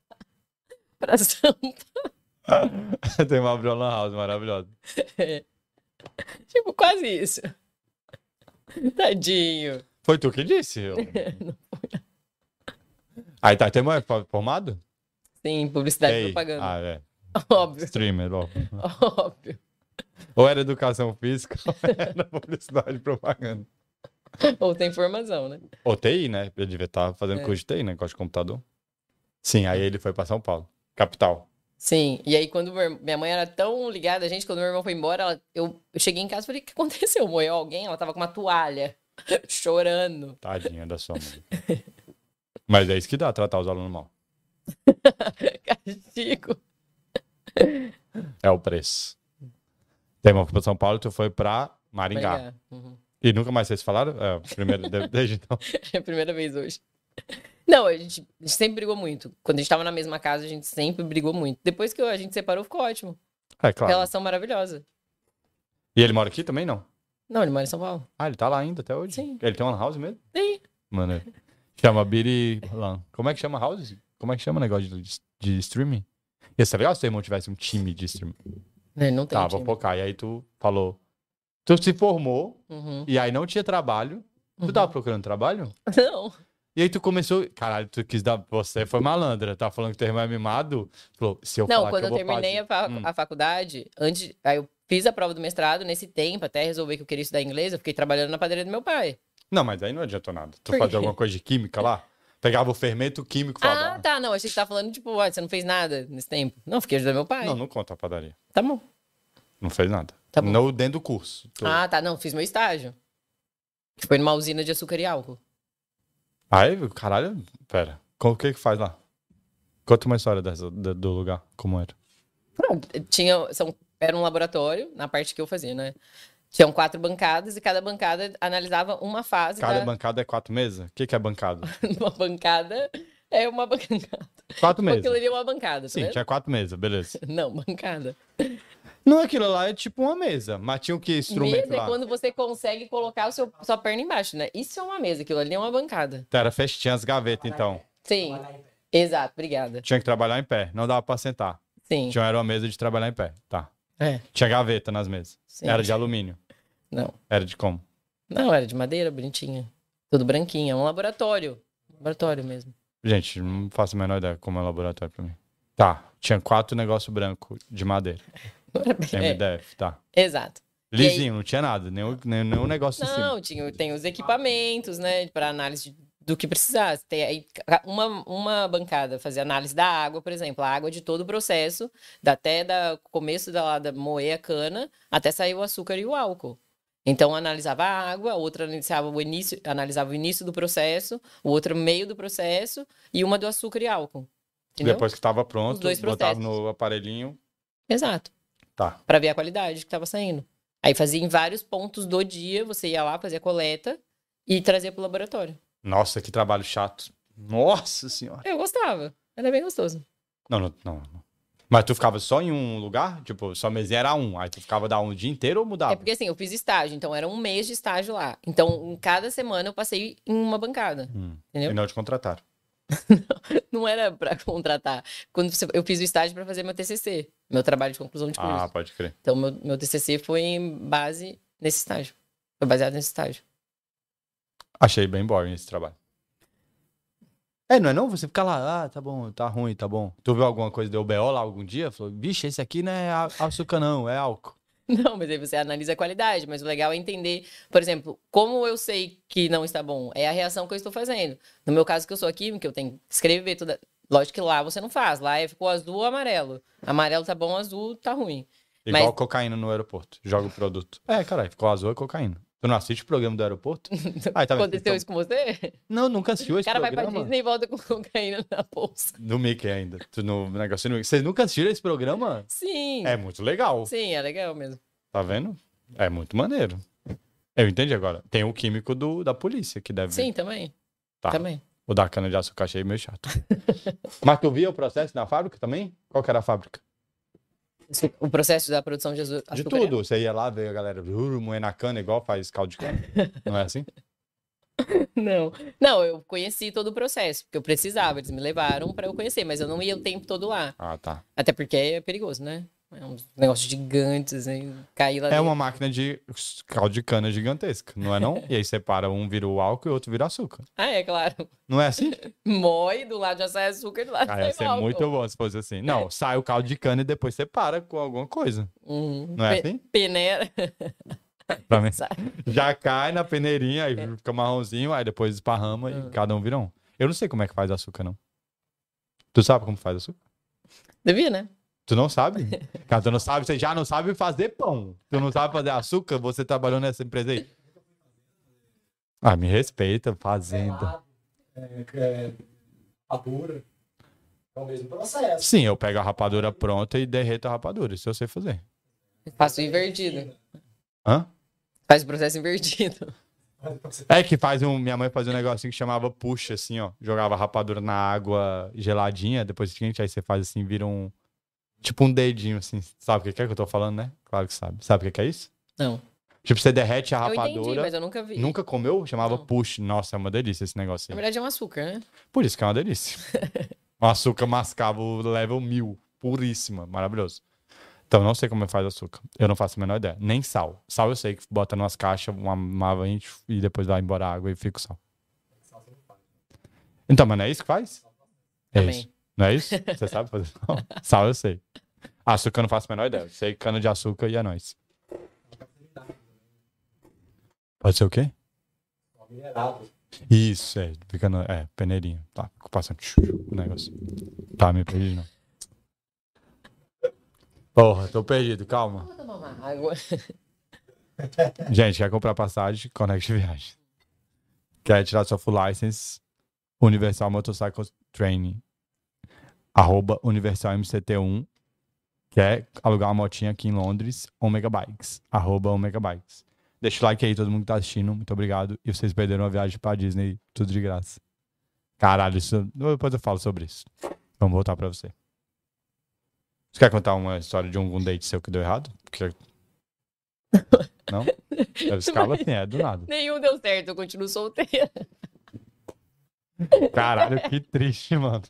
B: pra São
A: Teu irmão abriu a Lan House, maravilhosa.
B: é. Tipo, quase isso. Tadinho.
A: Foi tu que disse? eu- Aí tá, teu irmão é fa- formado?
B: Sim, publicidade e
A: Ei,
B: Tá propaganda.
A: Ah, é.
B: Óbvio,
A: Streamer, ó.
B: óbvio.
A: Ou era educação física, ou era publicidade e propaganda.
B: Ou tem formação, né?
A: Ou TI, né? Eu devia estar fazendo
B: É.
A: curso de TI, né? Gosto de computador. Sim, aí ele foi pra São Paulo, capital.
B: Sim, e aí quando meu irmão- minha mãe era tão ligada, a gente, quando meu irmão foi embora, ela- eu, eu cheguei em casa e falei, o que aconteceu? Morreu alguém? Ela tava com uma toalha, chorando.
A: Tadinha da sua mãe. Mas é isso que dá, tratar os alunos mal.
B: Castigo.
A: É o preço. Teu irmão foi pra São Paulo, tu foi pra Maringá.
B: Obrigada. Uhum.
A: E nunca mais vocês falaram? É, primeiro, de- desde então.
B: É a primeira vez hoje. Não, a gente, a gente sempre brigou muito. Quando a gente tava na mesma casa, a gente sempre brigou muito. Depois que a gente separou, ficou ótimo.
A: É, claro.
B: Relação maravilhosa.
A: E ele mora aqui também, não?
B: Não, ele mora em São Paulo.
A: Ah, ele tá lá ainda até hoje?
B: Sim.
A: Ele tem uma house mesmo?
B: Tem.
A: Mano, chama Biri Lan. Como é que chama house? Como é que chama o negócio de, de streaming? Ia ser legal se teu irmão tivesse um time de streaming.
B: Ele não tem um
A: tá, vou
B: time.
A: focar. E aí tu falou. Tu se formou
B: Uhum,
A: e aí não tinha trabalho. Tu
B: uhum.
A: tava procurando trabalho?
B: Não.
A: E aí tu começou. Caralho, tu quis dar. Você foi malandra. Tá falando que teu irmão é mimado? Falou, se eu
B: Não,
A: falar
B: quando
A: que
B: eu,
A: eu, vou
B: terminei
A: fazer...
B: a, fa-
A: Hum.
B: a faculdade, antes, aí eu fiz a prova do mestrado, nesse tempo, até resolver que eu queria estudar inglês, eu fiquei trabalhando na padaria do meu pai.
A: Não, mas aí não adiantou nada. Tu
B: Por
A: fazia
B: quê?
A: alguma coisa de química lá? Pegava o fermento químico e falava.
B: Ah, tá, não, achei que você tava falando, tipo, "Ué, você não fez nada nesse tempo. Não, fiquei ajudando meu pai.
A: Não, não conta a padaria.
B: Tá bom.
A: Não fez nada.
B: Tá bom.
A: Não dentro do curso. Tô-
B: Ah, tá, não, fiz meu estágio. Que foi numa usina de açúcar e álcool.
A: Aí, caralho, pera. Co- O que que faz lá? Conta uma história dessa, da- do lugar, como era.
B: Tinha, são, era um laboratório, na parte que eu fazia, né? Tinham quatro bancadas e cada bancada analisava uma fase
A: Cada
B: da...
A: bancada é quatro mesas? O que que é bancada?
B: uma bancada. É uma bancada.
A: Quatro
B: Aquilo
A: mesas.
B: ali é uma bancada, tá
A: Sim,
B: vendo?
A: tinha quatro mesas, beleza.
B: Não, bancada.
A: Não, aquilo lá é tipo uma mesa, mas tinha o que instrumento
B: Mesa é
A: lá?
B: quando você consegue colocar o seu, sua perna embaixo, né? Isso é uma mesa, aquilo ali é uma bancada.
A: Tá, Era festinha, as gavetas, então.
B: Sim. Exato, obrigada.
A: Tinha que trabalhar em pé, não dava pra sentar.
B: Sim.
A: Tinha era uma mesa de trabalhar em pé, tá.
B: É,
A: Tinha gaveta nas mesas.
B: sim.
A: Era de alumínio.
B: Não.
A: Era de como?
B: Não, era de madeira, bonitinha. Tudo branquinho, é um laboratório. Laboratório mesmo.
A: Gente, não faço a menor ideia como é laboratório pra mim. Tá, tinha quatro negócio branco de madeira.
B: Não era bem- é,
A: MDF, tá.
B: exato. E aí-
A: Lisinho, não tinha nada, nenhum, nenhum, nenhum negócio em cima.
B: Não, tinha, tem os equipamentos, né? Para análise de- do que precisasse. Tem aí ca- uma, uma bancada fazer análise da água, por exemplo, a água de todo o processo, da- até da começo da, lá da moer a cana, até sair o açúcar e o álcool. Então analisava a água, a outra analisava o início, analisava o início do processo, o outro o meio do processo e uma do açúcar e álcool. Entendeu?
A: Depois que tava pronto,
B: Os dois
A: botava
B: processos.
A: no aparelhinho.
B: Exato.
A: Tá.
B: Pra ver a qualidade que tava saindo. Aí fazia em vários pontos do dia, você ia lá, fazia a coleta e trazia pro laboratório.
A: Nossa, que trabalho chato. Nossa senhora.
B: Eu gostava. Era bem gostoso.
A: Não, não, não. não. Mas tu ficava só em um lugar? Tipo, sua mesinha era um. Aí tu ficava da um o dia inteiro ou mudava?
B: É porque assim, eu fiz estágio, então era um mês de estágio lá. Então, em cada semana eu passei em uma bancada.
A: Hum.
B: Entendeu?
A: E não te contrataram.
B: Não era pra contratar. Quando você- eu fiz o estágio pra fazer meu TCC, meu trabalho de conclusão de curso.
A: Ah, pode crer.
B: Então, meu, meu TCC foi em base nesse estágio. Foi baseado nesse estágio.
A: Achei bem boring esse trabalho. É, não é não? Você fica lá, ah, tá bom, tá ruim, tá bom. Tu viu alguma coisa, deu BO lá algum dia? Falou, bicho, esse aqui não é á- açúcar não, é álcool.
B: Não, mas aí você analisa a qualidade, mas o legal é entender, por exemplo, como eu sei que não está bom, é a reação que eu estou fazendo. No meu caso, que eu sou química, eu tenho que escrever toda. Lógico que lá você não faz, lá é ficou azul ou amarelo. Amarelo tá bom, azul tá ruim.
A: Igual
B: Mas-
A: cocaína no aeroporto. Joga o produto. É, caralho, ficou azul é cocaína. Tu não assiste o programa do aeroporto? Aí, tá vendo?
B: Aconteceu isso com você?
A: Não, nunca assistiu
B: O
A: esse
B: cara vai pra
A: programa.
B: Disney e volta com cocaína na bolsa.
A: Do Mickey ainda. Tu no negócio do Mickey. Vocês nunca assistiram esse programa?
B: Sim.
A: É muito legal.
B: Sim, é legal mesmo.
A: Tá vendo? É muito maneiro. Eu entendi agora. Tem o químico do, da polícia que deve.
B: Sim, também.
A: Tá.
B: Também.
A: O da cana de açúcar achei meio chato. Mas tu via o processo na fábrica também? Qual que era a fábrica?
B: O processo da produção de azu-
A: De
B: açúcar.
A: tudo. Você ia lá, ver a galera uh, moendo a cana igual faz caldo de cana. Não é assim?
B: Não. Não, eu conheci todo o processo, porque eu precisava, eles me levaram pra eu conhecer, mas eu não ia o tempo todo lá.
A: Ah, tá.
B: Até porque é perigoso, né? É um negócio gigante, assim, cair lá
A: É uma máquina de caldo de cana gigantesca, não é não? E aí separa, um vira o álcool e o outro vira açúcar.
B: Ah, é claro.
A: Não é assim?
B: Mói, do lado já sai açúcar, do lado
A: Ah,
B: sai
A: ia ser
B: álcool.
A: muito bom se fosse assim. Não, sai o caldo de cana e depois separa com alguma coisa.
B: Uhum.
A: Não é
B: Pe-
A: assim?
B: Peneira.
A: Pra mim.
B: Sabe?
A: Já cai na peneirinha, aí fica marronzinho, aí depois esparrama e
B: Hum.
A: cada um vira um. Eu não sei como é que faz açúcar, não. Tu sabe como faz açúcar?
B: Devia, né?
A: Tu não sabe? Cara, tu não sabe, você já não sabe fazer pão. Tu não sabe fazer açúcar, você trabalhou nessa empresa aí. Ah, me respeita, fazenda.
C: É, é, rapadura. É o mesmo processo.
A: Sim, eu pego a rapadura pronta e derreto a rapadura, isso eu sei fazer.
B: Faço invertido.
A: Hã?
B: Faz o processo invertido.
A: É que faz um. Minha mãe fazia um negocinho que chamava puxa, assim, ó. Jogava a rapadura na água geladinha, depois seguinte, aí você faz assim, vira um. Tipo um dedinho, assim. Sabe o que que é que eu tô falando, né? Claro que sabe. Sabe o que que é isso?
B: Não.
A: Tipo, você derrete a
B: Eu entendi,
A: rapadura.
B: mas eu nunca vi.
A: Nunca comeu? Chamava
B: Não.
A: push. Nossa, é uma delícia esse negócio
B: Na
A: aí.
B: verdade é um açúcar, né?
A: Por isso que é uma delícia. o açúcar mascavo level 1000, puríssima, maravilhoso. Então, não sei como faz açúcar. Eu não faço a menor ideia. Nem sal. Sal eu sei que bota nas caixas, uma mava e e depois vai embora a água e fica o sal. Então, mas não é isso que faz? É
B: Também.
A: isso. Não é isso? Você sabe fazer sal? Sal eu sei. Açúcar eu não faço a menor ideia. Eu sei cana de açúcar e é nóis. Pode ser o quê?
C: Minerado.
A: Isso, é, fica na, é, peneirinha. Tá, fico passando tchu, tchu, o negócio. Tá, me perdi não. Porra, tô perdido, calma.
B: Vou tomar uma água.
A: Gente, quer comprar passagem? Conect Viagem. Quer tirar sua é full license? Universal Motorcycle Training. Arroba Universal MCT1. Quer um, é alugar uma motinha aqui em Londres? Omega Bikes. Arroba Omega Bikes. Deixa o like aí, todo mundo que tá assistindo. Muito obrigado. E vocês perderam a viagem pra Disney, tudo de graça. Caralho, isso... depois eu falo sobre isso. Vamos voltar pra você. Você quer contar uma história de algum date seu que deu errado? Porque... Não? Eu escala assim, é do nada.
B: Nenhum deu certo, eu continuo solteira.
A: Caralho, que triste, mano.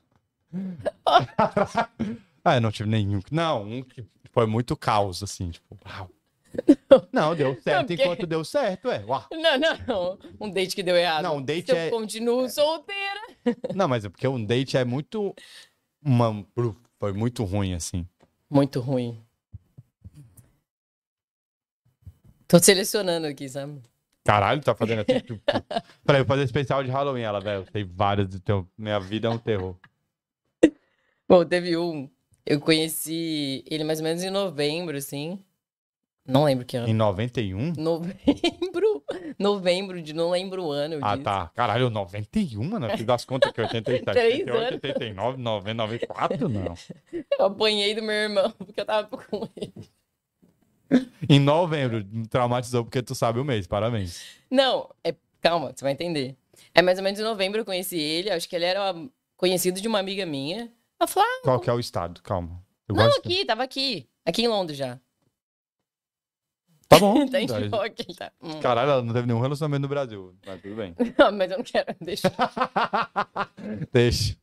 A: ah, eu não tive nenhum. Não, um que foi muito caos, assim, tipo, uau. Não, deu certo
B: porque-
A: enquanto deu certo, é. Uau.
B: Não, não, Um date que deu errado.
A: Não, um date
B: Se eu
A: é-
B: continuo solteira.
A: Não, mas é porque um date é muito. Uma... Foi muito ruim, assim.
B: Muito ruim. Tô selecionando aqui, sabe?
A: Caralho, tá fazendo assim. Tipo, pra eu fazer especial de Halloween, ela, velho. Tem várias do teu. Minha vida é um terror.
B: Bom, teve um. Eu conheci ele mais ou menos em novembro, assim. Não lembro que ano.
A: Em 91?
B: Novembro? Novembro de não lembro o ano. eu
A: Ah,
B: disse.
A: tá. Caralho, 91, mano. Eu fiz as contas que 87,
B: Três
A: 88,
B: anos.
A: 89, 90, 94, não.
B: Eu apanhei do meu irmão, porque eu tava com ele.
A: Em novembro, traumatizou porque tu sabe o mês, parabéns.
B: Não, é- calma, você vai entender. É mais ou menos em novembro eu conheci ele, acho que ele era uma- conhecido de uma amiga minha. Ela falou, ah,
A: Qual que é o estado? Calma. Eu
B: não,
A: gosto.
B: aqui, tava aqui. Aqui em Londres já.
A: Tá bom.
B: tá em choque, tá. Hum.
A: Caralho, ela não teve nenhum relacionamento no Brasil, mas tudo bem.
B: Não, mas eu não quero deixar.
A: Deixa.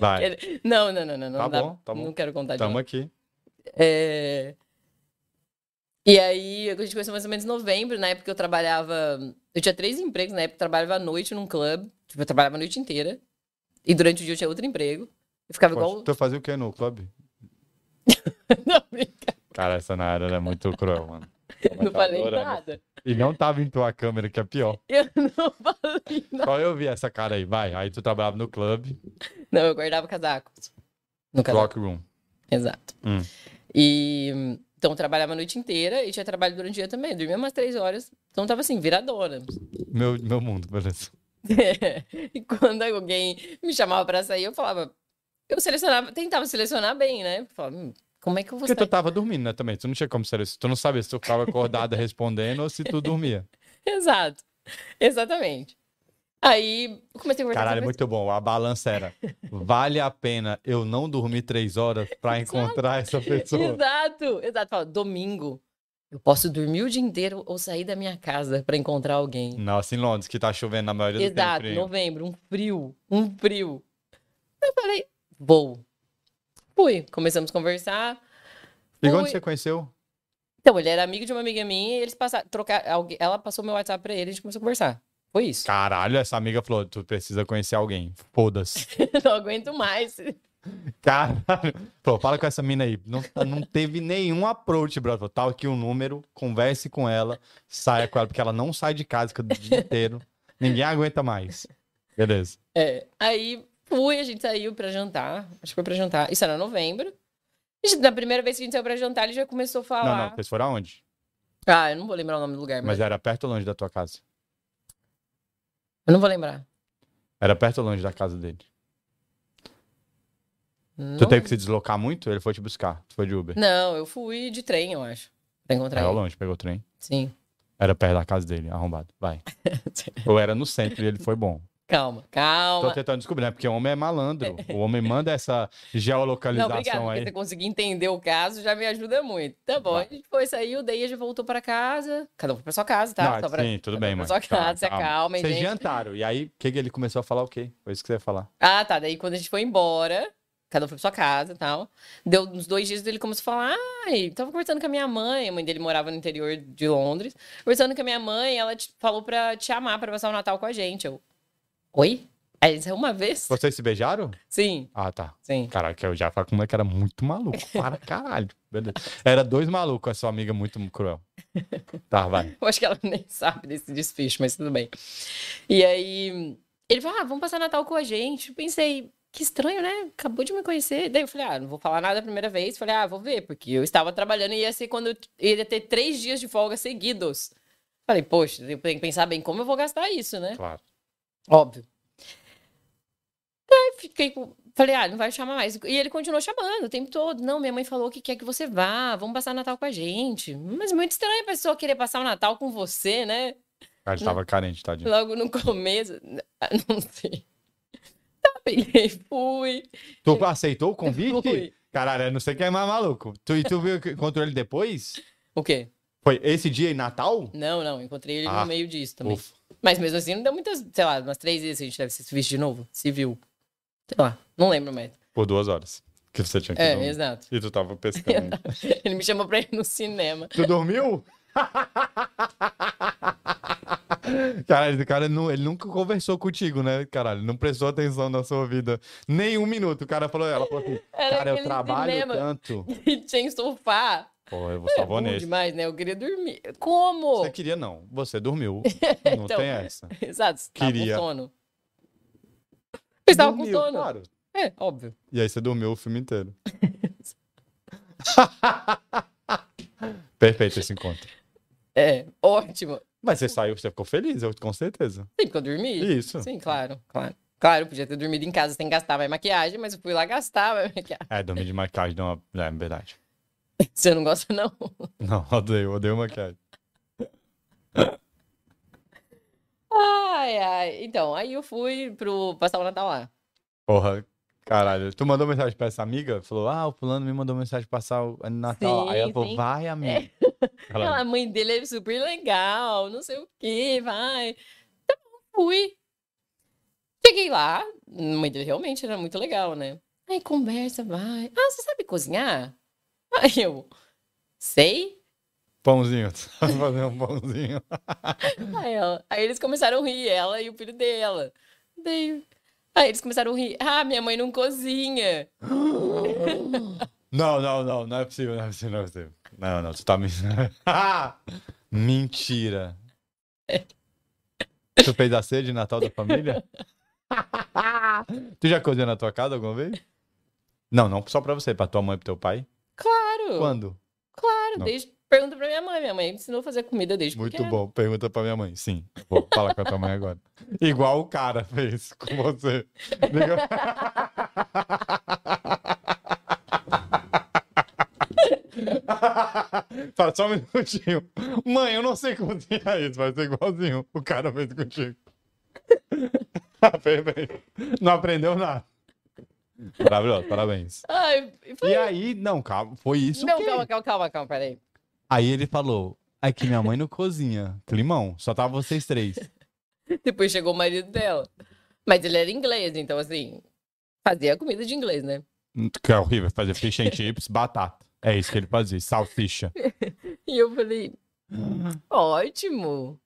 A: Vai,
B: Ele... Não, não, não, não. não
A: Tá
B: dá-
A: bom, tá bom.
B: Não quero contar de
A: tamo
B: novo.
A: aqui.
B: É... E aí, a gente conheceu mais ou menos em novembro, na época eu trabalhava. Eu tinha três empregos, na época eu trabalhava à noite num clube. Tipo, eu trabalhava a noite inteira. E durante o dia eu tinha outro emprego. Eu ficava igual.
A: Tu fazia o que no clube?
B: Não, brinca,
A: Cara, essa Nara era muito cruel, mano. tá
B: não falei
A: adorando.
B: nada.
A: E não tava em tua câmera, que é pior.
B: Eu não falei nada.
A: Só eu vi essa cara aí, vai. Aí tu trabalhava no clube,
B: Não, eu guardava casacos. No casaco.
A: clock room.
B: Exato.
A: Hum.
B: E hum, então eu trabalhava a noite inteira e tinha trabalho durante o dia também. Eu Dormia umas três horas. Então tava assim, viradora.
A: Meu, meu mundo, beleza.
B: e quando alguém me chamava pra sair, eu falava. Eu selecionava, tentava selecionar bem, né? Eu Falava, "Hum, como é que eu vou
A: Porque tu
B: sair?
A: tava dormindo, né, também. Tu não tinha como ser isso. Tu não sabia se tu ficava acordada respondendo ou se tu dormia.
B: Exato. Exatamente. Aí comecei a conversar
A: Caralho,
B: sobre
A: muito bom. A balança era: vale a pena eu não dormir três horas pra encontrar essa pessoa?
B: Exato, exato. Fala, domingo. Eu posso dormir o dia inteiro ou sair da minha casa pra encontrar alguém.
A: Nossa, em Londres, que tá chovendo na maioria do tempo.
B: Exato,
A: primo.
B: novembro, um frio, um frio. Eu falei, vou. Fui, começamos a conversar.
A: E quando
B: Fui.
A: você conheceu?
B: Então, ele era amigo de uma amiga minha e eles passaram, trocar, alguém, ela passou meu WhatsApp pra ele e a gente começou a conversar. Foi
A: Tá.
B: isso.
A: Caralho, essa amiga falou: tu precisa conhecer alguém. Foda-se.
B: Não aguento mais.
A: Caralho. Falou: fala com essa mina aí. Não, não teve nenhum approach, brother. Falou, Tá aqui o número, converse com ela, saia com ela, porque ela não sai de casa o dia inteiro. Ninguém aguenta mais. Beleza.
B: É, aí fui, a gente saiu pra jantar. Acho que foi pra jantar. Isso era novembro. A gente- Na primeira vez que a gente saiu pra jantar, ele já começou a
A: Não,
B: falar.
A: não, vocês foram aonde?
B: Ah, eu não vou lembrar o nome do lugar, mas.
A: Mas era perto ou longe da tua casa? é-
B: Eu não vou lembrar.
A: Era perto ou longe da casa dele? Tu
B: Não-
A: teve que se deslocar muito? Ele foi te buscar. Tu foi de Uber.
B: Não, eu fui de trem, eu acho. Pra encontrar
A: Era
B: ele.
A: longe, pegou o trem.
B: Sim.
A: Era perto da casa dele, arrombado. Vai. Ou era no centro e ele foi bom.
B: calma,
A: Tô
B: calma.
A: tentando descobrir, né? Porque o homem é malandro. O homem manda essa
B: Não,
A: geolocalização
B: obrigado, porque
A: Então aí.
B: você conseguir entender o caso já me ajuda muito. Tá bom,
A: Vai.
B: a gente foi, saiu, daí a gente voltou pra casa. Cada um foi pra sua casa, tá?
A: Não,
B: Só pra-
A: Sim, tudo
B: cada
A: bem,
B: um
A: mano.
B: Pra sua casa, se acalma,
A: Vocês
B: gente.
A: jantaram. E aí, o que, que ele começou a falar? O quê? Foi isso que você ia falar.
B: Ah, tá. Daí quando a gente foi embora, cada um foi pra sua casa e tal. Deu uns dois dias dele começou a falar. Ai, tava conversando com a minha mãe. A mãe dele morava no interior de Londres. Conversando com a minha mãe, ela te- falou pra te chamar pra passar o Natal com a gente. Eu. Oi? Aí ele disse, uma vez?
A: Vocês se beijaram?
B: Sim,
A: Ah, tá.
B: sim.
A: Caraca, eu já falei como é que era muito maluco. Para caralho. Beleza. Era dois malucos, essa amiga muito cruel. Tá, vai.
B: Eu acho que ela nem sabe desse desfecho, mas tudo bem. E aí, ele falou: ah, vamos passar Natal com a gente. Eu pensei, que estranho, né? Acabou de me conhecer. Daí eu falei: ah, não vou falar nada a primeira vez. Falei: ah, vou ver, porque eu estava trabalhando e ia ser quando eu ia ter três dias de folga seguidos. Falei: poxa, eu tenho que pensar bem como eu vou gastar isso, né?
A: Claro.
B: Óbvio. Daí É, fiquei com. Falei, ah, não vai chamar mais. E ele continuou chamando o tempo todo. Não, minha mãe falou que quer que você vá, vamos passar Natal com a gente. Mas muito estranho a pessoa querer passar o Natal com você, né?
A: Ele tava carente, tadinho.
B: Logo no começo. Ah, Não sei. Tá, peguei, fui.
A: Tu aceitou o convite?
B: Fui.
A: Caralho, eu não sei quem é mais maluco. Tu, e tu viu que encontrou ele depois?
B: O quê?
A: Foi esse dia em Natal?
B: Não, não, encontrei ele
A: Ah,
B: no meio disso também.
A: Ufa.
B: Mas mesmo assim, não deu muitas, sei lá, umas três vezes que a gente deve se vestir de novo. Se viu. Sei lá, não lembro mais.
A: Por duas horas. Que você tinha que
B: É,
A: dormir.
B: exato.
A: E tu tava pescando.
B: Ele me chamou pra ir no cinema.
A: tu dormiu? Caralho, o cara não, ele nunca conversou contigo, né? Caralho, não prestou atenção na sua vida. Nem um minuto. O cara falou, ela falou assim,
B: Era
A: cara, eu
B: aquele
A: trabalho
B: cinema.
A: tanto.
B: E tinha sofá.
A: Pô, eu vou
B: É bom
A: sabonete.
B: demais, né? Eu queria dormir. Como?
A: Você queria não, você dormiu. Não
B: Então,
A: tem essa.
B: Exato. você
A: Queria.
B: Tava com sono. Você estava com
A: Dormiu,
B: sono?
A: Claro.
B: É, óbvio.
A: E aí você dormiu o filme inteiro. Perfeito esse encontro.
B: É, ótimo.
A: Mas você saiu, você ficou feliz, eu com certeza.
B: Sim, porque eu dormi.
A: Isso.
B: Sim, claro, claro. Claro, eu podia ter dormido em casa sem gastar mais maquiagem, mas eu fui lá gastar mais maquiagem.
A: É, dormir de maquiagem dá uma. É, é verdade.
B: Você não gosta, não?
A: Não, odeio, odeio maquiagem.
B: Ai, ai. Então, aí eu fui pro passar o Natal lá.
A: Porra, caralho. Tu mandou mensagem pra essa amiga? Falou, ah, o fulano me mandou mensagem pra passar o é Natal.
B: Sim,
A: aí ela falou,
B: sim. É.
A: vai, amiga. Caralho.
B: Ela, a mãe dele é super legal, não sei o que, vai. Tá bom, fui. Cheguei lá, a mãe dele realmente era muito legal, né? Aí conversa, vai. Ah, você sabe cozinhar? Aí eu, sei.
A: Pãozinho, tu sabe fazer um pãozinho.
B: Aí, ela- aí eles começaram a rir, ela e o filho dela. Daí, aí eles começaram a rir. Ah, minha mãe não cozinha.
A: Não, não, não, não é possível, não é possível, não é possível. Não, não, tu tá me. Ah! Mentira. Tu fez a ceia de Natal da família? tu já cozinhou na tua casa alguma vez? Não, não só pra você, pra tua mãe e pro teu pai.
B: Claro,
A: Quando?
B: claro.
A: Não.
B: Desde, pergunta pra minha mãe. Minha mãe me ensinou a fazer comida desde
A: Muito
B: pequena.
A: bom. Pergunta pra minha mãe. Sim, vou falar com a tua mãe agora. Igual o cara fez com você. Liga- Fala só um minutinho. é Mãe, eu não sei cozinhar isso, vai ser igualzinho. O cara fez contigo. Perfeito. Não aprendeu nada. Maravilhoso, parabéns.
B: Ai, foi...
A: E aí, não, calma, foi isso.
B: Não,
A: que-
B: calma, calma, calma, calma, peraí.
A: Aí ele falou: é que minha mãe não cozinha. Climão, só tava vocês três.
B: Depois chegou o marido dela. Mas ele era inglês, então assim, fazia comida de inglês, né?
A: Que é horrível, fazer fish and chips, batata. É isso que ele fazia, salsicha.
B: E eu falei,
A: Ah.
B: ótimo.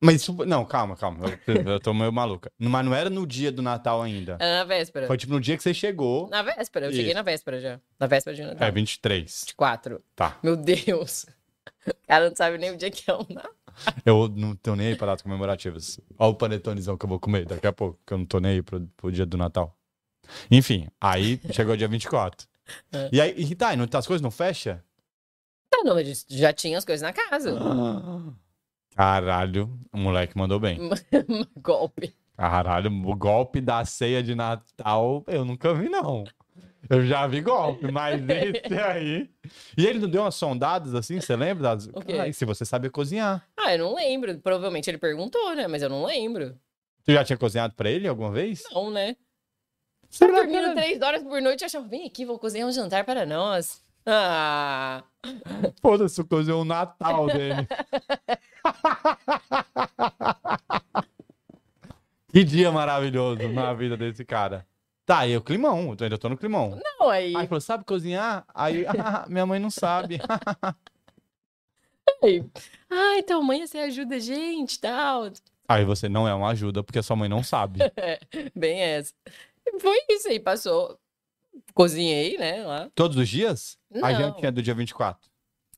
A: Mas isso. Não, calma, calma. Eu, eu tô meio maluca. Mas não era no dia do Natal ainda.
B: Era na véspera.
A: Foi tipo no dia que você chegou.
B: Na véspera, eu
A: Isso.
B: cheguei na véspera já. Na véspera de Natal.
A: É, 23.
B: 24.
A: Tá.
B: Meu Deus. O cara não sabe nem o dia que é o Natal.
A: Eu não tô nem aí pra datas comemorativas. Olha o panetonezão que eu vou comer daqui a pouco, que eu não tô nem aí pro, pro dia do Natal. Enfim, aí chegou o dia 24.
B: É.
A: E aí, e tá, e não, as coisas não fecham?
B: Tá, não, mas já tinha as coisas na casa.
A: Caralho, o moleque mandou bem.
B: Golpe.
A: Caralho, o golpe da ceia de Natal eu nunca vi, não. Eu já vi golpe, mas esse aí. E ele não deu umas sondadas assim, você lembra? Das...
B: O quê?
A: Caralho, se você sabe cozinhar.
B: Ah, eu não lembro. Provavelmente ele perguntou, né? Mas eu não lembro.
A: Tu já tinha cozinhado pra ele alguma vez?
B: Não, né?
A: Você
B: Eu dormindo três horas por noite e achava, vem aqui, vou cozinhar um jantar para nós. Ah,
A: Foda-se, eu cozinhei o Natal dele. que dia maravilhoso na vida desse cara. Tá, e o climão, eu ainda tô no climão.
B: não, aí.
A: Aí falou, sabe cozinhar? Aí, "Ah, minha mãe não sabe.
B: Ah, então amanhã você ajuda a gente e tal.
A: Aí você não é uma ajuda, porque a sua mãe não sabe.
B: Bem essa. E Foi isso aí, passou. Cozinhei, né, lá.
A: Todos os dias? A
B: Não.
A: gente é do dia 24.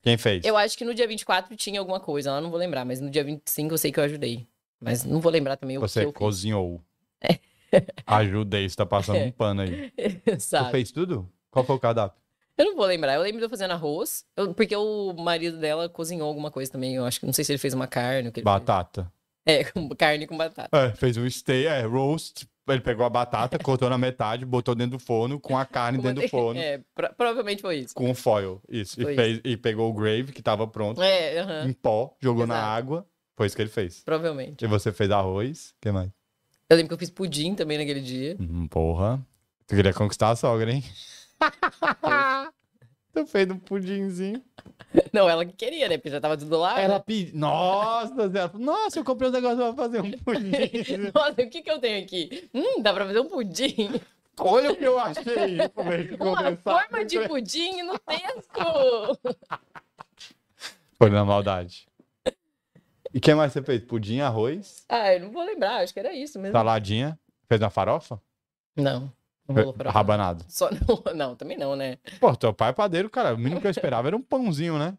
A: Quem fez?
B: Eu acho que no dia 24 tinha alguma coisa, lá eu não vou lembrar, mas no dia 25 eu sei que eu ajudei. Mas não vou lembrar também o
A: Você
B: que eu fiz, É.
A: cozinhou. Ajudei, você tá passando um pano aí. Tu
B: sabe?
A: fez tudo? Qual foi o cardápio?
B: Eu não vou lembrar, eu lembro de eu fazendo arroz, eu- porque o marido dela cozinhou alguma coisa também, eu acho que, não sei se ele fez uma carne. o que ele fez.
A: Batata.
B: É, com carne com batata.
A: É, fez um steak, é, roast. Ele pegou a batata, cortou na metade, botou dentro do forno, com a carne
B: Como
A: dentro
B: tem-
A: do forno,
B: É, pro- provavelmente foi isso.
A: com foil. Isso. E,
B: Foi
A: fez, e pegou o gravy, que tava pronto,
B: É, aham,
A: em pó, jogou na
B: Exato.
A: água. Foi isso que ele fez.
B: provavelmente.
A: E você fez arroz. O que mais?
B: Eu lembro que eu fiz pudim também naquele dia.
A: Hum, porra. Tu queria conquistar a sogra, hein? tu fez um pudinzinho.
B: Não, ela que queria, né? Porque já tava tudo lá.
A: Ela
B: né?
A: pediu. Nossa, ela falou, nossa, eu comprei um negócio pra fazer um pudim.
B: Nossa, o que que eu tenho aqui? Hum, dá pra fazer um pudim.
A: Olha o que eu achei. Como é que
B: Uma
A: começar?
B: forma de pudim no texto.
A: Foi na maldade. E o que mais você fez? Pudim, arroz,
B: Ah, eu não vou lembrar, acho que era isso
A: Tá.
B: mesmo.
A: saladinha. Fez na farofa?
B: Não, não rolou Um pra
A: Rabanado.
B: Só não, não, também não, né?
A: Pô, teu pai é padeiro, cara. O mínimo que eu esperava era um pãozinho, né?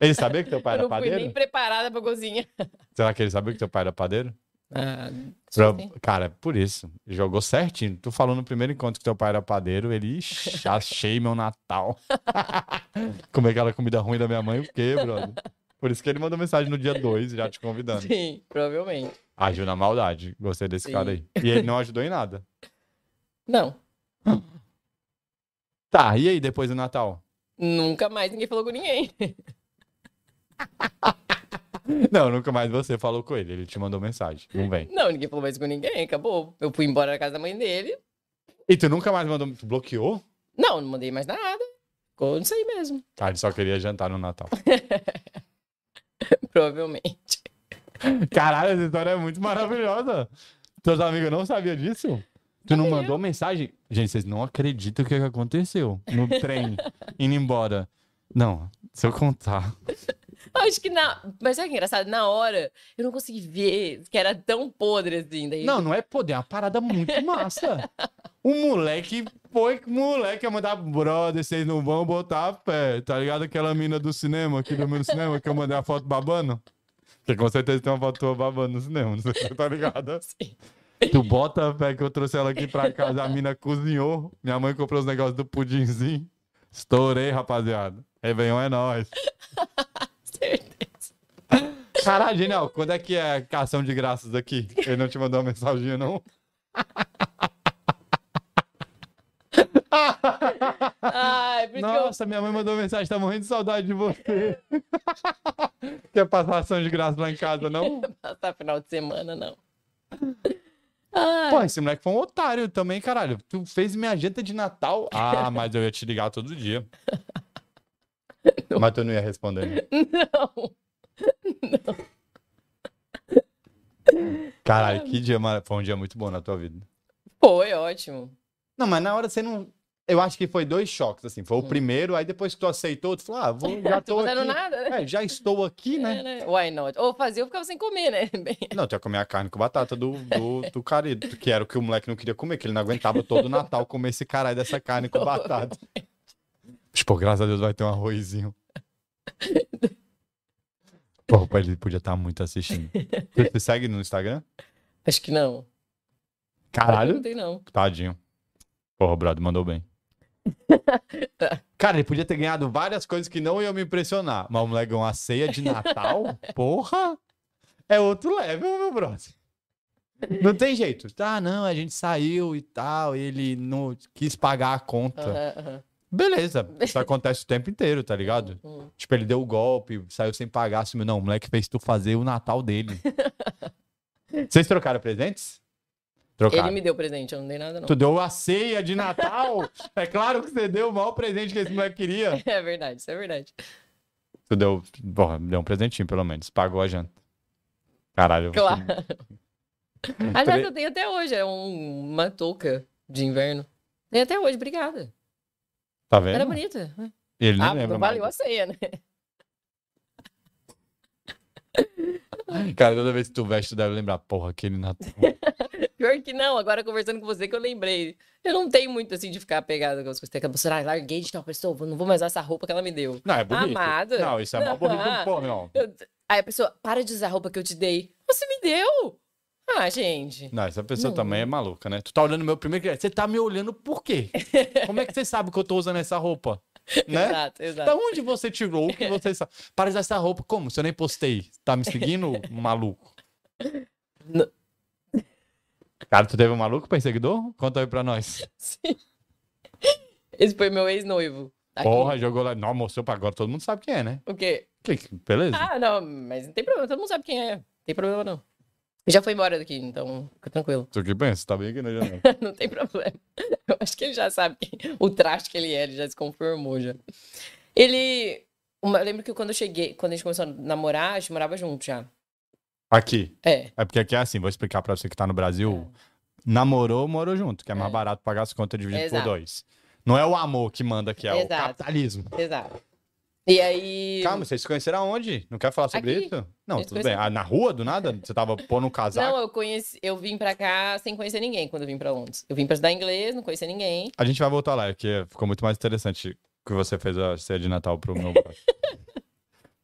A: Ele sabia que teu pai
B: eu
A: era
B: não fui
A: padeiro?
B: nem preparada pra cozinhar.
A: Será que ele sabia que teu pai era padeiro?
B: Ah,
A: Pra-
B: sim.
A: Cara, por isso. Jogou certinho. Tu falou no primeiro encontro que teu pai era padeiro, ele "Ixi, achei meu Natal. Comer aquela comida ruim da minha mãe, o quê, brother? Por isso que ele mandou mensagem no dia 2, já te convidando.
B: sim, provavelmente.
A: Agiu na maldade. Gostei desse
B: Sim.
A: cara aí. E ele não ajudou em nada.
B: Não,
A: Tá, e aí depois do Natal?
B: nunca mais ninguém falou com ninguém.
A: Não, nunca mais você falou com ele. Ele te mandou mensagem. Não vem.
B: Não, ninguém falou mais com ninguém, acabou. Eu fui embora da casa da mãe dele.
A: E tu nunca mais mandou. Tu bloqueou?
B: Não, não mandei mais nada. Ficou isso aí mesmo,
A: Tá, ele só queria jantar no Natal.
B: provavelmente.
A: Caralho, essa história é muito maravilhosa. Teus amigos não sabiam disso? Tu não mandou mensagem? Gente, vocês não acreditam o que que aconteceu no trem, indo embora. Não, se eu contar.
B: Acho que na. Mas sabe o que é engraçado? Na hora, eu não consegui ver que era tão podre assim. Daí
A: Não, não é poder, é uma parada muito massa. O moleque foi que o moleque ia mandar, brother, vocês não vão botar pé, tá ligado? Aquela mina do cinema, que dormiu no cinema, que eu mandei a foto babando. Porque com certeza tem uma foto tua babando no cinema, não sei se você tá ligado.
B: Sim.
A: Tu bota a fé que eu trouxe ela aqui pra casa, a mina cozinhou. Minha mãe comprou os negócios do pudinzinho. Estourei, rapaziada. Réveillon é nóis.
B: certeza.
A: Caralho, genial. Quando é que é a ação de graças aqui? Ele não te mandou uma mensagem, não?
B: Ai, porque eu.
A: Nossa, minha mãe mandou mensagem, tá morrendo de saudade de você. Quer passar ação de graça lá em casa, não?
B: Passar final de semana, não. Ai,
A: Pô, esse moleque foi um otário também, caralho. Tu fez minha janta de Natal. Ah, mas eu ia te ligar todo dia. Mas tu não ia responder. né?
B: não.
A: Caralho, que dia mara- Foi um dia muito bom na tua vida.
B: Foi ótimo.
A: Não, mas na hora você não. Eu acho que foi dois choques, assim. Foi o primeiro, aí depois que tu aceitou, tu falou, ah, vou, já
B: Hum. Não tô
A: tô aqui.
B: fazendo nada, né?
A: É, já estou aqui, né?
B: É, né? Why not? Ou fazia ou ficava sem comer, né? Bem,
A: Não, tu ia comer a carne com batata do, do, do careto, que era o que o moleque não queria comer, que ele não aguentava todo o Natal comer esse caralho dessa carne com batata. Mas, pô, graças a Deus vai ter um arrozinho. Pô, pô, ele podia estar muito assistindo. Tu te segue no Instagram?
B: acho que não.
A: Caralho.
B: Não tem, não.
A: Tadinho. Porra, Brado, mandou bem. Cara, ele podia ter ganhado várias coisas que não iam me impressionar. Mas o moleque ganhou uma ceia de Natal? Porra! É outro level, meu brother. Não tem jeito. Ah, não, a gente saiu e tal, ele não quis pagar a conta.
B: Aham, aham.
A: Beleza, isso acontece o tempo inteiro, tá ligado?
B: Hum.
A: Tipo, ele deu o golpe, saiu sem pagar, assumiu. Não, o moleque fez tu fazer o Natal dele. Vocês trocaram presentes? Trocaram.
B: Ele me deu presente, eu não dei nada, não.
A: Tu deu a ceia de Natal? é claro que você deu o maior presente que esse moleque queria.
B: É verdade, isso é verdade.
A: Tu deu, porra, deu um presentinho, pelo menos. Pagou a janta. Caralho. eu vou-
B: Claro. Aliás,
A: Tre-
B: eu tenho até hoje, é um- uma touca de inverno. Tem até hoje, obrigada.
A: Tá vendo?
B: Era bonita.
A: Ele nem
B: Ah,
A: lembra
B: não
A: mais.
B: valeu a ceia, né?
A: Cara, toda vez que tu veste, tu deve lembrar. Porra, aquele Natal.
B: Pior que não, agora conversando com você que eu lembrei. Eu não tenho muito assim de ficar apegada com as coisas. Tem aquela pessoa, ai, larguei de tal pessoa, vou- não vou mais usar essa roupa que ela me deu.
A: Não, é bonito.
B: Amado.
A: Não, isso é mal bonito.
B: Ah.
A: Pô, não.
B: Eu- Aí a pessoa, para de usar a roupa que eu te dei. Você me deu? Ah, gente.
A: Não, essa pessoa
B: Não.
A: também é maluca, né? Tu tá olhando meu primeiro cliente. Você tá me olhando por quê? Como é que você sabe que eu tô usando essa roupa? Né?
B: Exato, exato.
A: Da onde você tirou o que você sabe? Para de usar essa roupa. Como? Se eu nem postei. Tá me seguindo, maluco?
B: N-
A: Cara, tu teve um maluco perseguidor? Conta aí pra nós.
B: Sim. Esse foi meu ex-noivo. Tá Aqui.
A: Porra, jogou lá. Não, mostrou pra agora. Todo mundo sabe quem é, né?
B: O quê?
A: Que- que- Beleza.
B: Ah, não, mas não tem problema, todo mundo sabe quem é. Não tem problema, não. Já foi embora daqui, então fica tranquilo.
A: Tu que pensa? Tá bem aqui na janela.
B: Não tem problema. Eu acho que ele já sabe quem- o traste que ele é, ele já se conformou já. Ele. uma- Eu lembro que quando eu cheguei, quando a gente começou a namorar, a gente morava junto já.
A: Aqui.
B: É.
A: É porque aqui é assim. Vou explicar pra você que tá no Brasil. Namorou, morou junto. Que é mais
B: É.
A: barato pagar as contas dividido por
B: Exato.
A: dois. Não é o amor que manda aqui, é o
B: Exato.
A: capitalismo.
B: Exato. E aí.
A: Calma, vocês se conheceram onde? Não quer falar sobre
B: Aqui.
A: isso? Não,
B: Eles
A: tudo bem. Ah, na rua, do nada? Você tava pondo um casaco?
B: Não, eu conheci, eu vim pra cá sem conhecer ninguém quando eu vim pra Londres. Eu vim pra estudar inglês, não conhecia ninguém.
A: A gente vai voltar lá, porque ficou muito mais interessante que você fez a ceia de Natal pro meu pai.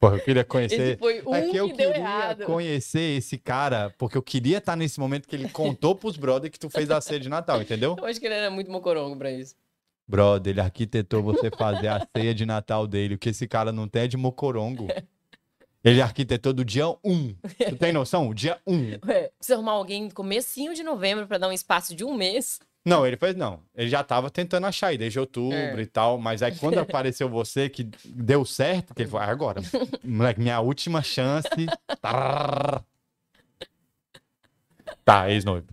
A: Porra, eu queria
B: Esse
A: conhecer.
B: foi um
A: é que eu
B: que deu
A: queria
B: errado.
A: conhecer esse cara, porque eu queria estar nesse momento que ele contou pros brother que tu fez a ceia de Natal, entendeu?
B: Eu acho que ele era muito mocorongo pra isso.
A: Brother, ele arquitetou você fazer a ceia de Natal dele, o que esse cara não tem é de mocorongo. Ele arquitetou do dia 1. Tu tem noção? Dia 1.
B: Ué, É, precisa arrumar alguém no comecinho de novembro pra dar um espaço de um mês.
A: Não, ele fez não. Ele já tava tentando achar aí desde outubro
B: É.
A: e tal, mas aí quando apareceu você que deu certo, que ele falou, "Ah, agora, moleque, minha última chance. Tararara. tá, ex-noivo.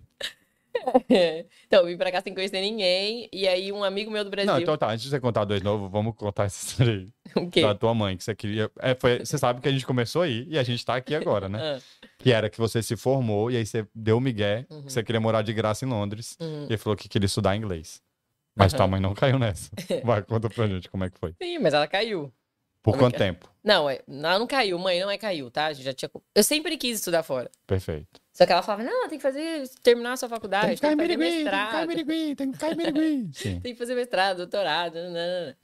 B: Então, eu vim pra cá sem conhecer ninguém. E aí, um amigo meu do Brasil.
A: Não, então tá, antes de você contar dois novos, vamos contar essa história aí
B: O quê?
A: da tua mãe, que você queria... É, foi- Você sabe que a gente começou aí e a gente tá aqui agora, né?
B: Ah,
A: Que era que você se formou e aí você deu o migué, que você queria morar de graça em Londres
B: uhum.
A: e ele falou que queria estudar inglês. Mas tua
B: Aham.
A: mãe não caiu nessa. Vai, conta pra gente como é que foi.
B: Sim, mas ela caiu.
A: Por
B: Como é
A: quanto
B: que
A: tempo?
B: Não, é- ela não caiu. Mãe, não é caiu, tá? A gente já tinha... co- Eu sempre quis estudar fora.
A: Perfeito.
B: Só que ela falava, não, tem que fazer, terminar a sua faculdade, tem que, fazer mestrado.
A: Mirigui, tem que ficar em Mirigui. Sim.
B: tem que fazer mestrado, doutorado. né, nananana.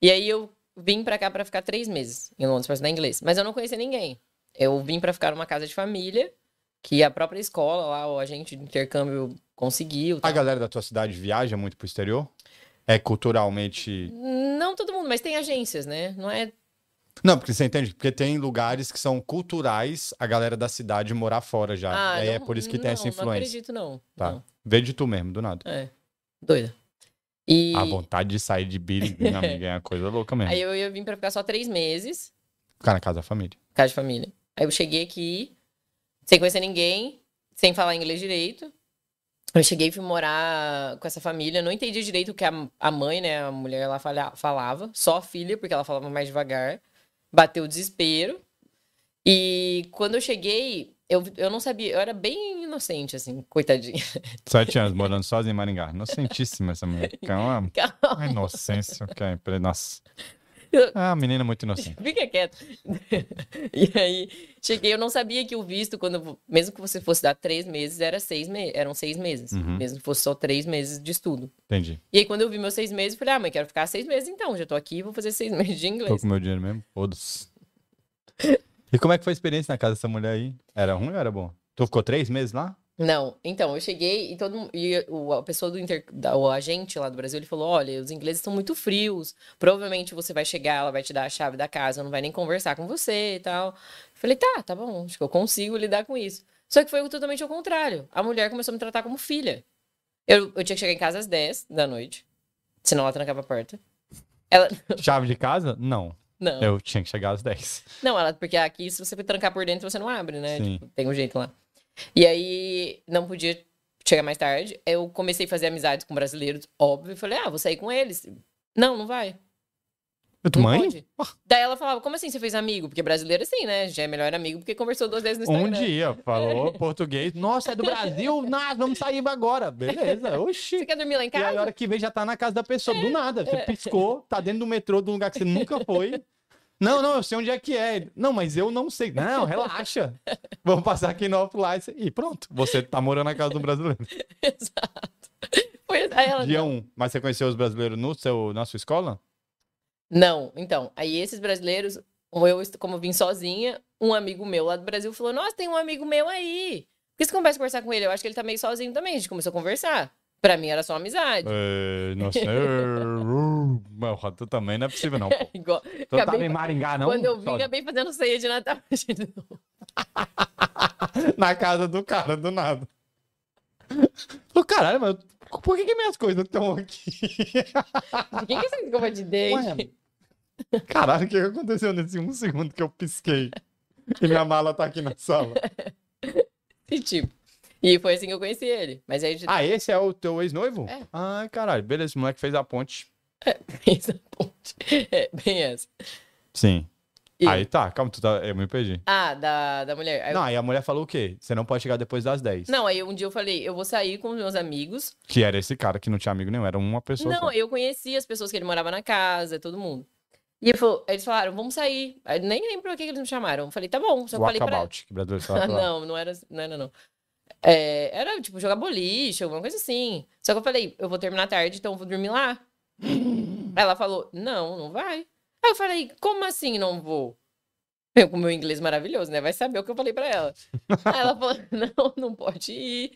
B: E aí eu vim pra cá pra ficar três meses em Londres pra estudar inglês. Mas eu não conhecia ninguém. Eu vim pra ficar numa casa de família, que a própria escola lá, o agente de intercâmbio conseguiu. tá?
A: A
B: tal.
A: galera da tua cidade viaja muito pro exterior? É culturalmente...
B: Não todo mundo, mas tem agências, né? Não é.
A: Não, porque você entende? Porque tem lugares que são culturais a galera da cidade morar fora já.
B: Ah,
A: e aí é
B: não-
A: por isso que tem
B: não,
A: essa
B: Não
A: influência.
B: acredito, não.
A: Tá.
B: Não.
A: Vê de tu mesmo, do nada.
B: É. Doida. E
A: A vontade de sair de Birigui, meu amigo, é uma coisa louca mesmo.
B: aí eu ia vir pra ficar só três meses.
A: Ficar na casa da família.
B: casa de família. Aí eu cheguei aqui, sem conhecer ninguém, sem falar inglês direito. Eu cheguei e fui morar com essa família, não entendi direito o que a, a mãe, né, a mulher lá falha- falava, só a filha, porque ela falava mais devagar. Bateu o desespero. E quando eu cheguei, eu, eu não sabia, eu era bem inocente, assim, coitadinha.
A: Sete anos morando sozinha em Maringá. Inocentíssima essa mulher. Que é uma
B: Calma,
A: uma inocência. Que é, pre- nossa.
B: Eu-
A: É uma menina muito inocente.
B: Fica quieto. E aí, cheguei, eu não sabia que o visto, quando, mesmo que você fosse dar três meses, era seis me eram seis meses.
A: Uhum.
B: Mesmo que fosse só três meses de estudo.
A: Entendi.
B: E aí, quando eu vi meus seis meses, eu falei, ah, mãe, quero ficar seis meses então. Já tô aqui, vou fazer seis meses de
A: Tô
B: inglês.
A: com meu dinheiro mesmo. Todos. E como é que foi a experiência na casa dessa mulher aí? Era ruim ou era bom? Tu ficou três meses lá?
B: Não, então, eu cheguei e todo mu- e o, a pessoa do inter, da, o agente lá do Brasil, ele falou, olha, os ingleses estão muito frios, provavelmente você vai chegar, ela vai te dar a chave da casa, não vai nem conversar com você e tal. Eu falei, tá, tá bom, acho que eu consigo lidar com isso. Só que foi totalmente ao contrário, a mulher começou a me tratar como filha. Eu, eu tinha que chegar em casa às 10 da noite, senão ela trancava a porta. Ela,
A: Chave de casa? Não.
B: não,
A: Eu tinha que chegar às 10.
B: não, ela, porque aqui se você trancar por dentro você não abre, né?
A: Sim.
B: Tipo, tem um jeito lá. E aí não podia chegar mais tarde. Eu comecei a fazer amizades com brasileiros, óbvio. e Falei, ah, vou sair com eles. Não, não vai.
A: Eu tô
B: não
A: mãe? Ah.
B: pode. Daí ela falava, como assim você fez amigo? Porque brasileiro assim, né? Já é melhor amigo porque conversou duas vezes no
A: Um
B: Instagram.
A: dia, falou português. Nossa, é do Brasil? Nada, vamos sair agora. Beleza,
B: Você
A: oxi.
B: quer dormir lá em
A: E aí,
B: casa?
A: a hora que vem, já tá na casa da pessoa, do nada. Você piscou, tá dentro do metrô de um lugar que você nunca foi. Não, não, eu sei onde é que é. Não, mas eu não sei. Não, relaxa. Vamos passar aqui no offline. E pronto, você tá morando na casa do brasileiro.
B: Exato. Foi, aí ela,
A: Dia 1. Mas você conheceu os brasileiros no seu, na sua escola?
B: Não, então, aí esses brasileiros, um eu, est- como eu vim sozinha, um amigo meu lá do Brasil falou: Nossa, tem um amigo meu aí. Por que você começa a conversar com ele? Eu acho que ele tá meio sozinho também. A gente começou a conversar. Pra mim era só amizade.
A: É, não sei. Mas tu também não é Então possível, não. Pô.
B: Igual-
A: Tu não tava
B: acabei-
A: em Maringá, não?
B: quando eu vim,
A: Só-
B: acabei fazendo ceia de Natal. gente.
A: na casa do cara, do nada. Ô, caralho, mas por que, que minhas coisas estão aqui?
B: De quem que é essa escova de dente?
A: Caralho, o que que aconteceu nesse um segundo que eu pisquei? E minha mala tá aqui na sala.
B: Esse tipo. E foi assim que eu conheci ele. Mas aí a gente
A: Ah, esse é o teu ex-noivo?
B: É.
A: Ah, caralho, beleza, o moleque fez a ponte.
B: fez a ponte. É, bem essa.
A: Sim.
B: E-
A: Aí tá, calma, tu tá, eu me perdi.
B: Ah, da, da mulher. Aí eu-
A: Não, aí a mulher falou o quê? Você não pode chegar depois das 10.
B: não, aí um dia eu falei: Eu vou sair com os meus amigos.
A: Que era esse cara que não tinha amigo nenhum, era uma pessoa
B: Não,
A: só.
B: eu conhecia as pessoas que ele morava na casa, todo mundo. E ele falou- eles falaram, vamos sair. Aí nem lembro pra que que eles me chamaram. Eu falei, tá bom, só que eu falei pra.
A: Walkabout, que brasileiro fala.
B: Ah, não, não era, não era, não. É, era tipo jogar boliche, alguma coisa assim. Só que eu falei, eu vou terminar tarde, então eu vou dormir lá. Ela falou, não, não vai. Aí eu falei, como assim não vou? Eu com meu inglês maravilhoso, né? Vai saber o que eu falei pra ela. Aí ela falou, não, não pode ir.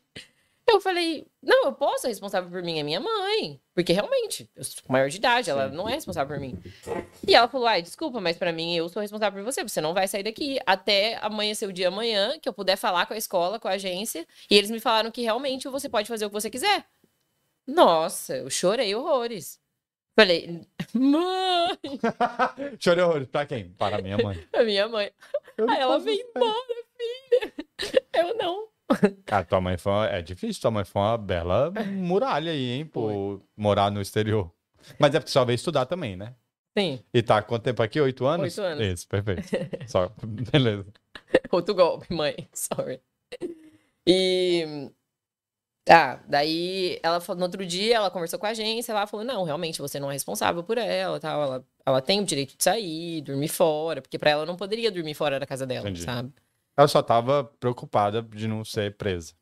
B: Eu falei, não, eu posso, a responsável por mim é minha mãe. Porque realmente, eu sou maior de idade, ela não é responsável por mim. E ela falou, ai, desculpa, mas pra mim eu sou responsável por você, você não vai sair daqui até amanhecer o dia amanhã, que eu puder falar com a escola, com a agência. E eles me falaram que realmente você pode fazer o que você quiser. Nossa, eu chorei horrores. Falei, mãe,
A: Chorei horror, pra quem? Para minha mãe.
B: a minha mãe.
A: Eu
B: Aí Ah, ela
A: não
B: vem embora, filha. Eu não.
A: Cara, tua mãe foi uma... É difícil, tua mãe foi uma bela muralha aí, hein? Por morar no exterior. Mas é porque só veio estudar também, né?
B: Sim,
A: E tá há quanto tempo aqui? Oito anos?
B: Oito anos.
A: Isso, perfeito. Só... Beleza.
B: outro golpe, mãe. Sorry. E. Ah, daí ela falou, no outro dia ela conversou com a agência, ela falou, não, realmente você não é responsável por ela, tal, ela, ela tem o direito de sair, dormir fora, porque pra ela eu não poderia dormir fora da casa dela,
A: Entendi.
B: sabe?
A: Ela só tava preocupada de não ser presa.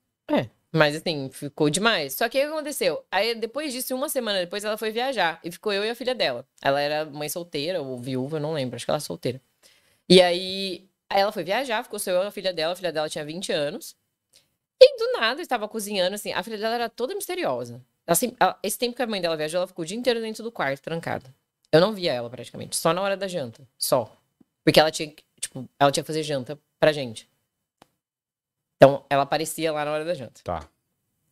B: Mas assim, ficou demais. Só que aí o que aconteceu? Aí depois disso, uma semana depois, ela foi viajar. E ficou eu e a filha dela. Ela era mãe solteira ou viúva, eu não lembro. Acho que ela era solteira. E aí, aí ela foi viajar, ficou só eu e a filha dela. A filha dela tinha 20 anos. E do nada, eu estava cozinhando, assim. A filha dela era toda misteriosa. Ela sempre- ela- esse tempo que a mãe dela viajou, ela ficou o dia inteiro dentro do quarto, trancada. Eu não via ela praticamente. Só na hora da janta. Só. Porque ela tinha, que- tipo, ela tinha que fazer janta pra gente. Então, ela aparecia lá na hora da janta.
A: Tá.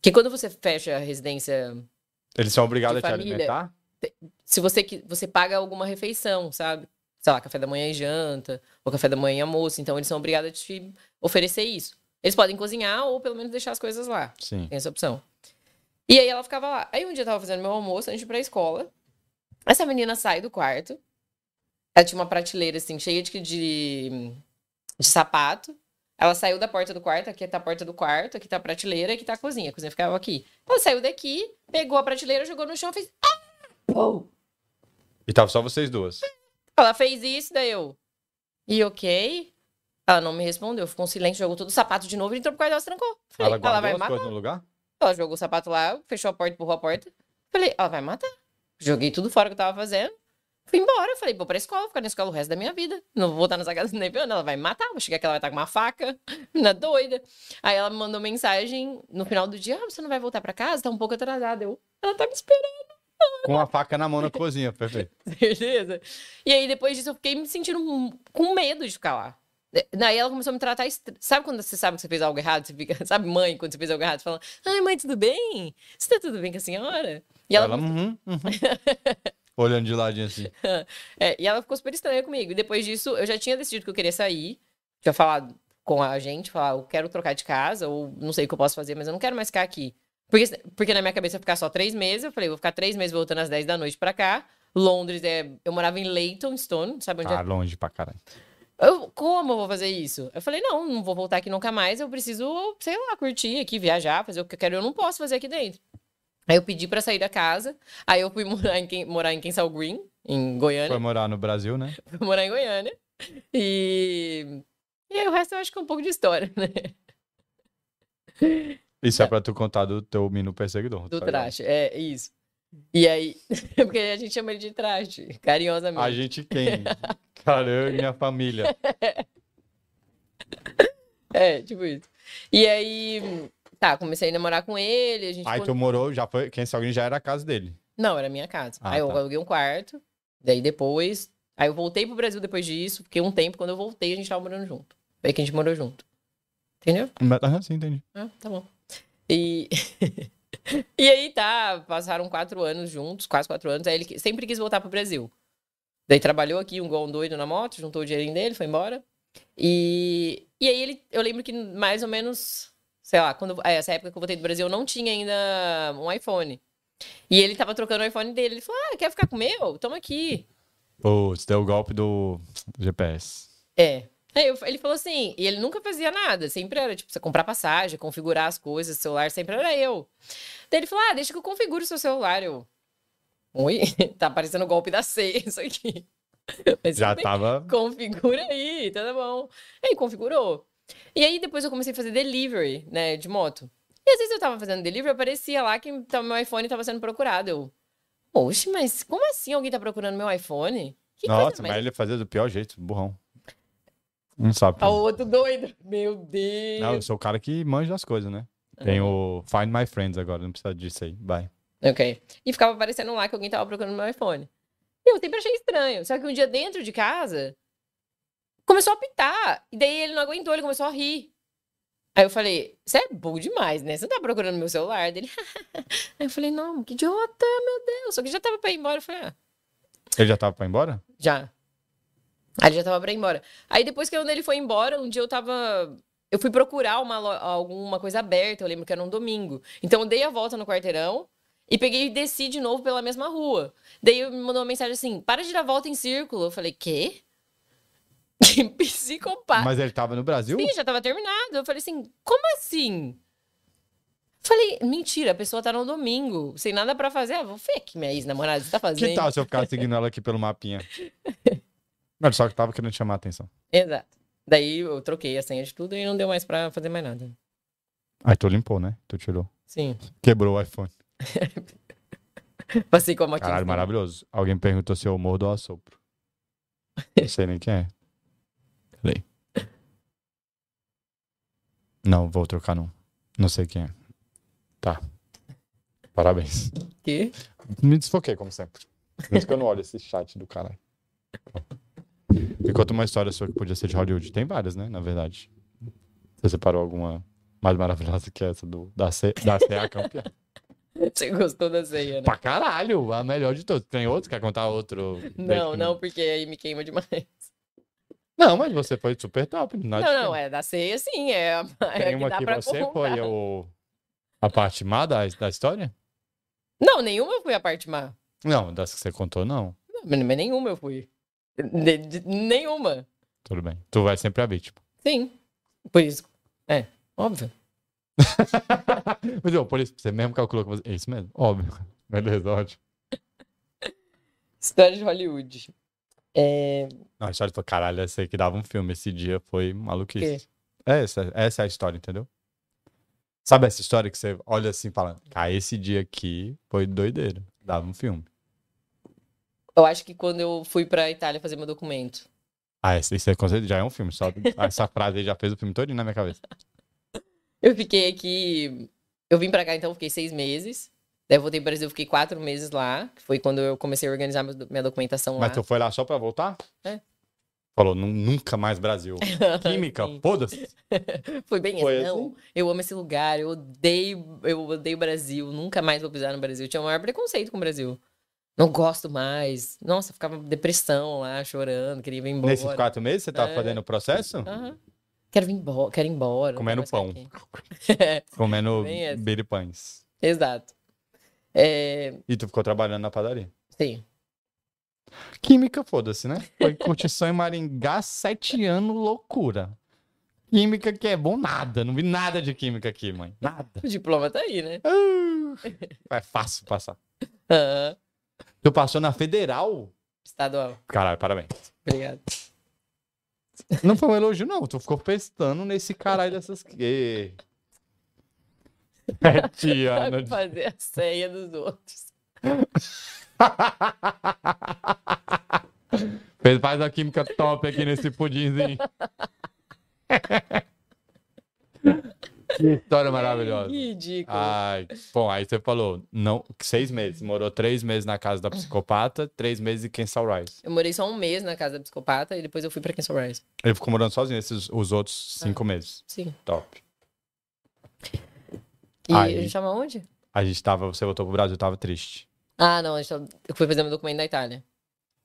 B: Que quando você fecha a residência,
A: Eles são obrigados a
B: De
A: te
B: família.
A: alimentar?
B: se você que você paga alguma refeição, sabe? Sei lá, café da manhã e janta, ou café da manhã e almoço, então eles são obrigados a te oferecer isso. Eles podem cozinhar ou pelo menos deixar as coisas lá.
A: Sim.
B: Tem essa opção. E aí ela ficava lá. Aí um dia eu tava fazendo meu almoço antes de ir pra escola. Essa menina sai do quarto. Ela tinha uma prateleira, assim, cheia de, de, de sapato. Ela saiu da porta do quarto, aqui tá a porta do quarto, aqui tá a prateleira, aqui tá a cozinha. A cozinha ficava aqui. Ela saiu daqui, pegou a prateleira, jogou no chão e fez. Ah! Pou!
A: E tava só vocês duas.
B: Ela fez isso, daí eu. E ok? Ela não me respondeu, ficou um silêncio, jogou todo o sapato de novo e entrou pro quarto e ela se trancou. Falei,
A: Ela
B: ela,
A: guardou
B: vai
A: as
B: matar.
A: coisas no lugar?
B: Ela jogou o sapato lá, fechou a porta, empurrou a porta. Falei, ela vai matar. Joguei tudo fora que eu tava fazendo. Fui embora, falei, vou pra escola, ficar na escola o resto da minha vida. Não vou voltar nessa casa nem vendo, ela vai me matar. Vou chegar aqui, ela vai estar com uma faca, na doida. Aí ela me mandou mensagem no final do dia, ah, você não vai voltar pra casa? Tá um pouco atrasada. Eu, ela tá me esperando,
A: Com a faca na mão na cozinha, perfeito.
B: certeza. E aí depois disso eu fiquei me sentindo um- com medo de ficar lá. Daí ela começou a me tratar. estra- Sabe quando você sabe que você fez algo errado? Você fica, sabe, mãe, quando você fez algo errado, você fala: Ai, mãe, tudo bem? Você tá tudo bem com a senhora? E ela,
A: Ela, uhum, uhum. Olhando de ladinho assim.
B: É, e ela ficou super estranha comigo. E depois disso, eu já tinha decidido que eu queria sair. Tinha falado com a gente, falar, eu quero trocar de casa, ou não sei o que eu posso fazer, mas eu não quero mais ficar aqui. Porque, porque na minha cabeça ia ficar só três meses. Eu falei, vou ficar três meses voltando às 10 da noite pra cá. Londres é. Eu morava em Leytonstone, sabe onde
A: Tá
B: é?
A: longe pra caralho.
B: Eu, como eu vou fazer isso? Eu falei, não, não vou voltar aqui nunca mais. Eu preciso, sei lá, curtir aqui, viajar, fazer o que eu quero. Eu não posso fazer aqui dentro. Aí eu pedi pra sair da casa. Aí eu fui morar em, Ken- morar em Kensal Green, em Goiânia
A: Foi morar no Brasil, né?
B: fui morar em Goiânia. E... e aí o resto eu acho que é um pouco de história, né?
A: Isso é pra tu contar do teu menino perseguidor.
B: Do
A: tá ligado?
B: traste. É isso. E aí, é porque a gente chama ele de traste, carinhosamente.
A: A gente quem? Cara, eu e minha família.
B: É, tipo isso. E aí, tá, comecei a namorar com ele, a gente.
A: Aí tu morou, já foi. Quem alguém já era a casa dele.
B: Não, era minha casa.
A: Ah,
B: aí eu
A: tá.
B: aluguei um quarto, daí depois. Aí eu voltei pro Brasil depois disso, fiquei um tempo. Quando eu voltei, a gente tava morando junto. Foi que a gente morou junto. Entendeu?
A: Mas, ah, sim, entendi.
B: Ah, tá bom. E... e aí tá, passaram quatro anos juntos, quase quatro anos. Aí ele que- sempre quis voltar pro Brasil. Daí trabalhou aqui, um gol um doido na moto, juntou o dinheirinho dele, foi embora. E, e aí ele, eu lembro que mais ou menos, sei lá, quando é, essa época que eu voltei do Brasil, eu não tinha ainda um iPhone. E ele tava trocando o iPhone dele. Ele falou: Ah, quer ficar com o meu? Toma aqui.
A: Putz, deu o golpe do GPS.
B: É. Aí eu- ele falou assim, e ele nunca fazia nada, sempre era, tipo, você comprar passagem, configurar as coisas, celular, sempre era eu. Daí ele falou, ah, deixa que eu configuro o seu celular, eu... Oi? Tá parecendo o golpe da ceia isso aqui. Mas
A: Já
B: tudo bem.
A: tava.
B: Configura aí, tá bom. Aí configurou. E aí depois eu comecei a fazer delivery, né, de moto. E às vezes eu tava fazendo delivery, aparecia lá que tá- meu iPhone tava sendo procurado. Eu, oxe, mas como assim alguém tá procurando meu iPhone? Que coisa
A: Nossa, mas ele fazia do pior jeito, burrão. Não sabe.
B: Olha Tá o outro doido. Meu Deus.
A: Não, eu sou o cara que manja das coisas, né? Tem o Find My Friends agora, não precisa disso aí. Vai.
B: Ok. E ficava aparecendo um lá que alguém tava procurando meu iPhone. E eu sempre achei estranho. Só que um dia dentro de casa, começou a apitar. E daí ele não aguentou, ele começou a rir. Aí eu falei, você é burro demais, né? Você não tá procurando meu celular dele. Aí eu falei, não, que idiota, meu Deus. Só que já tava pra ir embora. Eu falei, ah,
A: Ele já tava pra ir embora?
B: já. Aí ele já tava pra ir embora. Aí depois que quando ele foi embora, um dia eu tava. Eu fui procurar uma lo- alguma coisa aberta, eu lembro que era um domingo. Então eu dei a volta no quarteirão e peguei e desci de novo pela mesma rua. Daí ele me mandou uma mensagem assim: para de dar volta em círculo. Eu falei, quê? Que psicopata.
A: Mas ele tava no Brasil?
B: Sim, já tava terminado. Eu falei assim, como assim? Falei, mentira, a pessoa tá no domingo, sem nada pra fazer. Ah, vou ver o que minha ex-namorada tá fazendo.
A: Que tal se eu ficar seguindo ela aqui pelo mapinha? Mano, só que tava querendo chamar a atenção.
B: Exato. Daí eu troquei a senha de tudo e não deu mais pra fazer mais nada.
A: Aí tu limpou, né? Tu tirou.
B: Sim.
A: Quebrou o iPhone.
B: Passei com a motinha.
A: Caralho, maravilhoso. Alguém perguntou se eu mordo ou assopro. Não sei nem quem é. Cadê? Não, vou trocar não. Não sei quem é. Tá. Parabéns.
B: Que?
A: Me desfoquei, como sempre. Por isso que eu não olho esse chat do caralho. Me conta uma história sua que podia ser de Hollywood. Tem várias, né? Na verdade. Você separou alguma mais maravilhosa que essa do, da, C, da CA campeã?
B: Você gostou da ceia, né?
A: pra caralho, a melhor de todas. Tem outro? Quer contar outro?
B: Não, não, porque aí me queima demais.
A: Não, mas você foi super top.
B: Não, não, é da ceia sim, é a é a
A: Tá Tem
B: que
A: uma
B: dá
A: que
B: pra
A: você
B: contar.
A: foi o... A parte má da, da história?
B: Não, nenhuma foi a parte má.
A: Não, das que você contou, não.
B: Não, Mas mas nenhuma eu fui. De- de- nenhuma.
A: Tudo bem. Tu vai sempre tipo, a vítima.
B: Sim. Por isso. É, óbvio.
A: Mas, ô, por isso, você mesmo calculou que você... É isso mesmo? Óbvio. Beleza, ótimo.
B: História de Hollywood. É,
A: Não, a história foi, caralho, essa aí que dava um filme. Esse dia foi maluquice. É essa, essa é a história, entendeu? Sabe essa história que você olha assim falando, cara, esse dia aqui foi doideira. Dava um filme.
B: eu acho que quando eu fui pra Itália fazer meu documento.
A: Ah, esse, esse é, com certeza já é um filme. Só, essa frase aí já fez o filme todo na minha cabeça.
B: Eu fiquei aqui. Eu vim pra cá, então, eu fiquei seis meses. Daí eu voltei pro Brasil, eu fiquei quatro meses lá. Que foi quando eu comecei a organizar meu- minha documentação lá.
A: Mas tu foi lá só pra voltar?
B: É.
A: Falou, "Nu- nunca mais Brasil. Química,
B: Sim.
A: foda-se.
B: Foi bem
A: Foi
B: assim. Não, eu amo esse lugar, eu odeio, eu odeio o Brasil, nunca mais vou pisar no Brasil. Eu tinha o maior preconceito com o Brasil. Não gosto mais. Nossa, eu ficava depressão lá, chorando, queria ir embora.
A: Nesses quatro meses, você tá
B: É.
A: fazendo o processo?
B: Aham. Quero vir embora, quero ir embora. não
A: Comendo
B: quero mais
A: pão.
B: ficar aqui. É,
A: Comendo
B: Bem essa.
A: biripães.
B: Exato. É,
A: E tu ficou trabalhando na padaria.
B: sim.
A: Química, foda-se, né? Foi curtição em Maringá, sete anos, loucura. Química que é bom nada. Não vi nada de química aqui, mãe. Nada.
B: O diploma tá aí, né?
A: É fácil passar.
B: Aham.
A: Tu passou na federal?
B: Estadual.
A: Caralho, parabéns.
B: Obrigado.
A: Não foi um elogio, não. Tu ficou pestando nesse caralho dessas. Ê. Sete anos.
B: Sabe
A: de-
B: fazer a ceia dos outros.
A: Fez- Faz a química top aqui nesse pudinzinho. que história maravilhosa.
B: Que ridículo.
A: Ai, bom, aí você falou, não, seis meses. Morou três meses na casa da psicopata, três meses em Kensal Rise.
B: Eu morei só um mês na casa da psicopata e depois eu fui pra Kenson Rise.
A: Ele ficou morando sozinho esses os outros
B: É.
A: cinco meses.
B: Sim.
A: Top.
B: E
A: Aí.
B: a gente chama onde?
A: A gente tava, você voltou pro Brasil, tava triste.
B: Ah, não, a gente tava- eu fui fazer meu documento na Itália.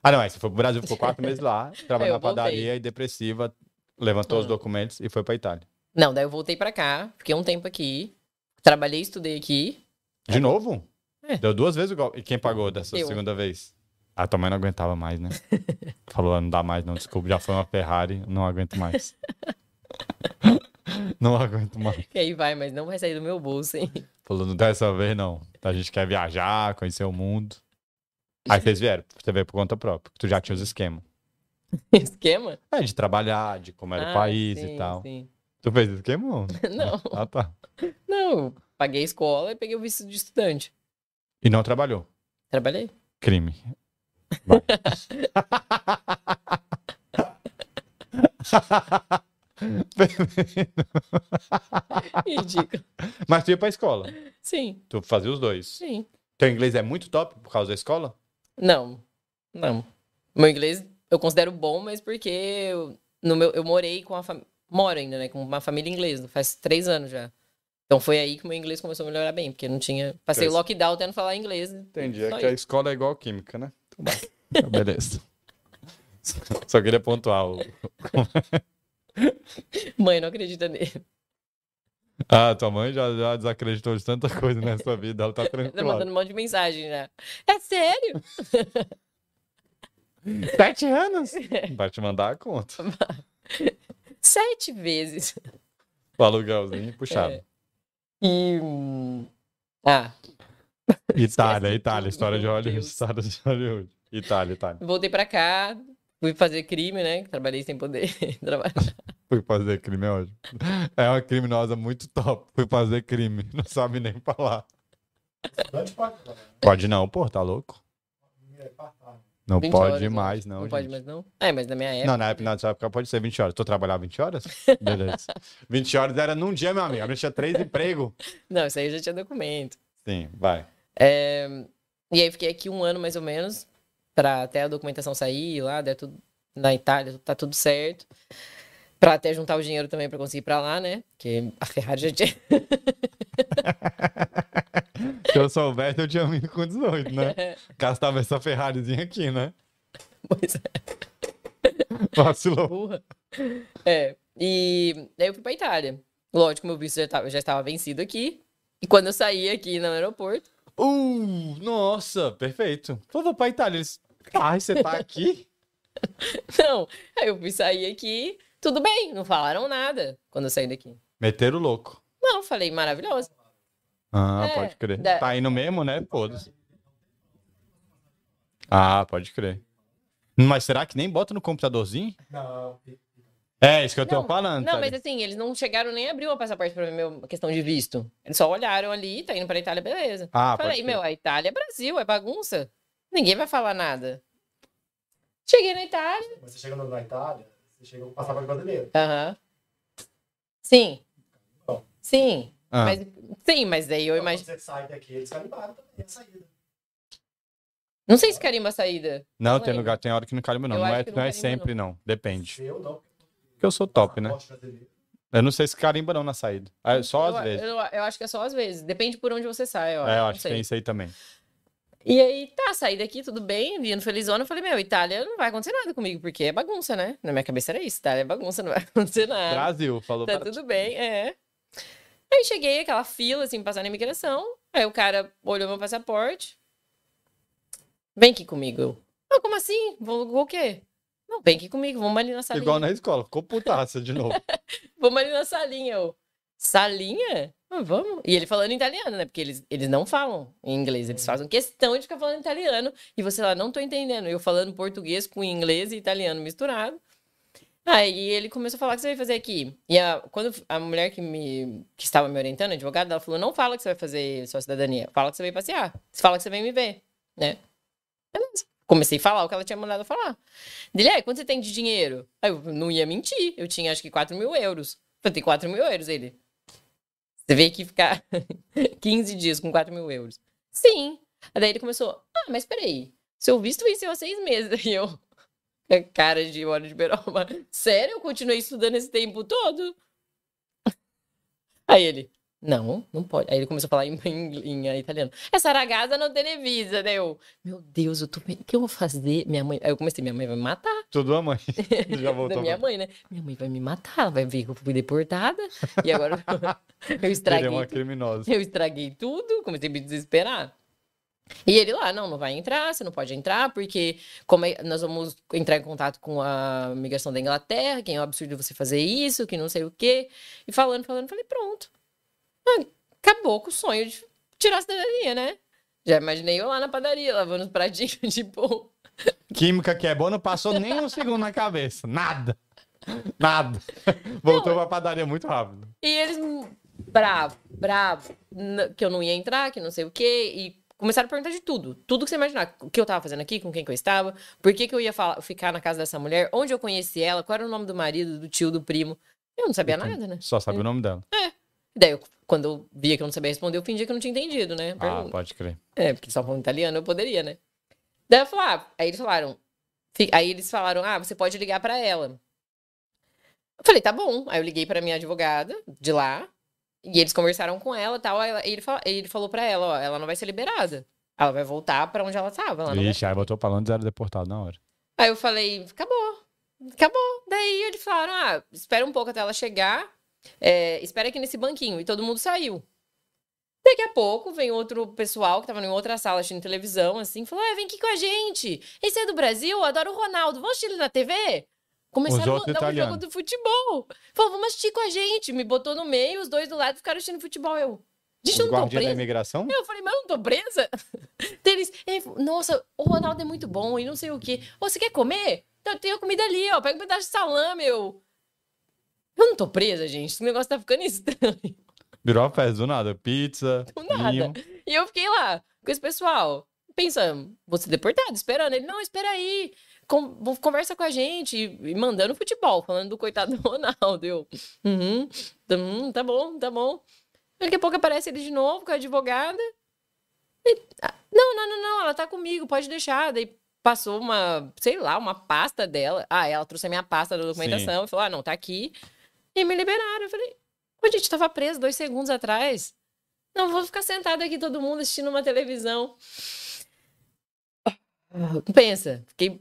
A: Ah, não, é, você foi pro Brasil, ficou quatro meses lá, trabalhou
B: Eu
A: na padaria e depressiva, levantou os
B: Ah.
A: documentos e foi pra Itália.
B: Não, daí eu voltei pra cá, fiquei um tempo aqui, trabalhei, estudei aqui.
A: De novo?
B: É.
A: Deu duas vezes o golpe. E quem pagou dessa
B: Eu.
A: segunda vez? A tua mãe não aguentava mais, né? Falou, "Ah, não dá mais, não, desculpa, já foi uma Ferrari, não aguento mais. não aguento mais.
B: E aí vai, mas não vai sair do meu bolso, hein?
A: Falou, não dessa vez não. A gente quer viajar, conhecer o mundo. Aí vocês vieram, você veio por conta própria, que tu já tinha os esquemas.
B: Esquema?
A: É, de trabalhar, de como era o
B: Ah,
A: país
B: sim,
A: e tal.
B: sim.
A: Tu fez esquema? ou não?
B: Não,
A: Ah, tá.
B: não. eu Paguei a escola e peguei o visto de estudante.
A: E não trabalhou.
B: Trabalhei.
A: Crime.
B: Ridículo.
A: Mas tu ia pra escola.
B: Sim,
A: Tu fazia os dois.
B: sim.
A: Teu inglês é muito top por causa da escola?
B: Não, não. Meu inglês eu considero bom, mas porque eu, no meu, eu morei com a família. Moro ainda, né? Com uma família inglesa, faz três anos já. Então foi aí que meu inglês começou a melhorar bem, porque eu não tinha. Passei o
A: Cresce.
B: lockdown tendo falar inglês.
A: Entendi.
B: Só
A: É que a
B: isso.
A: escola é igual química, né? Beleza. Só queria pontuar. o-
B: Mãe, não acredita nele. Tá
A: Ah, tua mãe já, já desacreditou de tanta coisa nessa vida. Ela tá
B: Tá
A: tranquila.
B: mandando um monte de mensagem já. É sério?
A: Sete anos? Vai te mandar a conta.
B: Sete vezes.
A: O aluguelzinho puxado.
B: É. E. hum, Ah,
A: Itália,
B: Esquece
A: Itália.
B: tudo,
A: História de
B: meu
A: Hollywood.
B: Deus.
A: História de Hollywood. Itália, Itália.
B: voltei pra cá, fui fazer crime, né? Trabalhei sem poder trabalhar.
A: Fui fazer crime hoje. É uma criminosa muito top. Fui fazer crime. Não sabe nem falar.
D: Estudante pode trabalhar.
A: Pode não, pô, tá louco?
D: É part-time.
A: Não
B: 20
A: pode
B: horas, eu
A: mais, não.
B: Não, pode
A: gente.
B: mais, não? É, mas na minha época.
A: Não, na época, nessa época pode ser 20 horas. Tu trabalhava 20 horas? Beleza. 20 horas era num dia, meu amigo. Eu tinha três empregos.
B: Não, isso aí eu já tinha documento.
A: Sim, vai.
B: É, E aí fiquei aqui um ano mais ou menos, pra até a documentação sair lá, der tudo na Itália, tá tudo certo. Pra até juntar o dinheiro também pra conseguir ir pra lá, né? Porque a Ferrari já tinha.
A: Se eu soubesse, eu tinha vindo com 18, né? Gastava essa Ferrarizinha aqui, né?
B: Pois é,
A: Vacilou.
B: burra. É. E daí eu fui pra Itália. Lógico, meu visto já, tava- já estava vencido aqui. E quando eu saí aqui no aeroporto,
E: Uh, nossa, perfeito. Pô, vou pra Itália. Eles... Ai, você tá aqui?
B: não. Aí eu fui sair aqui, tudo bem, não falaram nada quando eu saí daqui.
E: Meteram o louco.
B: Não, falei, maravilhoso.
E: Ah,
B: É,
E: pode crer.
B: da-
E: Tá indo mesmo, né? Foda-se. Ah, pode crer. Mas será que nem bota no computadorzinho?
C: Não, tem-
E: É, isso que eu tô
B: Não,
E: falando.
B: Não,
E: tá
B: mas
E: ligado?
B: assim, eles não chegaram nem abriu o passaporte pra mim, meu questão de visto. Eles só olharam ali, tá indo pra Itália, beleza.
E: Ah, pode
B: Falei,
E: crer.
B: meu, a Itália é Brasil, é bagunça. Ninguém vai falar nada. Cheguei na Itália.
C: mas você chega no- na Itália, você chega com o passaporte brasileiro.
B: Aham. Sim.
C: Bom.
B: Sim.
E: Ah.
B: Mas, sim, mas daí eu
C: Então, quando
B: imagino.
C: Você sai daqui, eles carimbaram também a saída.
B: Não sei se carimba a saída.
E: Não,
B: não
E: tem
B: é.
E: lugar, tem hora que não carimba, não.
B: Eu
E: Não
B: acho
E: é,
B: que não
E: não é
B: carimba,
E: sempre, não. Depende.
C: Eu não.
E: Porque eu sou top, né?
C: passaporte brasileiro.
E: Eu não sei se carimba não na saída. Ah, Só
B: eu,
E: às vezes.
B: Eu, eu acho que é só às vezes. Depende por onde você sai, ó.
E: É, eu acho que tem isso aí também.
B: E aí, tá, saí daqui, tudo bem, vindo felizona. Eu falei, meu, Itália não vai acontecer nada comigo, porque é bagunça, né? Na minha cabeça era isso, Itália é bagunça, não vai acontecer nada.
E: Brasil, falou.
B: Tá
E: pra-
B: tudo bem, é. Aí cheguei, aquela fila, assim, passando na imigração. Aí o cara olhou meu passaporte. Vem aqui comigo. Eu, Ah, como assim? Vou, vou o quê? Não, vem aqui comigo, vamos ali na salinha.
E: Igual na escola, ficou putaça de novo.
B: Vamos ali na salinha. Eu, salinha? Ah, vamos. E ele falando em italiano, né? Porque eles, eles não falam em inglês, eles fazem questão de ficar falando italiano. E você lá, não tô entendendo. Eu falando português com inglês e italiano misturado. Aí ele começou a falar o que você vai fazer aqui. E a, quando a mulher que me que estava me orientando, a advogada, ela falou: não fala que você vai fazer sua cidadania, fala que você veio passear, fala que você veio me ver, né? Beleza. Comecei a falar o que ela tinha mandado eu falar. Ele, é, quanto você tem de dinheiro? Aí eu não ia mentir, eu tinha acho que 4 mil euros. Eu tenho 4 mil euros, ele. Você veio aqui ficar 15 dias com 4 mil euros. Sim. Aí daí ele começou, ah, mas peraí, seu visto venceu há seis meses. E eu, cara de hora de peroba, sério? Eu continuei estudando esse tempo todo? Aí ele, não, não pode. Aí ele começou a falar em, em- em italiano. Essa ragazza não televisa, né? Eu, meu Deus, eu tô... o que eu vou fazer? Minha mãe... Aí eu comecei, minha mãe vai me matar
E: tudo a mãe. Já
B: da
E: voltou.
B: minha
E: pra-
B: mãe, né? Minha mãe vai me matar, ela vai ver que eu fui deportada. E agora eu
E: Virei
B: estraguei.
E: uma
B: tu-
E: criminosa.
B: Eu estraguei tudo, comecei a me desesperar. E ele lá, não, não vai entrar, você não pode entrar, porque como é- nós vamos entrar em contato com a migração da Inglaterra, que é um absurdo você fazer isso, que não sei o quê. E falando, falando, falei, pronto. Ah, Acabou com o sonho de tirar a cidadania, né? Já imaginei eu lá na padaria, lavando os pratinhos, tipo,
E: Química que é boa, não passou nem um segundo na cabeça. Nada. Nada. Voltou pra padaria muito rápido.
B: E eles, hum, bravo, bravo, n- que eu não ia entrar, que não sei o quê, e começaram a perguntar de tudo, tudo que você imaginar, o que eu tava fazendo aqui, com quem que eu estava, por que que eu ia fala- ficar na casa dessa mulher, onde eu conheci ela, qual era o nome do marido, do tio, do primo, eu não sabia nada, né?
E: Só sabe o nome dela.
B: Daí, eu- quando eu via que eu não sabia responder, eu fingia que eu não tinha entendido, né? a
E: Ah,
B: pergunta.
E: pode crer.
B: É, porque só falando italiano eu poderia, né? Daí eu falava, aí eles falaram, fi- aí eles falaram, ah, você pode ligar pra ela. Eu falei, tá bom. Aí eu liguei pra minha advogada de lá, e eles conversaram com ela e tal, aí ela- ele, fa- ele falou pra ela, ó, ela não vai ser liberada. Ela vai voltar pra onde ela tava. Ela não é vai
E: Vixe, aí voltou pra Londres, era deportado na hora.
B: Aí eu falei, acabou, acabou. Daí eles falaram, ah, espera um pouco até ela chegar, é, espera aqui nesse banquinho. E todo mundo saiu. Daqui a pouco vem outro pessoal que tava em outra sala assistindo televisão, assim, falou, ah, vem aqui com a gente. Esse é do Brasil, eu adoro o Ronaldo, vamos assistir ele na TV? Começaram a
E: outros
B: mandar um jogo
E: italianos.
B: do futebol. Falou, vamos assistir com a gente. Me botou no meio, os dois do lado ficaram assistindo futebol. Eu, gente, eu
E: Os
B: não tô
E: guardiões da
B: presa.
E: imigração?
B: Eu falei, mas eu não tô presa? Daí Eles, ele falou, nossa, o Ronaldo é muito bom e não sei o quê. Ô, você quer comer? Então tem a comida ali, ó. Pega um pedaço de salame, eu. Eu não tô presa, gente. Esse negócio tá ficando estranho.
E: Virou a festa do nada. Pizza,
B: Do nada.
E: vinho.
B: E eu fiquei lá com esse pessoal, pensando, vou ser deportado, esperando. Ele, não, espera aí, con- vou- conversa com a gente, e, e mandando futebol, falando do coitado do Ronaldo. Eu, uhum, tá- hum, tá bom, tá bom. Daqui a pouco aparece ele de novo com a advogada. E, ah, não, não, não, não, ela tá comigo, pode deixar. Daí passou uma, sei lá, uma pasta dela. Ah, ela trouxe a minha pasta da documentação e falou, ah, não, tá aqui. E me liberaram. Eu falei, a gente tava preso dois segundos atrás. Não, vou ficar sentado aqui todo mundo assistindo uma televisão. Ah, Pensa, fiquei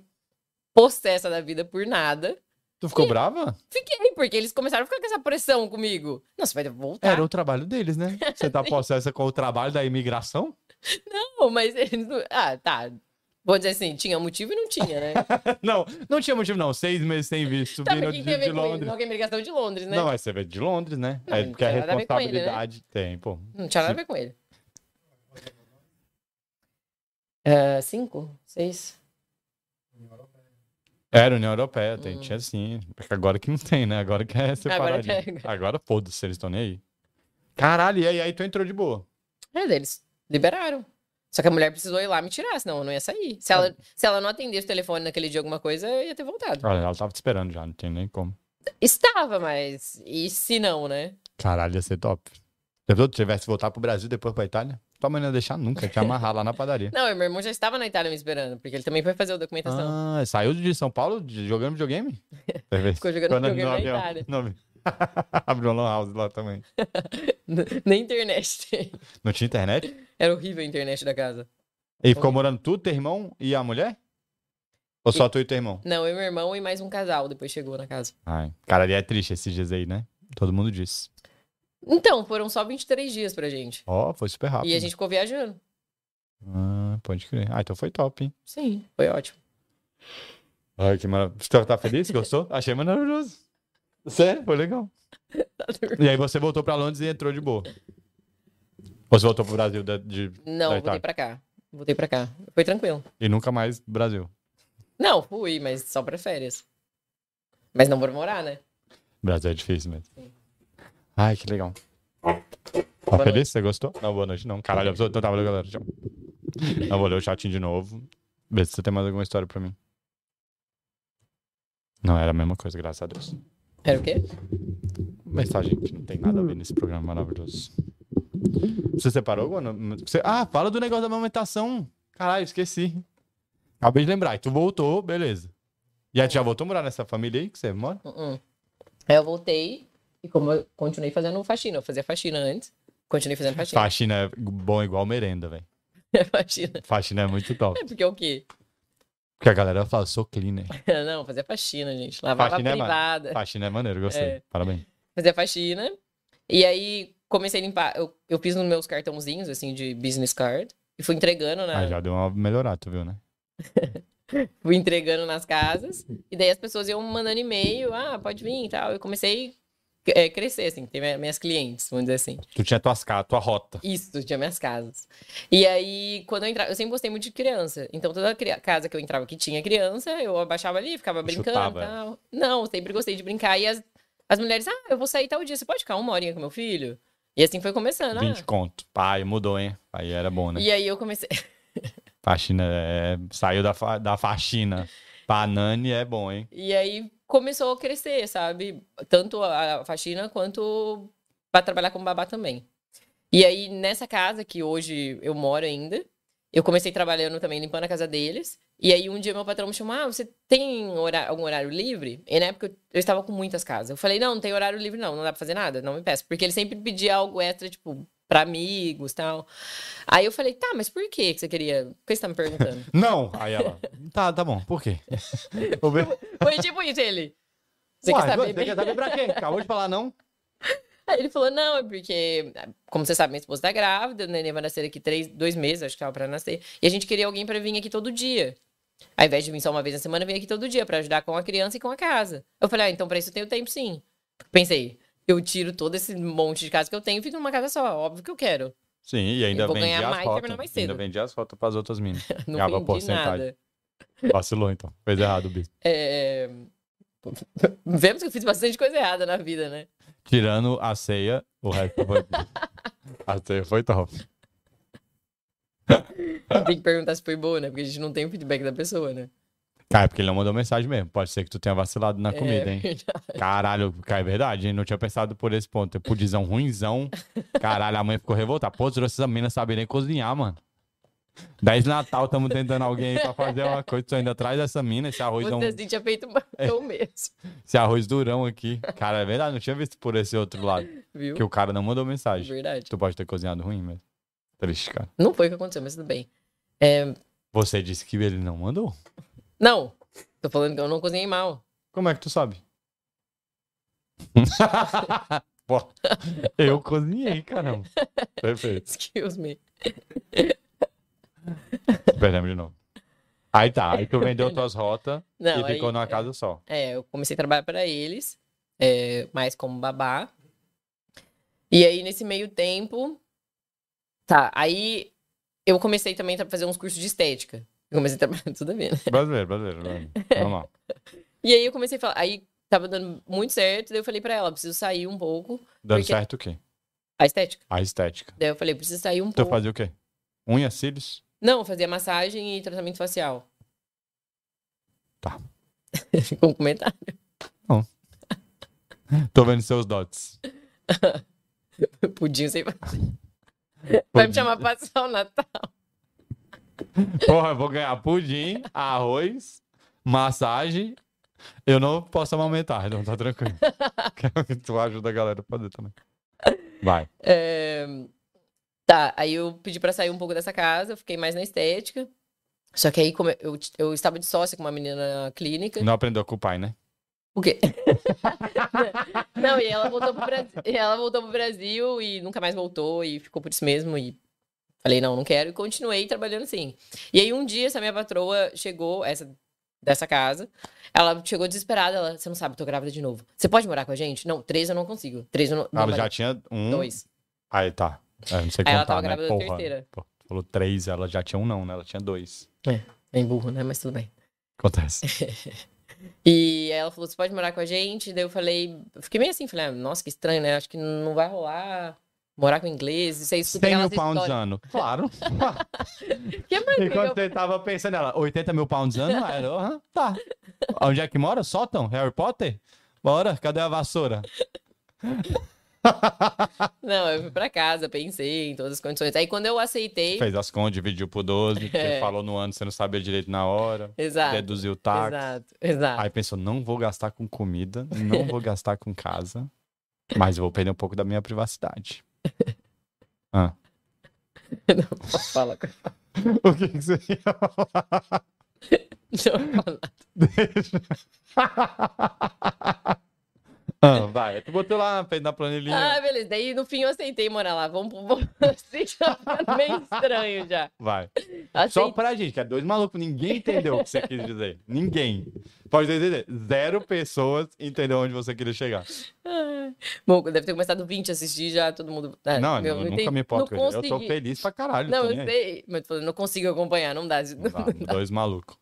B: possessa da vida por nada.
A: Tu ficou brava?
B: Fiquei, porque eles começaram a ficar com essa pressão comigo. Não, você vai voltar.
A: Era o trabalho deles, né? Você tá possessa com o trabalho da imigração?
B: Não, mas eles não... Ah, tá. Vou dizer assim, tinha motivo e não tinha, né?
A: Não, não tinha motivo, não. Seis meses sem visto,
B: tá,
A: vindo
B: mas
A: de,
B: quem tem a
A: de
B: ver com ele?
A: Londres.
B: Não, que é imigração de Londres, né?
A: Não, mas você veio de Londres, né?
B: Não,
A: Aí
B: não
A: porque
E: é
A: a
B: tinha nada a ver com ele, né?
A: responsabilidade tem, pô.
B: Não tinha nada a ver com ele. Ah, cinco? Seis?
A: Era União Europeia,
B: Hum.
A: tem, tinha sim. Porque Agora que não tem, né? Agora que é separadinho.
B: que
A: Agora,
B: é-
A: foda-se, eles estão nem aí. Caralho, e aí, aí tu entrou de boa.
B: É deles. Liberaram. Só que a mulher precisou ir lá me tirar, senão eu não ia sair. Se ela, se ela não atendesse o telefone naquele dia alguma coisa, eu ia ter voltado.
A: Olha, ela tava te esperando já, não tem nem como.
B: Estava, mas. E se não, né?
A: Caralho, ia ser top. Se eu tivesse que voltar pro Brasil depois pra Itália, tua mãe não ia deixar nunca, ia te amarrar lá na padaria.
B: Não, e meu irmão já estava na Itália me esperando, porque ele também foi fazer a documentação.
A: Ah, saiu de São Paulo de- jogando videogame?
B: Ficou jogando videogame na Itália.
A: Abriu um lan house lá também.
B: Na internet. tem.
A: Não tinha internet?
B: Era horrível a internet da casa.
A: E ficou morando tu, teu irmão e a mulher? Ou só tu e teu irmão?
B: Não, eu e meu irmão e mais um casal depois chegou na casa.
A: Ai, cara, ali é triste esses dias aí, né? Todo mundo disse.
B: Então, foram só 23 dias pra gente.
A: Ó, foi super rápido.
B: E a gente ficou viajando.
A: Ah, pode crer. Ah, então foi top, hein?
B: Sim, foi ótimo.
A: Ai, que maravilha. Você tá feliz? Gostou? Achei maravilhoso. Sério? Foi legal. E aí você voltou pra Londres e entrou de boa. Ou você voltou pro Brasil da- de,
B: Não,
A: da
B: voltei
A: Itália?
B: pra cá. Voltei pra cá. Foi tranquilo.
A: E nunca mais Brasil.
B: Não, fui, mas só pra férias. Mas não pra morar, né?
A: Brasil é difícil mesmo. Ai, que legal. Tá
B: noite.
A: feliz? Você gostou? Não, boa noite, não. Caralho, eu tô- então tá, valeu, galera. Tchau. Não, vou ler o chatinho de novo. Vê se você tem mais alguma história pra mim. Não, era a mesma coisa, graças a Deus.
B: Era o quê?
A: Mensagem que não tem nada a ver nesse programa maravilhoso. Você separou alguma? no- você- Ah, fala do negócio da amamentação. Caralho, esqueci. Acabei de lembrar. E tu voltou, beleza. E aí, tu já voltou a morar nessa família aí que você mora?
B: Uh-uh. Aí eu voltei e como eu continuei fazendo faxina. Eu fazia faxina antes. Continuei fazendo faxina.
A: Faxina é bom igual merenda, velho.
B: faxina.
A: Faxina é muito top.
B: É porque o quê?
A: Porque a galera fala, sou cleaner.
B: Não, fazia faxina, gente. Lavava
A: Faxina é mais-
B: privada.
A: Faxina é maneiro, gostei.
B: É.
A: Parabéns.
B: fazia faxina. E aí comecei a limpar. Eu, eu fiz nos meus cartãozinhos, assim, de business card. E fui entregando, na,
A: Aí Ah, já deu uma melhorada, tu viu, né?
B: fui entregando nas casas. E daí as pessoas iam mandando e-mail, ah, pode vir e tal. Eu comecei a é, crescer, assim, ter minha- minhas clientes, vamos dizer assim.
A: Tu tinha tuas casas, tua rota.
B: Isso, tinha minhas casas. E aí, quando eu entrava, eu sempre gostei muito de criança. Então, toda cria- casa que eu entrava que tinha criança, eu abaixava ali, ficava brincando
A: Chutava.
B: e tal. Não, sempre gostei de brincar. E as, as mulheres, ah, eu vou sair tal dia, você pode ficar uma horinha com meu filho? E assim foi começando. ah.
A: 20 conto. Pai, mudou, hein? Aí era bom, né?
B: E aí eu comecei.
A: Faxina é... Saiu da, fa... da faxina. Pra Nani é bom, hein?
B: E aí começou a crescer, sabe? Tanto a a faxina quanto para trabalhar como babá também. E aí nessa casa que hoje eu moro ainda, eu comecei trabalhando também limpando a casa deles. E aí um dia meu patrão me chamou: "Ah, você tem hora- algum horário livre?" E na época eu, eu estava com muitas casas. Eu falei: "Não, não tem horário livre não, não dá para fazer nada, não me peça", porque ele sempre pedia algo extra, tipo, para amigos, tal. Aí eu falei: "Tá, mas por que que você queria? Por que você tá me perguntando?"
A: Não! Aí ela, tá, tá bom, por quê? Vou ver.
B: Foi tipo isso ele. Você
A: Uai,
B: quer saber?
A: Você quer saber pra quê? Acabou de falar, não?
B: Aí ele falou, não, é porque, como você sabe, minha esposa tá grávida, o neném vai nascer daqui três, dois meses, acho que tava pra nascer. E a gente queria alguém pra vir aqui todo dia. Ao invés de vir só uma vez na semana, eu vim aqui todo dia pra ajudar com a criança e com a casa. Eu falei, ah, então pra isso eu tenho tempo sim. Pensei, eu tiro todo esse monte de casa que eu tenho e fico numa casa só, óbvio que eu quero.
A: Sim, e ainda
B: Eu vou
A: vendi
B: ganhar
A: as
B: mais e
A: fotos.
B: terminar mais cedo.
A: Ainda vendi as fotos pras outras meninas.
B: Não
A: Ganhava
B: vendi nada.
A: Vacilou, então. Fez errado, o bicho.
B: É... Vemos que eu fiz bastante coisa errada na vida, né?
A: Tirando a ceia, o resto foi... a ceia foi top.
B: Tem que perguntar se foi boa, né? Porque a gente não tem o feedback da pessoa, né?
A: Cara, é porque ele não mandou mensagem mesmo. Pode ser que tu tenha vacilado na comida,
B: é,
A: hein?
B: verdade.
A: Caralho, cara, é verdade, hein? Não tinha pensado por esse ponto. Pudizão um ruinzão. Caralho, a mãe ficou revoltada. Pô, trouxe essa menina saber nem cozinhar, mano. Desde Natal estamos tentando alguém aí pra fazer uma coisa. Tu ainda traz essa mina, esse
B: Você
A: arrozão,
B: assim, tinha feito uma...
A: É.
B: eu mesmo,
A: esse arroz durão aqui. Cara, é verdade, não tinha visto por esse outro lado.
B: viu?
A: Que o cara não mandou mensagem.
B: Verdade.
A: Tu pode ter cozinhado ruim mesmo. Triste, cara.
B: Não foi o que aconteceu, mas tudo bem. É,
A: Você disse que ele não mandou?
B: Não, tô falando que eu não cozinhei mal.
A: Como é que tu sabe? Pô, eu cozinhei, caramba. Perfeito.
B: Excuse me.
A: Perdemos de novo. Aí tá, aí tu vendeu tuas rotas
B: Não,
A: e
B: aí-
A: ficou numa casa só.
B: É, eu comecei a trabalhar para eles, é, mais como babá. E aí, nesse meio tempo. Tá, aí eu comecei também a fazer uns cursos de estética. Eu comecei a trabalhar, tudo a ver, né?
A: Brasileiro, brasileiro. brasileiro. Normal.
B: E aí eu comecei a falar. Aí tava dando muito certo, daí eu falei para ela: preciso sair um pouco.
A: Dando
B: Porque-
A: certo o quê?
B: A estética.
A: A estética.
B: Daí eu falei: preciso sair um
A: Tu
B: pouco.
A: fazia o quê? Unha, cílios?
B: Não, eu fazia massagem e tratamento facial.
A: Tá.
B: Ficou um comentário.
A: Tô vendo seus dots.
B: Pudim sem fazer. Vai me chamar pra passar o Natal.
A: Porra, eu vou ganhar pudim, arroz, massagem. Eu não posso amamentar, então tá tranquilo. é tu ajuda a galera a fazer também. Vai.
B: É, Tá, aí eu pedi pra sair um pouco dessa casa, eu fiquei mais na estética. Só que aí como eu, eu- eu estava de sócia com uma menina na clínica.
A: Não aprendeu com o pai, né?
B: O quê? Não, e ela voltou pro Brasil, ela voltou pro Brasil e nunca mais voltou e ficou por isso mesmo e falei não, não quero e continuei trabalhando assim. E aí um dia essa minha patroa chegou essa dessa casa, ela chegou desesperada, ela, você não sabe, eu tô grávida de novo. Você pode morar com a gente? Não, três eu não consigo. Três eu não, não
A: Ela
B: mas
A: já tinha um.
B: dois.
A: Aí tá. Eu não sei contar,
B: Aí ela tava
A: né?
B: grávida da
A: Porra.
B: terceira.
A: Pô, tu falou três, ela já tinha um não, né? Ela tinha dois.
B: Bem burro, né? Mas tudo bem.
A: Acontece.
B: E aí ela falou, você pode morar com a gente? Daí eu falei, eu fiquei meio assim, falei, ah, nossa, que estranho, né? Acho que não vai rolar morar com inglês, isso aí super
A: 100 mil pounds ano. Claro.
B: Que é mais
A: E
B: que eu-
A: quando você tava pensando nela, 80 mil pounds ano? Aí ela, aham, tá. Onde é que mora? Sótão? Harry Potter? Bora, cadê a vassoura?
B: Não, eu fui pra casa, pensei em todas as condições. Aí quando eu aceitei,
A: Fez as contas, dividiu por 12, porque
B: É.
A: falou no ano, você não sabia direito na hora,
B: exato,
A: deduziu o táxi.
B: exato, exato.
A: Aí pensou, não vou gastar com comida, não vou gastar com casa, mas eu vou perder um pouco da minha privacidade.
B: Não posso falar. com-
A: o que, que você ia falar?
B: Não, fala.
A: Deixa. ah, vai, tu botou lá, fez na planilhinha.
B: Ah, beleza. Daí no fim eu aceitei morar lá. Vamos pro... vamos- Assim já fica meio estranho já.
A: Vai. Só
B: Aceitei.
A: pra gente, que é dois malucos, ninguém entendeu o que você quis dizer. Ninguém. Pode entender. Zero pessoas entenderam onde você queria chegar.
B: Ah. Bom, deve ter começado 20 a assistir já, todo mundo... Ah,
A: não,
B: eu
A: eu nunca
B: entendi.
A: me importo
B: Não
A: com ele. Eu tô
B: consegui.
A: feliz é pra caralho.
B: Não,
A: tô
B: eu
A: nem aí.
B: sei, mas tô falando, não consigo acompanhar, não dá. não
A: Vai, dois malucos.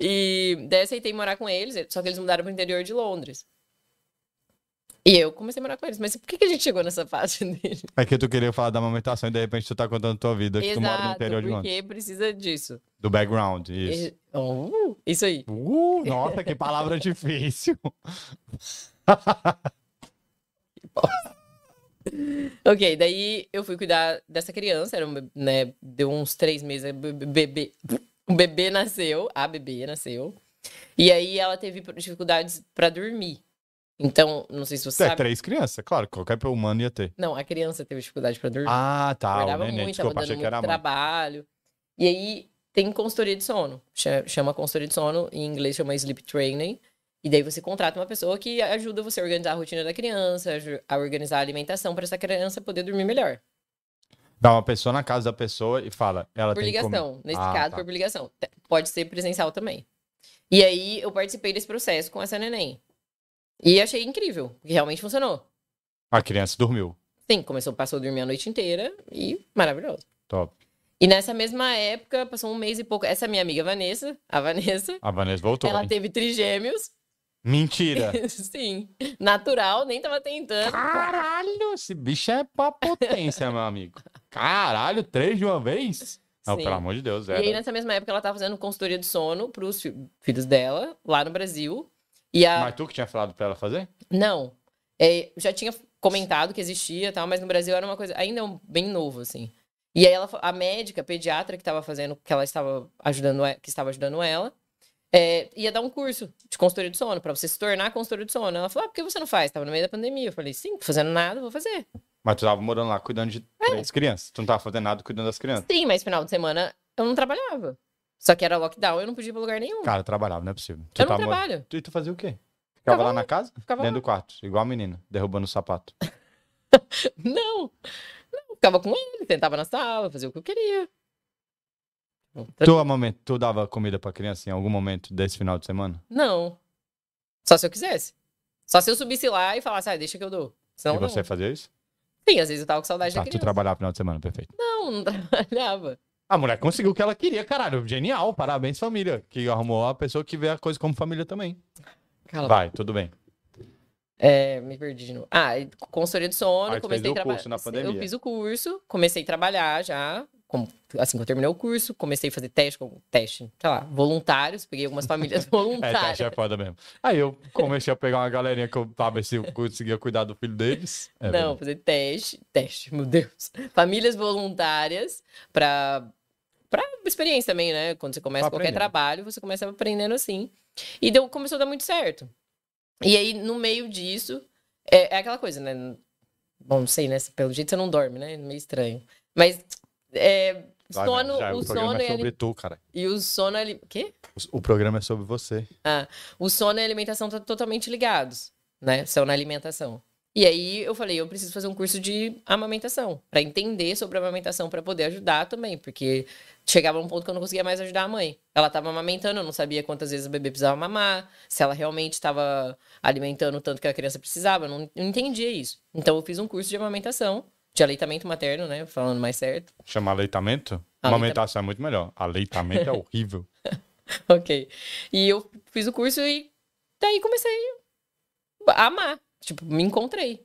B: E daí aceitei morar com eles, só que eles mudaram pro interior de Londres. E eu comecei a morar com eles. Mas por que, que a gente chegou nessa fase né? dele?
A: É que tu queria falar da amamentação e de repente tu tá contando tua vida, que tu mora no interior de Londres.
B: porque precisa disso.
A: Do background, isso.
B: E- Oh, isso aí.
A: Uh, nossa, que palavra difícil.
B: Ok, daí eu fui cuidar dessa criança, era um, be- né, deu uns três meses, be- be- bebê, o bebê nasceu, a bebê nasceu. E aí ela teve dificuldades pra dormir. Então, não sei se você
A: É,
B: sabe.
A: três crianças, claro, qualquer humano ia ter.
B: Não, a criança teve dificuldade pra dormir.
A: Ah, tá, o
B: acordava
A: neném,
B: muito,
A: desculpa,
B: tava
A: achei
B: dando
A: que era a
B: muito
A: mãe.
B: trabalho. E aí tem consultoria de sono, cha- chama consultoria de sono, em inglês chama sleep training. E daí você contrata uma pessoa que ajuda você a organizar a rotina da criança, aju- a organizar a alimentação para essa criança poder dormir melhor.
A: Dá uma pessoa na casa da pessoa e fala, ela
B: por
A: tem que comer.
B: ligação, nesse
A: Ah,
B: caso
A: tá.
B: por ligação. Te- Pode ser presencial também. E aí eu participei desse processo com essa neném. E achei incrível, porque realmente funcionou.
A: A criança dormiu.
B: Sim, começou, passou a dormir a noite inteira e maravilhoso.
A: Top.
B: E nessa mesma época, passou um mês e pouco, essa minha amiga Vanessa, a Vanessa,
A: A Vanessa voltou.
B: ela
A: hein?
B: teve trigêmeos.
A: Mentira.
B: Sim, natural, nem tava
A: Ah,
B: tentando.
A: Caralho, esse bicho é pra potência, meu amigo. Caralho, três de uma vez? Não,
B: Sim.
A: pelo amor de Deus,
B: E
A: é.
B: aí, nessa mesma época, ela tava fazendo consultoria de sono pros fi filhos dela, lá no Brasil. E a.
A: Mas tu que tinha falado pra ela fazer?
B: Não. É, eu já tinha comentado que existia e tal, mas no Brasil era uma coisa ainda um- bem novo, assim. E aí ela, fa- a médica, a pediatra que estava fazendo, que ela estava ajudando, e- que estava ajudando ela, é, ia dar um curso de consultoria de sono, para você se tornar consultora de sono. Ela falou, ah, por que você não faz? Tava no meio da pandemia. Eu falei, sim, tô fazendo nada, vou fazer.
A: Mas tu tava morando lá cuidando de
B: É.
A: três crianças. Tu não tava fazendo nada cuidando das crianças.
B: Sim, mas final de semana eu não trabalhava. Só que era lockdown, eu não podia ir pra lugar nenhum.
A: Cara, eu trabalhava, não é possível. Tu
B: eu não
A: tá mor-
B: trabalho.
A: Tu, e tu fazia o quê? Ficava
B: Ficava
A: lá
B: lá.
A: na casa?
B: Ficava
A: Dentro do quarto, igual a menina, derrubando o sapato.
B: Não. Não, ficava com ele, sentava na sala, fazia o que eu queria. Então,
A: Tu, amamente, tu dava comida pra criança em algum momento desse final de semana?
B: Não. Só se eu quisesse. Só se eu subisse lá e falasse, ah, deixa que eu dou. Senão,
A: e você
B: não.
A: fazia isso?
B: Sim, às vezes eu tava com saudade
A: Tá,
B: da
A: tu
B: criança.
A: trabalhava final de semana, perfeito.
B: Não, não trabalhava.
A: A mulher conseguiu o que ela queria, caralho. Genial, parabéns, família. Que arrumou a pessoa que vê a coisa como família também.
B: Cala.
A: Vai, tudo bem.
B: É, me perdi de novo. Ah, e com consultoria de sono,
A: Aí tu
B: comecei
A: fez
B: a
A: o
B: trabalhar.
A: curso na pandemia.
B: Eu fiz o curso, comecei a trabalhar já. como- assim que eu terminei o curso, comecei a fazer teste, com- teste, sei lá, voluntários, peguei algumas famílias
A: É, tá,
B: voluntárias.
A: já é foda mesmo. Aí eu comecei a pegar uma galerinha que eu tava se eu conseguia cuidar do filho deles. É,
B: Não, fazer teste, teste, meu Deus. Famílias voluntárias pra para experiência também, né? Quando você começa
A: Pra
B: qualquer
A: aprender.
B: trabalho, você começa aprendendo assim. E deu, começou a dar muito certo. E aí, no meio disso, é, é aquela coisa, né? Bom, não sei, né? Pelo jeito você não dorme, né? Meio estranho. Mas é,
A: vai
B: sono,
A: mesmo, já é, programa
B: o sono
A: é
B: e,
A: sobre
B: ali-
A: tu, cara.
B: e o sono ali. Quê?
A: O, o programa é sobre você.
B: O sono e a alimentação estão totalmente ligados, né? São na alimentação. E aí eu falei, eu preciso fazer um curso de amamentação, pra entender sobre a amamentação, pra poder ajudar também, porque chegava um ponto que eu não conseguia mais ajudar a mãe. Ela tava amamentando, eu não sabia quantas vezes o bebê precisava mamar, se ela realmente estava alimentando o tanto que a criança precisava, eu não, eu não entendia isso. Então eu fiz um curso de amamentação, de aleitamento materno, né? Falando mais certo.
A: Chama aleitamento? Amamentação é muito melhor. Aleitamento é horrível.
B: Ok. E eu fiz o curso e daí comecei a amar. Tipo, me encontrei.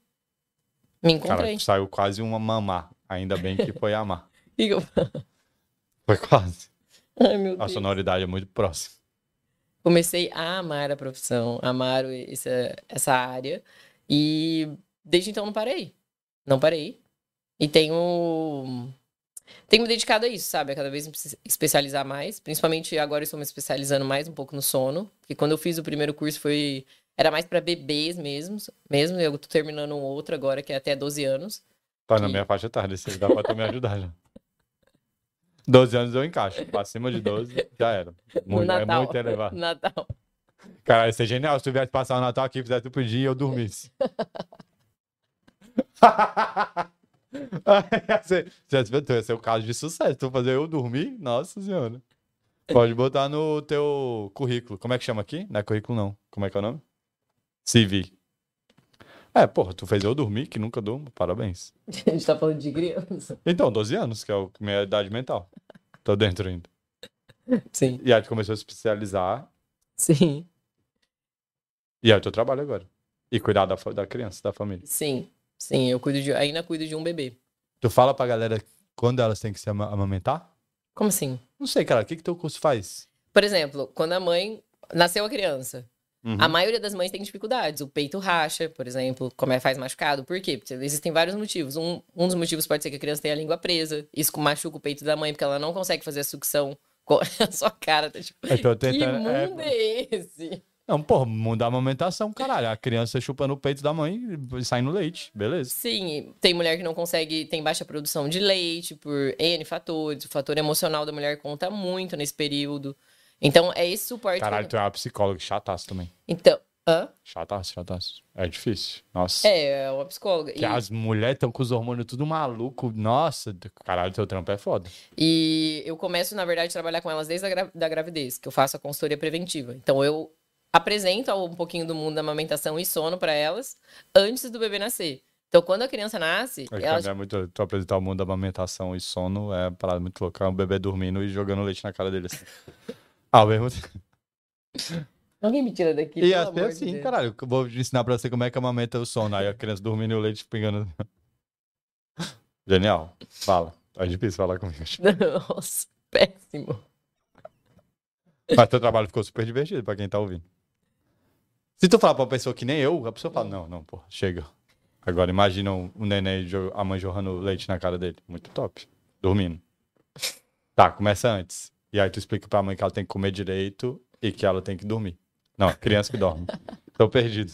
B: Me encontrei.
A: Cara, saiu quase uma mamá. Ainda bem que foi amar.
B: E eu-
A: Foi quase.
B: Ai, meu
A: A
B: Deus.
A: sonoridade é muito próxima.
B: Comecei a amar a profissão, amar o- essa, essa área. E desde então não parei. Não parei. E tenho. Tenho me dedicado a isso, sabe? A cada vez me espe- especializar mais. Principalmente agora eu estou me especializando mais um pouco no sono. Porque quando eu fiz o primeiro curso foi. Era mais para bebês mesmo. Mesmo. Eu tô terminando um outro agora, que é até 12 anos.
A: Tá na
B: Que-
A: minha faixa etária, se dá pra tu me ajudar já. 12 anos eu encaixo. Acima de 12, já era. Muito, é
B: Natal.
A: muito elevado.
B: Natal.
A: Cara, isso é genial. Se tu viesse passar o Natal aqui, fizesse tu pedir e eu dormisse. Ia ser- ia ser- ia ser o caso de sucesso. Tu fazer eu dormir? Nossa senhora. Pode botar no teu currículo. Como é que chama aqui? Não é currículo, não. Como é que é o nome? CV. É, porra, tu fez eu dormir, que nunca durmo. Parabéns.
B: A gente tá falando de criança.
A: Então, 12 anos, que é a minha idade mental. Tô dentro ainda.
B: Sim.
A: E aí tu começou a se especializar
B: Sim.
A: E é o teu trabalho agora. E cuidar da, fa- da criança, da família.
B: Sim. Sim, eu cuido de. Ainda cuido de um bebê.
A: Tu fala pra galera quando elas têm que se ama- amamentar?
B: Como assim?
A: Não sei, cara. O que, que teu curso faz?
B: Por exemplo, quando a mãe nasceu a criança,
A: Uhum.
B: a maioria das mães tem dificuldades. O peito racha, por exemplo, como é faz machucado. Por quê? Porque existem vários motivos. Um, um dos motivos pode ser que a criança tenha a língua presa. Isso machuca o peito da mãe, porque ela não consegue fazer a sucção. com A sua cara tá tipo.
A: Eu tô
B: Que
A: tentando- é,
B: mundo é esse?
A: Não, porra, mudar a amamentação, caralho. A criança chupando o peito da mãe e saindo leite. Beleza.
B: Sim, tem mulher que não consegue, tem baixa produção de leite por N fatores. O fator emocional da mulher conta muito nesse período. Então, é esse suporte. que eu-
A: Caralho, tu é uma psicóloga chataço também.
B: Então, hã?
A: Chataço, chataço. É difícil. Nossa.
B: É, é uma psicóloga.
A: Que
B: E-
A: as mulheres estão com os hormônios tudo maluco. Nossa, caralho, teu trampo é foda.
B: E eu começo, na verdade, a trabalhar com elas desde a gra- da gravidez, que eu faço a consultoria preventiva. Então eu apresento um pouquinho do mundo da amamentação e sono para elas antes do bebê nascer. Então quando a criança nasce,
A: É que
B: ela
A: também é muito, tu apresentar o mundo da amamentação e sono é uma parada muito louca. É um bebê dormindo e jogando leite na cara dele assim. ah, mesmo
B: Alguém me tira daqui,
A: E
B: pelo
A: até
B: amor de
A: assim,
B: Deus.
A: caralho, eu vou ensinar pra você como é que amamenta o sono. Aí a criança dormindo e o leite pingando. Genial. Fala. É difícil falar comigo.
B: Nossa, péssimo.
A: Mas teu trabalho ficou super divertido pra quem tá ouvindo. Se tu falar pra uma pessoa que nem eu, a pessoa fala, não, não, porra, chega. Agora imagina um um neném, jo- a mãe jorrando leite na cara dele. Muito top. Dormindo. Tá, começa antes. E aí tu explica pra mãe que ela tem que comer direito e que ela tem que dormir. Não, criança que dorme. Tô perdido.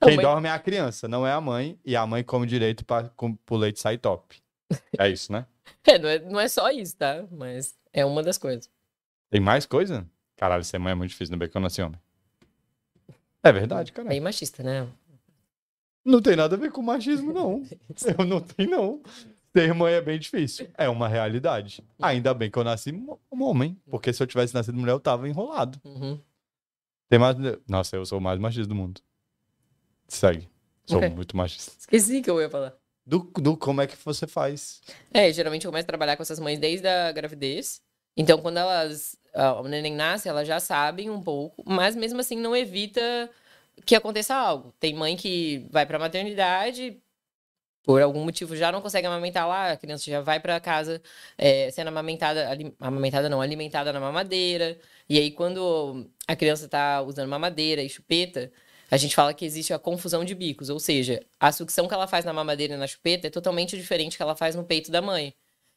B: A
A: Quem
B: mãe-
A: dorme é a criança, não é a mãe. E a mãe come direito pra, com, pro leite sair top. É isso, né?
B: É, não é, não é só isso, tá? Mas é uma das coisas.
A: Tem mais coisa? Caralho, ser mãe é muito difícil, não bem que eu nasci homem. É verdade, cara.
B: Bem machista, né?
A: Não tem nada a ver com machismo, não. Eu não tenho, não. Ter irmã é bem difícil. É uma realidade. Ainda bem que eu nasci mo- um homem, porque se eu tivesse nascido mulher, eu tava enrolado.
B: Uhum.
A: Tem mais. Nossa, eu sou o mais machista do mundo. Segue. Sou
B: Ok.
A: muito machista.
B: Esqueci que eu ia falar.
A: Do, do como é que você faz.
B: É, geralmente eu começo a trabalhar com essas mães desde a gravidez. Então, quando elas. ah, o neném nasce, elas já sabem um pouco, mas mesmo assim não evita que aconteça algo. Tem mãe que vai pra maternidade, por algum motivo já não consegue amamentar lá, a criança já vai pra casa eh, sendo amamentada, ali- amamentada não, alimentada na mamadeira. E aí, quando a criança tá usando mamadeira e chupeta, a gente fala que existe a confusão de bicos, ou seja, a sucção que ela faz na mamadeira e na chupeta é totalmente diferente que ela faz no peito da mãe.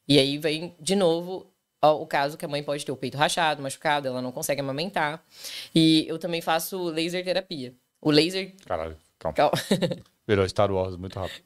B: E aí vem, de novo, ó, o caso que a mãe pode ter o peito rachado, machucado, ela não consegue amamentar. E eu também faço laser terapia. O laser.
A: Caralho, calma.
B: Calma.
A: Virou Star Wars muito rápido.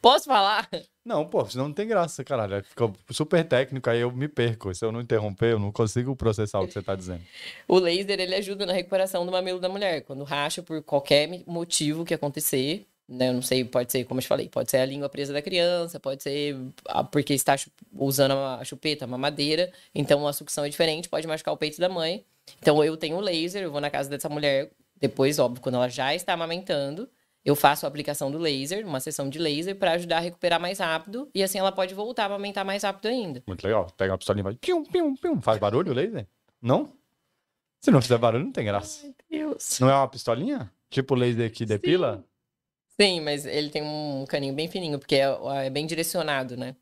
B: Posso falar?
A: Não, pô, senão não tem graça, caralho. Aí Fica super técnico, aí eu me perco. Se eu não interromper, eu não consigo processar o que você tá dizendo.
B: O laser, ele ajuda na recuperação do mamilo da mulher. Quando racha por qualquer mi- motivo que acontecer, né? Eu não sei, pode ser, como eu te falei, pode ser a língua presa da criança, pode ser a- porque está chu- usando a chupeta, a mamadeira. Então, a sucção é diferente, pode machucar o peito da mãe. Então, eu tenho o laser, eu vou na casa dessa mulher. Depois, óbvio, quando ela já está amamentando, eu faço a aplicação do laser, uma sessão de laser, para ajudar a recuperar mais rápido. E assim ela pode voltar a amamentar mais rápido ainda.
A: Muito legal. Pega uma pistolinha e vai. Pium, pium, pium. Faz barulho o laser? Não? Se não fizer barulho, não tem graça.
B: Deus.
A: Não é uma pistolinha? Tipo o laser que depila?
B: Sim, mas ele tem um caninho bem fininho, porque é, é bem direcionado, né?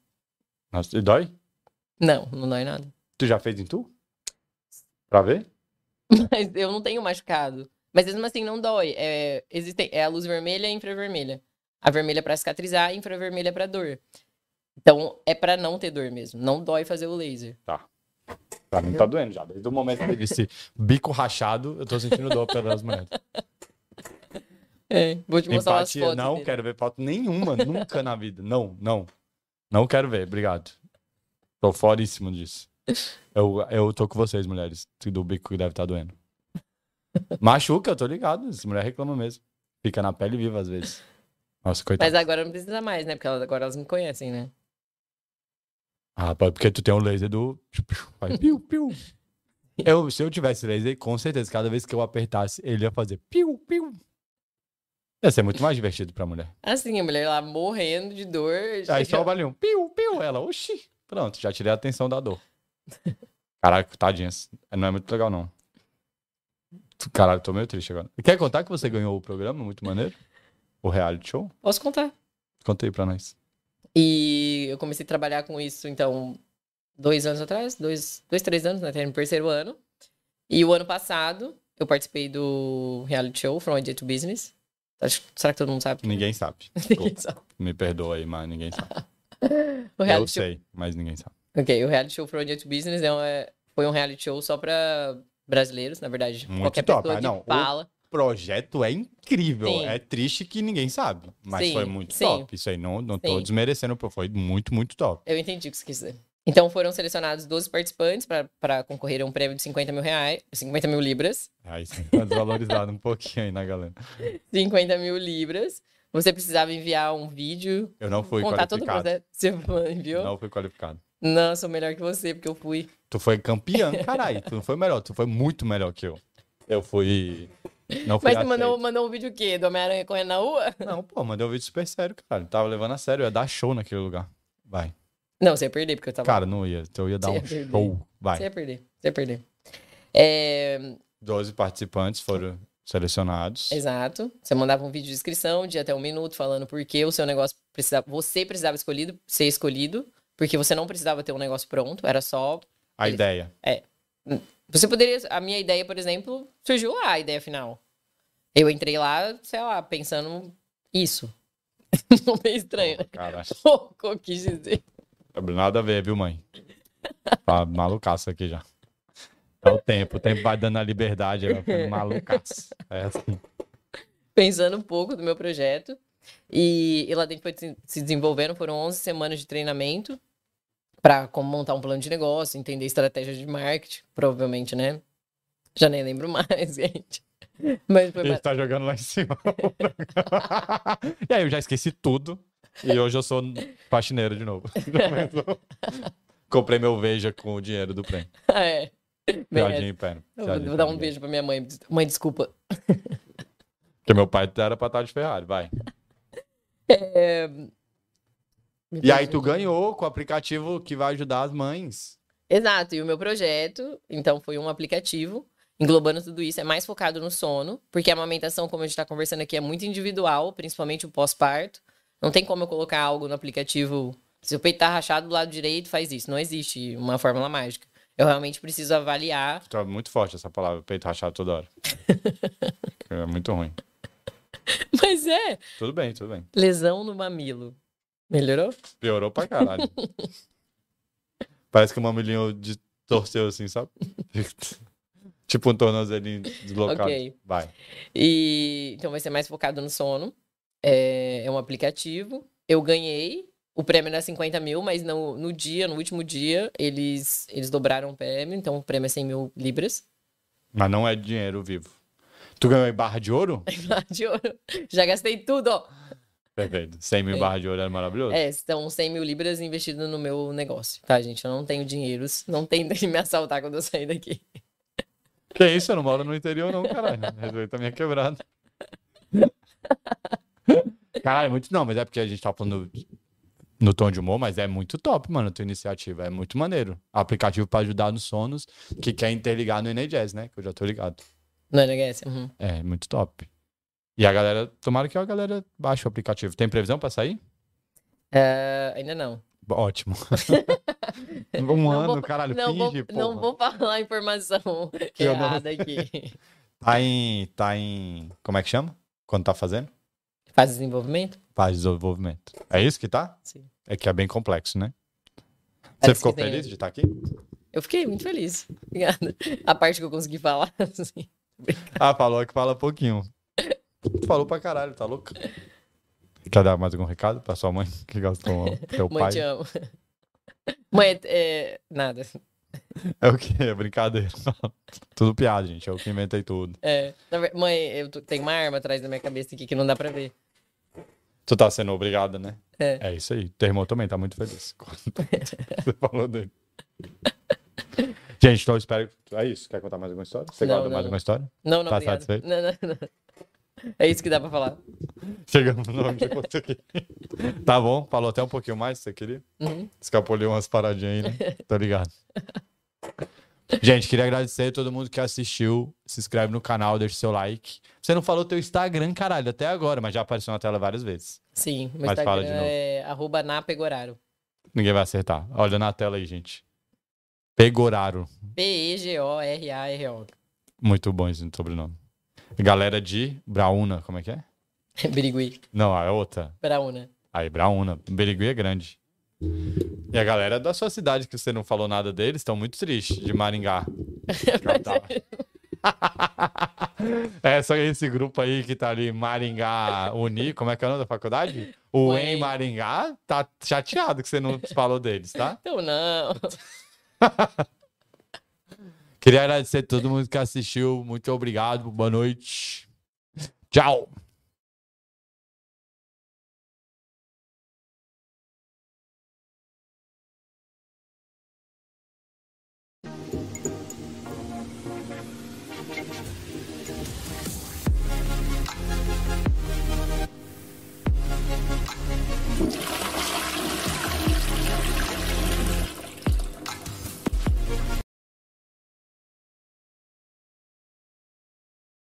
A: Nossa, e dói?
B: Não, não dói nada.
A: Tu já fez em tu? Pra ver?
B: Mas eu não tenho machucado. Mas mesmo assim não dói. É, existem, é a luz vermelha e a infravermelha. A vermelha é pra cicatrizar, a infravermelha é pra dor. Então é pra não ter dor mesmo. Não dói fazer o laser.
A: Pra mim tá doendo já. Desde o momento que eu disse bico rachado, eu tô sentindo dor pelas mulheres.
B: É, vou te mostrar umas
A: Empatia,
B: fotos.
A: não
B: dele.
A: quero ver foto nenhuma, nunca na vida. Não, não. Não quero ver, obrigado. Tô foríssimo disso. Eu, eu tô com vocês, mulheres, do bico que deve estar doendo. Machuca, eu tô ligado. As mulheres reclamam mesmo. Fica na pele viva às vezes. Nossa, coitado.
B: Mas agora não precisa mais, né? Porque elas- agora elas me conhecem, né?
A: Ah, pô, porque tu tem um laser do. Vai piu, piu. Eu, se eu tivesse laser, com certeza, cada vez que eu apertasse, ele ia fazer piu, piu. Ia ser muito mais divertido pra mulher.
B: Assim, a mulher lá morrendo de dor.
A: Aí só o barulhinho, piu, piu, ela, oxi. Pronto, já tirei a atenção da dor. Caraca, tadinha, não é muito legal, não. Caralho, tô meio triste agora. Quer contar que você ganhou o programa? Muito maneiro. O reality show?
B: Posso contar?
A: Conta aí pra nós.
B: E eu comecei a trabalhar com isso, então, dois anos atrás, dois, dois três anos, né? Terminei o terceiro ano. E o ano passado, eu participei do reality show From Idea to Business. Acho, será que todo mundo sabe?
A: Ninguém sabe.
B: Ninguém
A: Desculpa,
B: sabe.
A: Me perdoa aí, mas ninguém sabe.
B: O
A: Eu
B: reality show.
A: sei, mas ninguém sabe.
B: Ok, o reality show From Idea to Business é um- é- foi um reality show só pra brasileiros, na verdade.
A: Muito
B: Qualquer
A: top,
B: pessoa
A: ah,
B: que
A: não, o-
B: fala.
A: O projeto é incrível.
B: Sim.
A: É triste que ninguém sabe. Mas
B: Sim,
A: foi muito
B: sim.
A: top. Isso aí, não, não tô
B: Sim.
A: desmerecendo. pô, Foi muito, muito top.
B: Eu entendi o que você quis dizer. Então foram selecionados 12 participantes para concorrer a um prêmio de 50 mil reais, 50 mil libras.
A: Aí sim, tá desvalorizado um pouquinho aí na galera.
B: 50 mil libras. Você precisava enviar um vídeo,
A: Eu não fui
B: contar todo né? o
A: qualificado.
B: processo. Você enviou? Não.
A: Não fui qualificado.
B: sou melhor que você, porque eu fui.
A: Tu foi campeã, caralho. Tu não foi melhor, tu foi muito melhor que eu. Eu fui. Não fui
B: Mas tu mandou,
A: aceito.
B: mandou um vídeo o quê? Do Homem-Aranha correndo na rua?
A: Não, pô, mandei um vídeo super sério, caralho. Tava levando a sério, eu ia dar show naquele lugar. Vai.
B: Não, você ia perder, porque eu tava.
A: Cara, não ia. Eu ia dar
B: Você ia
A: um
B: perder.
A: show.
B: Você
A: Vai.
B: ia perder, você ia perder. É,
A: 12 participantes foram selecionados.
B: Exato. Você mandava um vídeo de inscrição de até um minuto falando por que o seu negócio precisava. Você precisava escolhido, ser escolhido, porque você não precisava ter um negócio pronto, era só
A: A ideia.
B: É, hum, Você poderia. A minha ideia, por exemplo, surgiu lá, a ideia final. Eu entrei lá, sei lá, pensando isso. Não meio estranho, né?
A: Caralho.
B: Pouco eu quis dizer.
A: Nada a ver, viu, mãe? Tá malucaço aqui já. É o tempo. O tempo vai dando a liberdade, eu ficando malucaço. É assim.
B: Pensando um pouco do meu projeto. E, e lá dentro foi se- se desenvolvendo, foram 11 semanas de treinamento para como montar um plano de negócio, entender estratégias de marketing, provavelmente, né? Já nem lembro mais, gente. Mas foi
A: Ele tá jogando lá em cima. e aí eu já esqueci tudo. E hoje eu sou faxineiro de novo. Comprei meu Veja com o dinheiro do prêmio.
B: Ah, é. Merece.
A: Piadinha interna.
B: Eu vou,
A: piadinha
B: vou dar um
A: interna.
B: beijo pra minha mãe. Mãe, desculpa.
A: Porque meu pai era pra estar de Ferrari, vai.
B: É, me
A: E aí
B: perdi.
A: tu ganhou com o aplicativo que vai ajudar as mães.
B: Exato, e o meu projeto, então, foi um aplicativo, englobando tudo isso, é mais focado no sono, porque a amamentação, como a gente está conversando aqui, é muito individual, principalmente o pós-parto. Não tem como eu colocar algo no aplicativo. Se o peito tá rachado do lado direito, faz isso. Não existe uma fórmula mágica. Eu realmente preciso avaliar.
A: Tá muito forte essa palavra, peito rachado toda hora. é muito ruim.
B: Mas é,
A: Tudo bem, tudo bem.
B: lesão no mamilo. Melhorou?
A: Piorou pra caralho. Parece que o mamilinho de torceu assim, sabe? tipo um tornozelinho deslocado.
B: Ok.
A: Vai.
B: E então vai ser mais focado no sono. É, é um aplicativo. Eu ganhei. O prêmio era 50 mil, mas no, no dia, no último dia, eles, eles dobraram o prêmio. Então o prêmio é 100 mil libras.
A: Mas não é dinheiro vivo. Tu ganhou em barra de ouro?
B: De ouro. Já gastei tudo. ó.
A: Perfeito. 100 mil
B: É.
A: barra de ouro era maravilhoso.
B: É, são 100 mil libras investidas no meu negócio. Tá, gente? Eu não tenho dinheiros. Não tem que me assaltar quando eu sair daqui.
A: Que isso, eu não moro no interior não, caralho. Respeito a minha quebrada. Caralho, é muito não, mas é porque a gente tá falando no tom de humor, mas é muito top, mano, a tua iniciativa. É muito maneiro. Aplicativo pra ajudar nos sonos, que quer interligar no NJS, né? Que eu já tô ligado.
B: Não é, Neguess? Uhum.
A: É, muito top. E a galera, tomara que a galera baixe o aplicativo. Tem previsão pra sair?
B: É, ainda não.
A: Bom, Ótimo. um ano,
B: vou-
A: caralho,
B: não,
A: finge,
B: vou, não
A: porra.
B: vou falar a informação
A: eu não-
B: errada aqui.
A: Tá em, tá em, como é que chama? Quando tá fazendo?
B: Faz desenvolvimento?
A: Faz desenvolvimento. É isso que tá?
B: Sim.
A: É que é bem complexo, né?
B: Parece
A: Você
B: que
A: ficou
B: tem-
A: feliz de estar aqui?
B: Eu fiquei muito feliz. Obrigada. A parte que eu consegui falar, assim.
A: Ah, falou que fala pouquinho. Falou pra caralho, tá louco? Quer dar mais algum recado pra sua mãe que gastou teu
B: Mãe,
A: pai?
B: te amo. Mãe, é, nada.
A: É o quê? É brincadeira. Tudo piada, gente. Eu que inventei tudo.
B: É, na ver- mãe, eu tô- tenho uma arma atrás da minha cabeça aqui que não dá pra ver.
A: Tu tá sendo obrigada, né?
B: É.
A: É isso aí. Teu irmão também tá muito feliz. Você falou dele. Gente, então eu espero. que- É isso. Quer contar mais alguma história? Você
B: Não,
A: guarda
B: não,
A: mais
B: não.
A: alguma história?
B: Não, não,
A: Tá
B: obrigada.
A: satisfeito?
B: Não, não, não. É isso que dá pra falar.
A: Chegamos no nome de conta aqui. Tá bom, falou até um pouquinho mais, se você queria.
B: Uhum.
A: Escapuliu umas paradinhas aí, né? Tô ligado. Gente, queria agradecer a todo mundo que assistiu. Se inscreve no canal, deixa o seu like. Você não falou teu Instagram, caralho, até agora, mas já apareceu na tela várias vezes.
B: Sim, meu
A: Mas
B: Instagram
A: fala de novo.
B: é arroba napegoraro.
A: Ninguém vai acertar. Olha na tela aí, gente. Pegoraro.
B: P-E-G-O-R-A-R-O.
A: Muito bom esse sobrenome. Galera de Brauna, como é que é?
B: Birigui,
A: Não, a outra.
B: Brauna.
A: Aí, Brauna. Berigui é grande. E a galera da sua cidade, que você não falou nada deles, estão muito tristes de Maringá. Capital. é só esse grupo aí que tá ali, Maringá Uni, como é que é o nome da faculdade? O UEM
B: UEM.
A: Maringá tá chateado que você não falou deles, tá?
B: Então não.
A: Queria agradecer a todo mundo que assistiu. Muito obrigado, boa noite. Tchau!